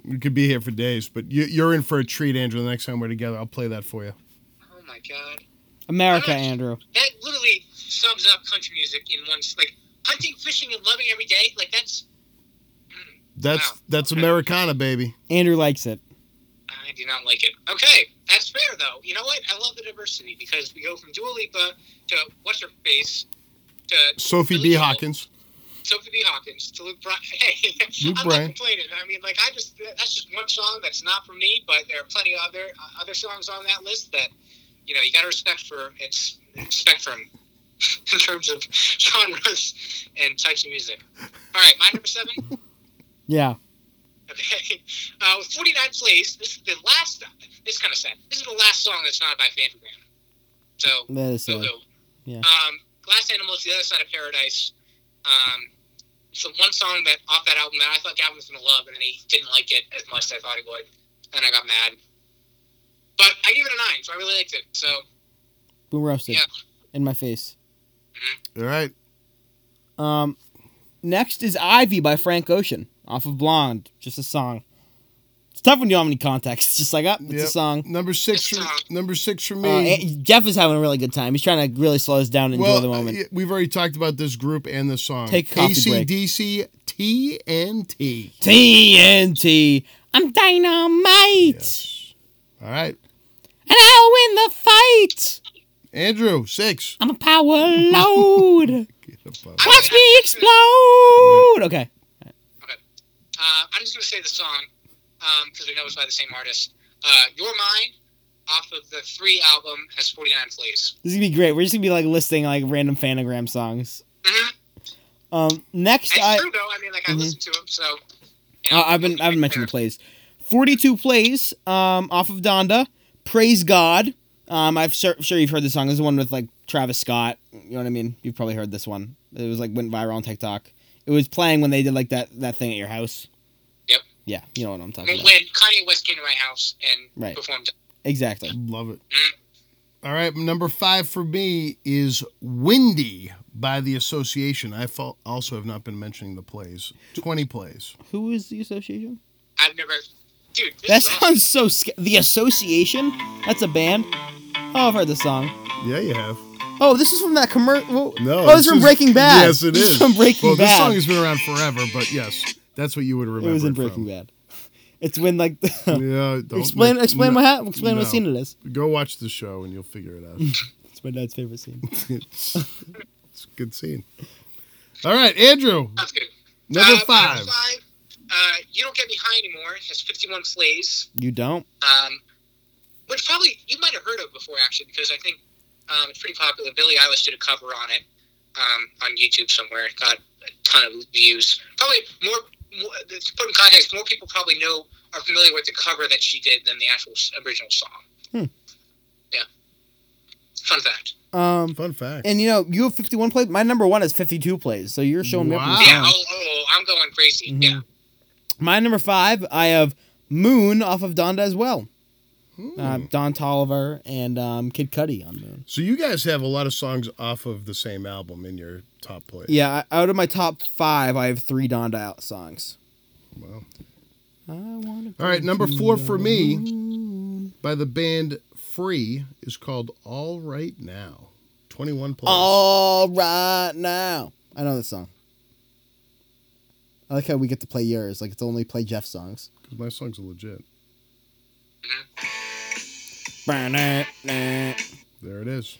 Speaker 2: We could be here for days, but you, you're in for a treat, Andrew. The next time we're together, I'll play that for you.
Speaker 3: Oh my god.
Speaker 1: America, Andrew.
Speaker 3: That literally sums up country music in one. s- Like, hunting, fishing, and loving every day. Like, that's.
Speaker 2: That's
Speaker 3: Wow.
Speaker 2: that's Americana, baby.
Speaker 1: Andrew likes it.
Speaker 3: I do not like it. Okay, that's fair though. You know what? I love the diversity because we go from Dua Lipa to what's her face to
Speaker 2: Sophie B.
Speaker 3: Billie Joel,
Speaker 2: Hawkins.
Speaker 3: Sophie B. Hawkins to Luke Bryan. Hey,
Speaker 2: Luke
Speaker 3: I'm
Speaker 2: Bryan.
Speaker 3: not complaining. I mean, like I just that's just one song that's not from me, but there are plenty of other uh, other songs on that list that you know you got to respect for its spectrum in terms of genres and types of music. All right, my number seven.
Speaker 1: Yeah.
Speaker 3: Okay. Uh, with 49 plays, this is the last. This is kind of sad. This is the last song that's not by Fantagram. So,
Speaker 1: That is silly.
Speaker 3: boo-hoo.
Speaker 1: Yeah.
Speaker 3: Um, Glass Animals, The Other Side of Paradise. Um, it's the one song that off that album that I thought Gavin was gonna love, and then he didn't like it as much as I thought he would, and I got mad. But I gave it a nine, so I really liked it. So,
Speaker 1: Boom roasted.
Speaker 3: Yeah.
Speaker 1: In my face.
Speaker 2: All right.
Speaker 1: Um, next is Ivy by Frank Ocean off of Blonde. Just a song. It's tough when you don't have any context. It's just like, up, it's
Speaker 2: Yep.
Speaker 1: a song.
Speaker 2: Number six for number six for
Speaker 1: Uh,
Speaker 2: me.
Speaker 1: and Jeff is having a really good time. He's trying to really slow us down and
Speaker 2: well,
Speaker 1: enjoy the moment.
Speaker 2: uh, we've already talked about this group and this song.
Speaker 1: Take a coffee break.
Speaker 2: ACDC TNT.
Speaker 1: TNT. I'm dynamite.
Speaker 2: Yes. All right.
Speaker 1: and I'll win the fight.
Speaker 2: Andrew, six.
Speaker 1: I'm a power load.
Speaker 2: Get up, up.
Speaker 1: Watch me explode. Okay.
Speaker 3: Uh, I'm just going to say the song because we know it's by the same artist. Uh, Your Mind off of the three album has 49 plays.
Speaker 1: This is gonna be great. We're just gonna be like listing like random fanagram songs.
Speaker 3: Mhm.
Speaker 1: Um, next,
Speaker 3: And
Speaker 1: I
Speaker 3: it's true though. I mean, like I
Speaker 1: Mhm.
Speaker 3: listened to him, so. you know,
Speaker 1: uh, I've been I've been mentioning plays. Forty-two plays um, off of Donda. Praise God. Um, I'm sur- sure you've heard this song. This is the one with like Travis Scott. You know what I mean? You've probably heard this one. It was like went viral on TikTok. It was playing when they did like that that thing at your house.
Speaker 3: Yep.
Speaker 1: Yeah, you know what I'm
Speaker 3: When
Speaker 1: talking about.
Speaker 3: Kanye West came to my house and
Speaker 1: Right.
Speaker 3: performed,
Speaker 1: Exactly.
Speaker 2: Love it. All right, number five for me is Windy by the Association. I fo- also have not been mentionning the plays. 20 plays.
Speaker 1: Who is the association?
Speaker 3: I've never. Dude, this
Speaker 1: That
Speaker 3: song-
Speaker 1: sounds so. Sca- the association? That's a band. Oh, I've heard this song.
Speaker 2: Yeah, you have.
Speaker 1: Oh, this is from that commercial.
Speaker 2: No.
Speaker 1: oh, this is from
Speaker 2: is-
Speaker 1: Breaking Bad.
Speaker 2: Yes, it
Speaker 1: This
Speaker 2: is.
Speaker 1: from Breaking
Speaker 2: well,
Speaker 1: Bad.
Speaker 2: this song has been around forever, but yes, that's what you would
Speaker 1: it
Speaker 2: remember.
Speaker 1: was in
Speaker 2: it from.
Speaker 1: Breaking Bad. It's when like
Speaker 2: Yeah, don't
Speaker 1: explain
Speaker 2: make-
Speaker 1: explain
Speaker 2: no,
Speaker 1: what happened. Explain what
Speaker 2: no.
Speaker 1: scene it is.
Speaker 2: Go watch the show and you'll figure it out.
Speaker 1: It's my dad's favorite scene.
Speaker 2: it's, it's a good scene. All right, Andrew,
Speaker 3: sounds good.
Speaker 2: number
Speaker 3: Uh,
Speaker 2: five.
Speaker 3: Number five. Uh, you don't get me high anymore. Has 51 plays.
Speaker 1: You don't.
Speaker 3: Um, which probably you might have heard of before, actually, because I think um, it's pretty popular. Billie Eilish did a cover on it um, on YouTube somewhere. It got a ton of views. Probably more, more to put in context, more people probably know are familiar with the cover that she did than the actual s- original song.
Speaker 1: Hmm.
Speaker 3: Yeah. Fun fact.
Speaker 1: Um,
Speaker 2: Fun fact.
Speaker 1: and you know you have fifty one plays. My number one is fifty two plays. So you're showing me up.
Speaker 2: Wow.
Speaker 1: in the
Speaker 3: Yeah.
Speaker 1: song.
Speaker 3: Oh, oh, I'm going crazy.
Speaker 1: Mhm.
Speaker 3: Yeah.
Speaker 1: My number five, I have Moon off of Donda as well.
Speaker 2: Hmm.
Speaker 1: Uh, Don Tolliver and um, Kid Cudi on Moon.
Speaker 2: so you guys have a lot of songs off of the same album in your top play.
Speaker 1: Yeah, I- out of my top five, I have three Donda out songs.
Speaker 2: Wow.
Speaker 1: I wanna
Speaker 2: All right,
Speaker 1: go
Speaker 2: number
Speaker 1: to
Speaker 2: four
Speaker 1: the
Speaker 2: for me.
Speaker 1: moon.
Speaker 2: By the band Free is called All Right Now. 21 plays.
Speaker 1: All right now. I know this song. I like how we get to play yours. Like it's only play Jeff songs.
Speaker 2: 'Cause my songs are legit.
Speaker 1: Oh,
Speaker 2: There it is.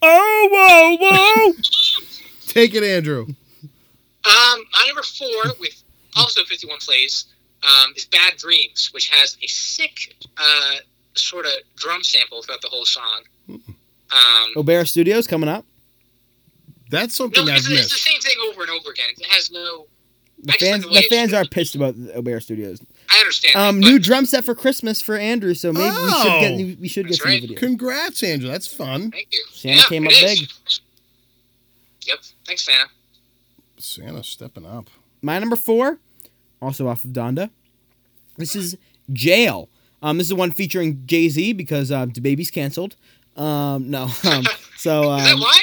Speaker 1: whoa, whoa.
Speaker 2: Take it, Andrew.
Speaker 3: Um, my number four, with also 51 plays, um, is Bad Dreams, which has a sick uh, sort of drum sample throughout the whole song. Um,
Speaker 1: O'Bear Studios coming up.
Speaker 2: That's something
Speaker 3: no, it's,
Speaker 2: I've
Speaker 3: it's the
Speaker 2: missed.
Speaker 3: same thing over and over again. It has no.
Speaker 1: The
Speaker 3: I just
Speaker 1: fans,
Speaker 3: like the way
Speaker 1: the
Speaker 3: it-
Speaker 1: fans are pissed about the O'Bear Studios.
Speaker 3: I understand.
Speaker 1: Um,
Speaker 3: that,
Speaker 1: new
Speaker 3: but
Speaker 1: drum set for Christmas for Andrew, so maybe we should get
Speaker 2: Oh.
Speaker 1: new, we should get
Speaker 3: That's
Speaker 1: some new
Speaker 3: right.
Speaker 1: video.
Speaker 2: Congrats, Andrew. That's fun.
Speaker 3: Thank you.
Speaker 1: Santa came
Speaker 3: it
Speaker 1: up
Speaker 3: is.
Speaker 1: big.
Speaker 3: Yep. Thanks, Santa.
Speaker 2: Santa stepping up.
Speaker 1: My number four, also off of Donda. This is Jail. Um, this is the one featuring Jay Z because um, the baby's canceled. Um, no, um, so
Speaker 3: Is that
Speaker 1: um,
Speaker 3: why?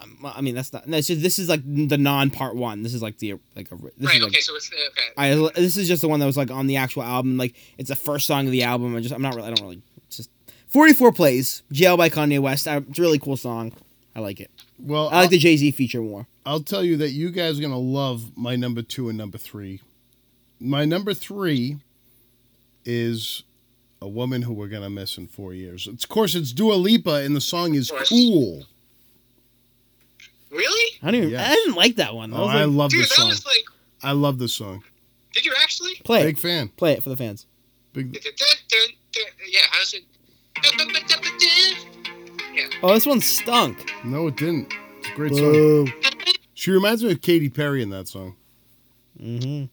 Speaker 1: um, I mean that's not. That's just this is like the non part one. This is like the like a. This
Speaker 3: Right.
Speaker 1: is like,
Speaker 3: okay. So it's uh, okay.
Speaker 1: I this is just the one that was like on the actual album. Like it's the first song of the album. I just I'm not really I don't really it's just. Forty four plays. Jail by Kanye West. Uh, It's a really cool song. I like it.
Speaker 2: Well,
Speaker 1: I like the Jay Z feature more.
Speaker 2: I'll tell you that you guys are gonna love my number two and number three. My number three is a woman who we're gonna miss in four years. It's, of course, it's Dua Lipa, and the song is
Speaker 3: Of course.
Speaker 2: "Cool."
Speaker 3: Really?
Speaker 1: I don't even.
Speaker 2: Yes.
Speaker 1: I didn't like that one. I
Speaker 2: Oh,
Speaker 1: was
Speaker 2: I
Speaker 1: like,
Speaker 2: love
Speaker 3: Dude,
Speaker 2: this
Speaker 3: that
Speaker 2: song.
Speaker 3: was like.
Speaker 2: I love this song.
Speaker 3: Did you actually?
Speaker 1: play
Speaker 2: Big
Speaker 1: it.
Speaker 2: fan.
Speaker 1: Play it for the fans.
Speaker 2: Big.
Speaker 3: Yeah. How's it?
Speaker 1: Oh, this one stunk.
Speaker 2: No, it didn't. It's a great song. She reminds me of Katy Perry in that song.
Speaker 1: Mm-hmm.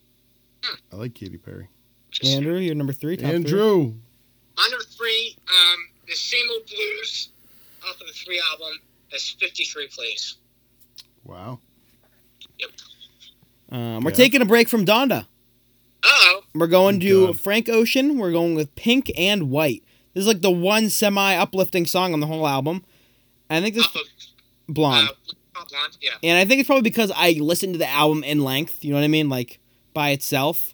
Speaker 2: I like Katy Perry.
Speaker 1: Andrew, you're number three. Top Three.
Speaker 2: Andrew.
Speaker 3: My number three, um, the same old blues off of the three album. That's 53 plays.
Speaker 2: Wow.
Speaker 1: Um, we're
Speaker 2: Yeah.
Speaker 1: taking a break from Donda.
Speaker 3: Oh,
Speaker 1: We're going to
Speaker 2: God.
Speaker 1: Frank Ocean. We're going with Pink and White. This is like the one semi uplifting song on the whole album. I think this
Speaker 3: off of
Speaker 1: blonde,
Speaker 3: uh, Hot Blonde. Yeah.
Speaker 1: and I think it's probably because I listened to the album in length. You know what I mean, like by itself.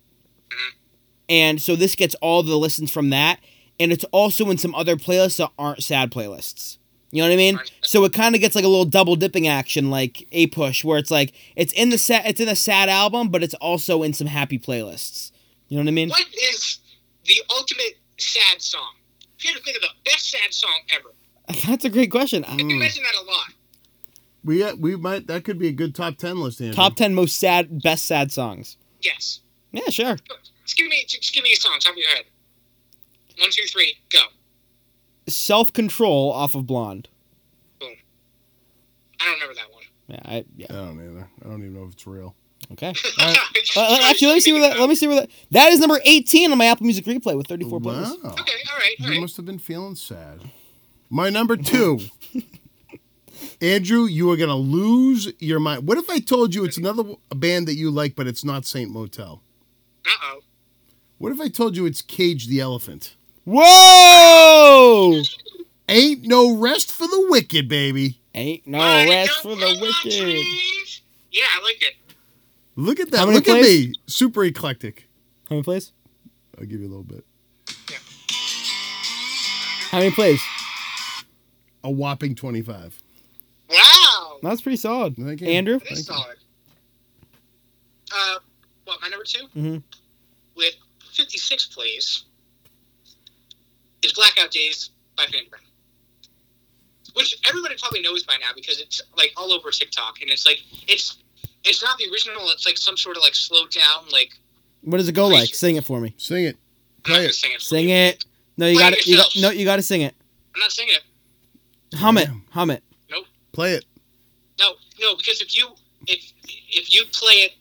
Speaker 1: And so this gets all the listens from that, and it's also in some other playlists that aren't sad playlists. You know what I mean?
Speaker 3: Right.
Speaker 1: So it kind of gets like a little double dipping action, like a push, where it's like it's in the set, it's in a sad album, but it's also in some happy playlists. You know what I mean?
Speaker 3: What is the the ultimate sad song? If you had to think of the best sad song ever,
Speaker 1: That's a great question. Mm. I-
Speaker 3: I do mention that a lot.
Speaker 2: We uh, we might that could be a good top ten list. Andrew.
Speaker 1: Top ten most sad, best sad songs.
Speaker 3: Yes.
Speaker 1: Yeah, sure.
Speaker 3: Just give me, just give me a song top of your head. One, two, three, go.
Speaker 1: Self control off of Blonde.
Speaker 3: I don't remember that one.
Speaker 1: Yeah, I, yeah.
Speaker 2: I don't either. I don't even know if it's real.
Speaker 1: Okay. Uh, uh, actually, let me see where that. Let me see where that. That is number eighteen on my Apple Music replay with thirty-four
Speaker 2: wow,
Speaker 1: playlists.
Speaker 3: Okay, all right, all
Speaker 2: you
Speaker 3: right.
Speaker 2: must have been feeling sad. My number two, Andrew, you are gonna lose your mind. What if I told you it's another w- a band that you like, but it's not Saint Motel?
Speaker 3: Uh oh.
Speaker 2: What if I told you it's Cage the Elephant?
Speaker 1: Whoa!
Speaker 2: Ain't no rest for the wicked, baby.
Speaker 1: Ain't no
Speaker 3: I
Speaker 1: rest Oh, for
Speaker 3: don't
Speaker 1: the
Speaker 3: want
Speaker 1: wicked.
Speaker 3: trees. Yeah, I like it.
Speaker 2: Look at
Speaker 1: How
Speaker 2: that.
Speaker 1: many
Speaker 2: Look at
Speaker 1: plays?
Speaker 2: me. Super eclectic.
Speaker 1: How many plays?
Speaker 2: I'll give you a little bit.
Speaker 1: How many plays?
Speaker 2: A whopping 25.
Speaker 3: Wow.
Speaker 1: That's pretty solid.
Speaker 2: Thank you.
Speaker 1: Andrew.
Speaker 3: That is
Speaker 2: Thank you.
Speaker 3: solid. Uh, what, my number 2
Speaker 2: Mm-hmm.
Speaker 1: Mhm.
Speaker 3: With 56 plays is Blackout Days by Van Buren. Which everybody probably knows by now because it's like all over TikTok and it's like it's it's not the original, it's like some sort of like slowed down like
Speaker 1: What does it go like? Sing it for me.
Speaker 2: Sing it.
Speaker 3: I'm
Speaker 2: Play
Speaker 3: not gonna
Speaker 2: it.
Speaker 3: sing it. for
Speaker 1: Sing
Speaker 3: you.
Speaker 1: it. No, you
Speaker 3: Play
Speaker 1: got to You got,
Speaker 3: yourself.
Speaker 1: no, you got to sing it.
Speaker 3: I'm not singing it.
Speaker 1: Hum it.
Speaker 2: Yeah.
Speaker 1: Hum it.
Speaker 2: Play it.
Speaker 3: No, no, because if you if if you play it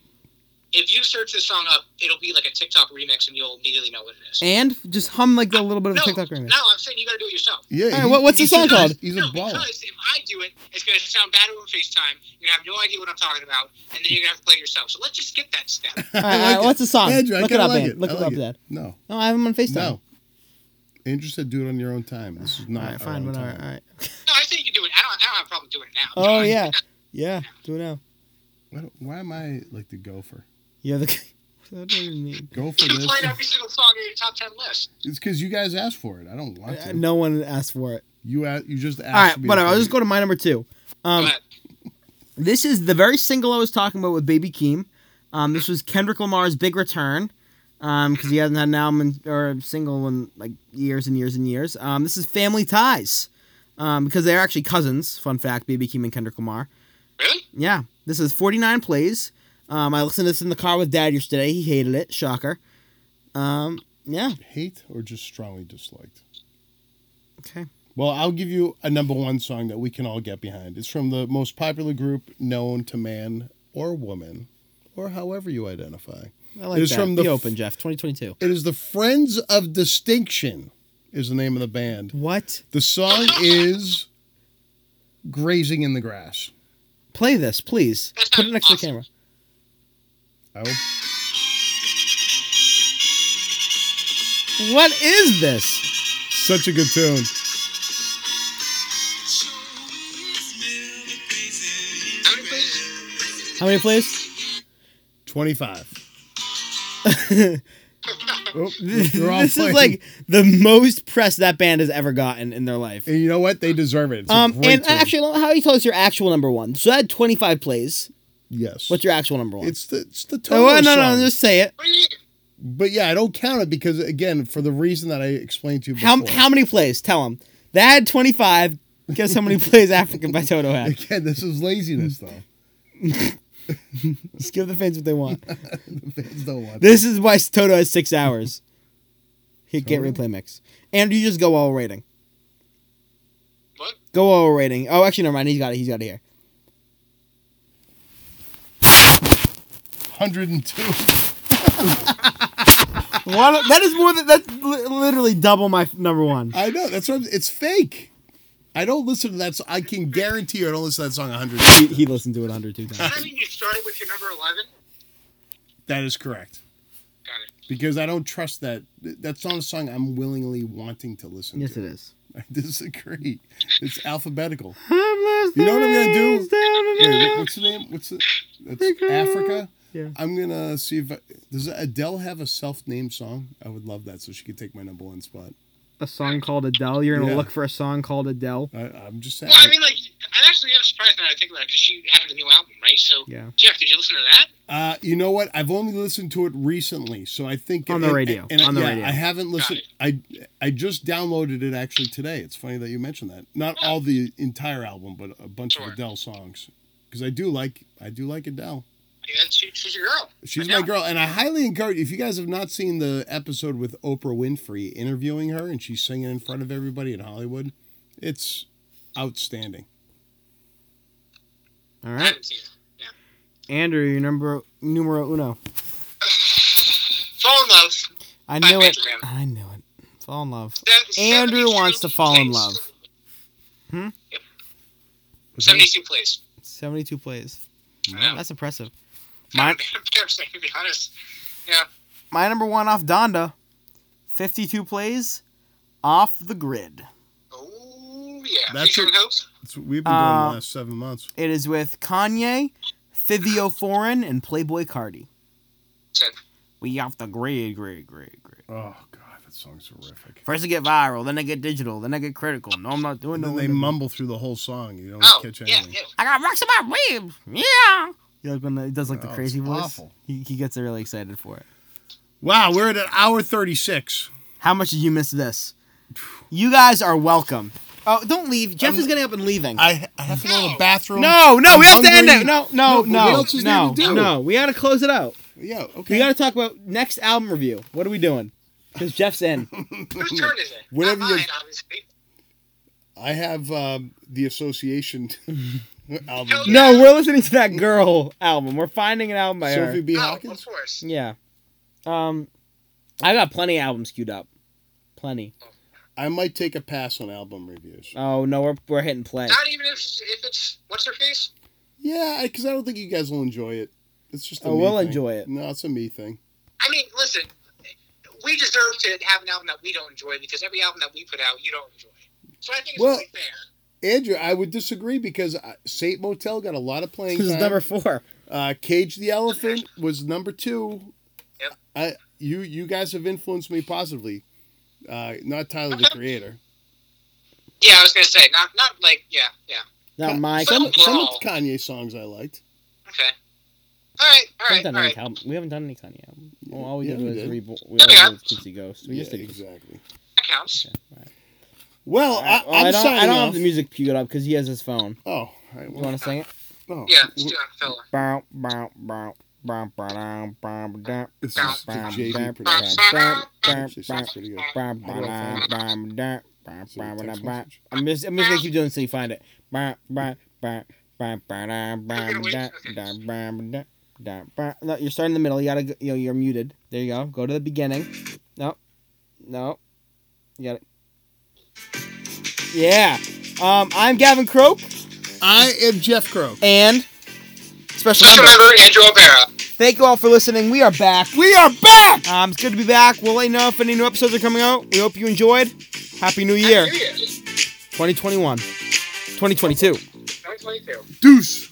Speaker 3: if you search the song up, it'll be like a TikTok remix and you'll immediately know what it is.
Speaker 1: And just hum like a little bit of
Speaker 3: no,
Speaker 1: TikTok remix.
Speaker 3: no, I'm saying you gotta do it yourself.
Speaker 2: Yeah.
Speaker 1: All right, what- what's the
Speaker 2: he's
Speaker 1: song
Speaker 2: a-
Speaker 1: called?
Speaker 2: He's a
Speaker 3: no,
Speaker 2: baller.
Speaker 3: because if I do it, it's going to sound bad over FaceTime. You're going to have no idea what I'm talking about, and then you're going to have to play it yourself. So let's just skip that step.
Speaker 1: All right, all right, what's the song?
Speaker 2: Andrew, I
Speaker 1: Look it
Speaker 2: kinda
Speaker 1: up,
Speaker 2: like
Speaker 1: man.
Speaker 2: it.
Speaker 1: Look
Speaker 2: I
Speaker 1: it
Speaker 2: like
Speaker 1: up,
Speaker 2: it.
Speaker 1: Dad.
Speaker 2: No.
Speaker 1: No, I have him on FaceTime.
Speaker 2: No. Andrew said do it on your own time. This is
Speaker 1: All
Speaker 2: not.
Speaker 1: right, fine,
Speaker 2: our own
Speaker 1: whatever.
Speaker 2: time.
Speaker 1: All right.
Speaker 3: No, I think you can do it. I don't, I don't have a problem doing it now.
Speaker 1: Oh yeah, yeah. Do it now.
Speaker 2: Why, don't- why am I like the gopher?
Speaker 1: You're the. What does that even mean?
Speaker 2: Go for
Speaker 3: You can
Speaker 2: this.
Speaker 3: play every single song in your top 10 list.
Speaker 2: It's because you guys asked for it. I don't want
Speaker 1: Uh,
Speaker 2: to.
Speaker 1: No one asked for it.
Speaker 2: You a- you just asked.
Speaker 1: All right,
Speaker 2: me to
Speaker 1: whatever. I'll
Speaker 2: play
Speaker 1: just
Speaker 2: it.
Speaker 1: go to my number two. Um,
Speaker 3: Go ahead.
Speaker 1: this is the very single I was talking about with Baby Keem. Um, this was Kendrick Lamar's big return because he hasn't had an album in, or a single in like years and years and years. Um, this is Family Ties um, because they're actually cousins. Fun fact: Baby Keem and Kendrick Lamar.
Speaker 3: Really?
Speaker 1: Yeah, this is 49 plays. Um, I listened to this in the car with Dad yesterday. He hated it. Shocker. Um, yeah.
Speaker 2: Hate or just strongly disliked.
Speaker 1: Okay.
Speaker 2: Well, I'll give you a number one song that we can all get behind. It's from the most popular group known to man or woman, or however you identify.
Speaker 1: I like
Speaker 2: It was
Speaker 1: that.
Speaker 2: from the
Speaker 1: Be
Speaker 2: f-
Speaker 1: open, Jeff. 2022.
Speaker 2: It is the Friends of Distinction, is the name of the band.
Speaker 1: What?
Speaker 2: The song is Grazing in the Grass.
Speaker 1: Play this, please.
Speaker 3: That's
Speaker 1: Put it next to the
Speaker 3: awesome.
Speaker 1: camera.
Speaker 2: I will
Speaker 1: What is this?
Speaker 2: Such a good tune.
Speaker 3: How many plays?
Speaker 1: How many plays?
Speaker 2: 25. Oh, they're all
Speaker 1: this
Speaker 2: playing.
Speaker 1: is like the most press that band has ever gotten in their life.
Speaker 2: And you know what? They deserve it. It's a
Speaker 1: Um,
Speaker 2: great
Speaker 1: and
Speaker 2: tune.
Speaker 1: actually, how you tell us your actual number one? So I had 25 plays.
Speaker 2: yes.
Speaker 1: What's your actual number one?
Speaker 2: It's the it's the
Speaker 1: oh,
Speaker 2: total
Speaker 1: well, no, no,
Speaker 2: song.
Speaker 1: no, just say it.
Speaker 3: What do you mean?
Speaker 2: But yeah, I don't count it because again, for the reason that I explained to you before.
Speaker 1: How, how many plays? Tell them. That had 25. Guess how many plays African by Toto had?
Speaker 2: Again, this is laziness though.
Speaker 1: Just give the fans what they want.
Speaker 2: the fans don't want
Speaker 1: This is why Toto has six hours. He can't replay mix. And you just go all rating.
Speaker 3: What?
Speaker 1: Go all rating. Oh, actually, never mind. He's got it. He's got it here.
Speaker 2: 102.
Speaker 1: What? That is more than that's li- literally double my f- number one.
Speaker 2: I know, that's what I'm, it's fake. I don't listen to that song. I can guarantee you I don't listen to that song 100.
Speaker 1: He, he listened to it 102
Speaker 3: Does
Speaker 1: times.
Speaker 3: that mean you started with your number 11?
Speaker 2: That is correct.
Speaker 3: Got it.
Speaker 2: Because I don't trust that. That's not a song I'm willingly wanting to listen
Speaker 1: Yes,
Speaker 2: to.
Speaker 1: it is.
Speaker 2: I disagree. It's alphabetical. You know what I'm gonna do? Wait, what's the name? What's the? That's Africa.
Speaker 1: Yeah.
Speaker 2: I'm gonna see if I, does Adele have a self-named song? I would love that, so she could take my number one spot.
Speaker 1: A song called Adele. You're gonna
Speaker 2: Yeah.
Speaker 1: look for a song called Adele.
Speaker 2: I, I'm just saying.
Speaker 3: Well, I mean, like, I actually am surprised now that I think about it because she had the new album, right? So,
Speaker 1: Yeah.
Speaker 3: Jeff, did you listen to that?
Speaker 2: Uh, you know what? I've only listened to it recently, so I think
Speaker 1: On the radio. On the radio.
Speaker 2: I haven't listened. I I just downloaded it actually today. It's funny that you mentioned that. Not all the entire album, but a bunch
Speaker 3: Sure.
Speaker 2: of Adele songs, because I do like I do like Adele.
Speaker 3: Yeah, she, she's your girl.
Speaker 2: She's
Speaker 3: I know.
Speaker 2: my girl, and I highly encourage. If you guys have not seen the episode with Oprah Winfrey interviewing her and she's singing in front of everybody in Hollywood, it's outstanding.
Speaker 1: All
Speaker 3: I
Speaker 1: right,
Speaker 3: haven't seen it.
Speaker 1: Andrew, your number numero uno.
Speaker 3: Fall in love.
Speaker 1: I
Speaker 3: By
Speaker 1: knew it.
Speaker 3: Benjamin.
Speaker 1: I knew it. Fall in love.
Speaker 3: That-
Speaker 1: Andrew
Speaker 3: 72
Speaker 1: wants to fall in
Speaker 3: plays.
Speaker 1: love. Hmm?
Speaker 3: Yep. 72 plays.
Speaker 1: Seventy-two plays.
Speaker 3: Wow.
Speaker 1: That's impressive.
Speaker 3: I'm
Speaker 1: My
Speaker 3: embarrassed, to be honest.
Speaker 1: my number one off Donda, fifty-two plays, off the grid.
Speaker 3: Oh, yeah.
Speaker 2: That's
Speaker 3: Featuring who?
Speaker 2: That's what we've been doing
Speaker 1: Uh,
Speaker 2: the last seven months.
Speaker 1: It is with Kanye, Fivio Foreign, and Playboy Cardi.
Speaker 3: Said,
Speaker 1: We off the grid, grid, grid, grid.
Speaker 2: Oh God, that song's horrific.
Speaker 1: First I get viral, then I get digital, then I get critical. No, I'm not doing
Speaker 2: And
Speaker 1: no.
Speaker 2: then they
Speaker 1: one-
Speaker 2: mumble through the whole song. You don't
Speaker 3: oh,
Speaker 2: catch
Speaker 3: yeah,
Speaker 2: anything.
Speaker 3: yeah.
Speaker 1: I got rocks in my ribs. Yeah. He, like, when he does like the
Speaker 2: Oh,
Speaker 1: crazy
Speaker 2: it's
Speaker 1: voice.
Speaker 2: awful.
Speaker 1: He, he gets really excited for it.
Speaker 2: Wow, we're at an hour thirty-six.
Speaker 1: How much did you miss this? You guys are welcome. Oh, don't leave. Jeff is getting up and leaving.
Speaker 2: I, I have to go to the bathroom.
Speaker 1: no, no,
Speaker 2: I'm
Speaker 1: we have to end
Speaker 2: hungry.
Speaker 1: it. No, no,
Speaker 2: No, but what
Speaker 1: no,
Speaker 2: else is
Speaker 1: no,
Speaker 2: there to do?
Speaker 1: no. We gotta close it out.
Speaker 2: Yeah. Okay.
Speaker 1: We gotta talk about next album review. What are we doing? Because Jeff's in.
Speaker 3: Whose turn is it?
Speaker 2: Whatever
Speaker 3: Not
Speaker 2: you-
Speaker 3: mine, obviously.
Speaker 2: I have um, the Association album.
Speaker 1: no, we're listening to that girl album. We're finding an album by
Speaker 2: Sophie
Speaker 1: her.
Speaker 2: B.
Speaker 3: Oh,
Speaker 2: Hawkins.
Speaker 3: of course.
Speaker 1: Yeah. Um, I got plenty of albums queued up. Plenty.
Speaker 2: I might take a pass on album reviews.
Speaker 1: Oh no, we're we're hitting play.
Speaker 3: Not even if, if it's what's her face.
Speaker 2: Yeah, because I don't think you guys will enjoy it. It's just. I
Speaker 1: Oh, we'll enjoy it.
Speaker 2: No, it's a me thing.
Speaker 3: I mean, listen, we deserve to have an album that we don't enjoy because every album that we put out, you don't enjoy. So I think it's
Speaker 2: Well-
Speaker 3: only fair.
Speaker 2: Andrew, I would disagree because uh, Saint Motel got a lot of playing
Speaker 1: This is
Speaker 2: time.
Speaker 1: number four.
Speaker 2: Uh, Cage the Elephant was number two.
Speaker 3: Yep.
Speaker 2: I you you guys have influenced me positively. Uh, not Tyler the Creator.
Speaker 3: Yeah, I was gonna say not not like yeah yeah.
Speaker 1: Not my.
Speaker 2: some,
Speaker 1: we
Speaker 2: some of the Kanye songs I liked.
Speaker 3: Okay. All right. All right.
Speaker 1: haven't
Speaker 3: All
Speaker 1: done any
Speaker 3: right.
Speaker 1: album. We haven't done any Kanye album. Well, all we
Speaker 2: Yeah,
Speaker 1: did
Speaker 2: we
Speaker 1: was
Speaker 2: did.
Speaker 1: reborn. We
Speaker 3: Yeah,
Speaker 1: all
Speaker 3: yeah.
Speaker 1: did was Tootsie Ghost. We
Speaker 2: yeah,
Speaker 1: just did.
Speaker 2: exactly.
Speaker 3: That counts.
Speaker 1: Okay, all right.
Speaker 2: Well,
Speaker 1: All right,
Speaker 2: I,
Speaker 1: well,
Speaker 2: I'm
Speaker 1: I don't.
Speaker 2: signing
Speaker 1: I don't
Speaker 2: off.
Speaker 1: have the music queued up because he has his phone.
Speaker 2: Oh, all right.
Speaker 1: You
Speaker 2: Well,
Speaker 1: want to sing it?
Speaker 2: oh.
Speaker 3: Yeah, let's do that, fella.
Speaker 1: Bow, bow, bow, bow, bow, dow, bow, dow,
Speaker 2: This is the
Speaker 1: bow,
Speaker 2: JD
Speaker 1: bow,
Speaker 2: production.
Speaker 1: bow, bow,
Speaker 2: Actually,
Speaker 1: bow,
Speaker 2: sounds pretty good.
Speaker 1: bow,
Speaker 2: How do I
Speaker 1: bow,
Speaker 2: find
Speaker 1: bow, dow, bow,
Speaker 2: Is there a
Speaker 1: bow,
Speaker 2: text
Speaker 1: dow, bow.
Speaker 2: message?
Speaker 1: I'm just. I'm just gonna keep doing it until you find it. Bow, bow, bow, bow, bow, dow, bow,
Speaker 3: gonna wait.
Speaker 1: dow,
Speaker 3: Okay.
Speaker 1: dow, bow, dow, dow, bow. No, you're starting in the middle. You gotta. go- You know, you're muted. There you go. Go to the beginning. No, no. You got it. Yeah. Um, I'm Gavin Croak
Speaker 2: I am Jeff Croak.
Speaker 1: and special
Speaker 3: Special
Speaker 1: member.
Speaker 3: member Andrew O'Bara.
Speaker 1: Thank you all for listening. We are back. We are back. Um, it's good to be back. We'll let you know if any new episodes are coming out. We hope you enjoyed. Happy New Year,
Speaker 3: Happy New Year.
Speaker 1: 2021, 2022.
Speaker 3: 2022.
Speaker 2: Deuce.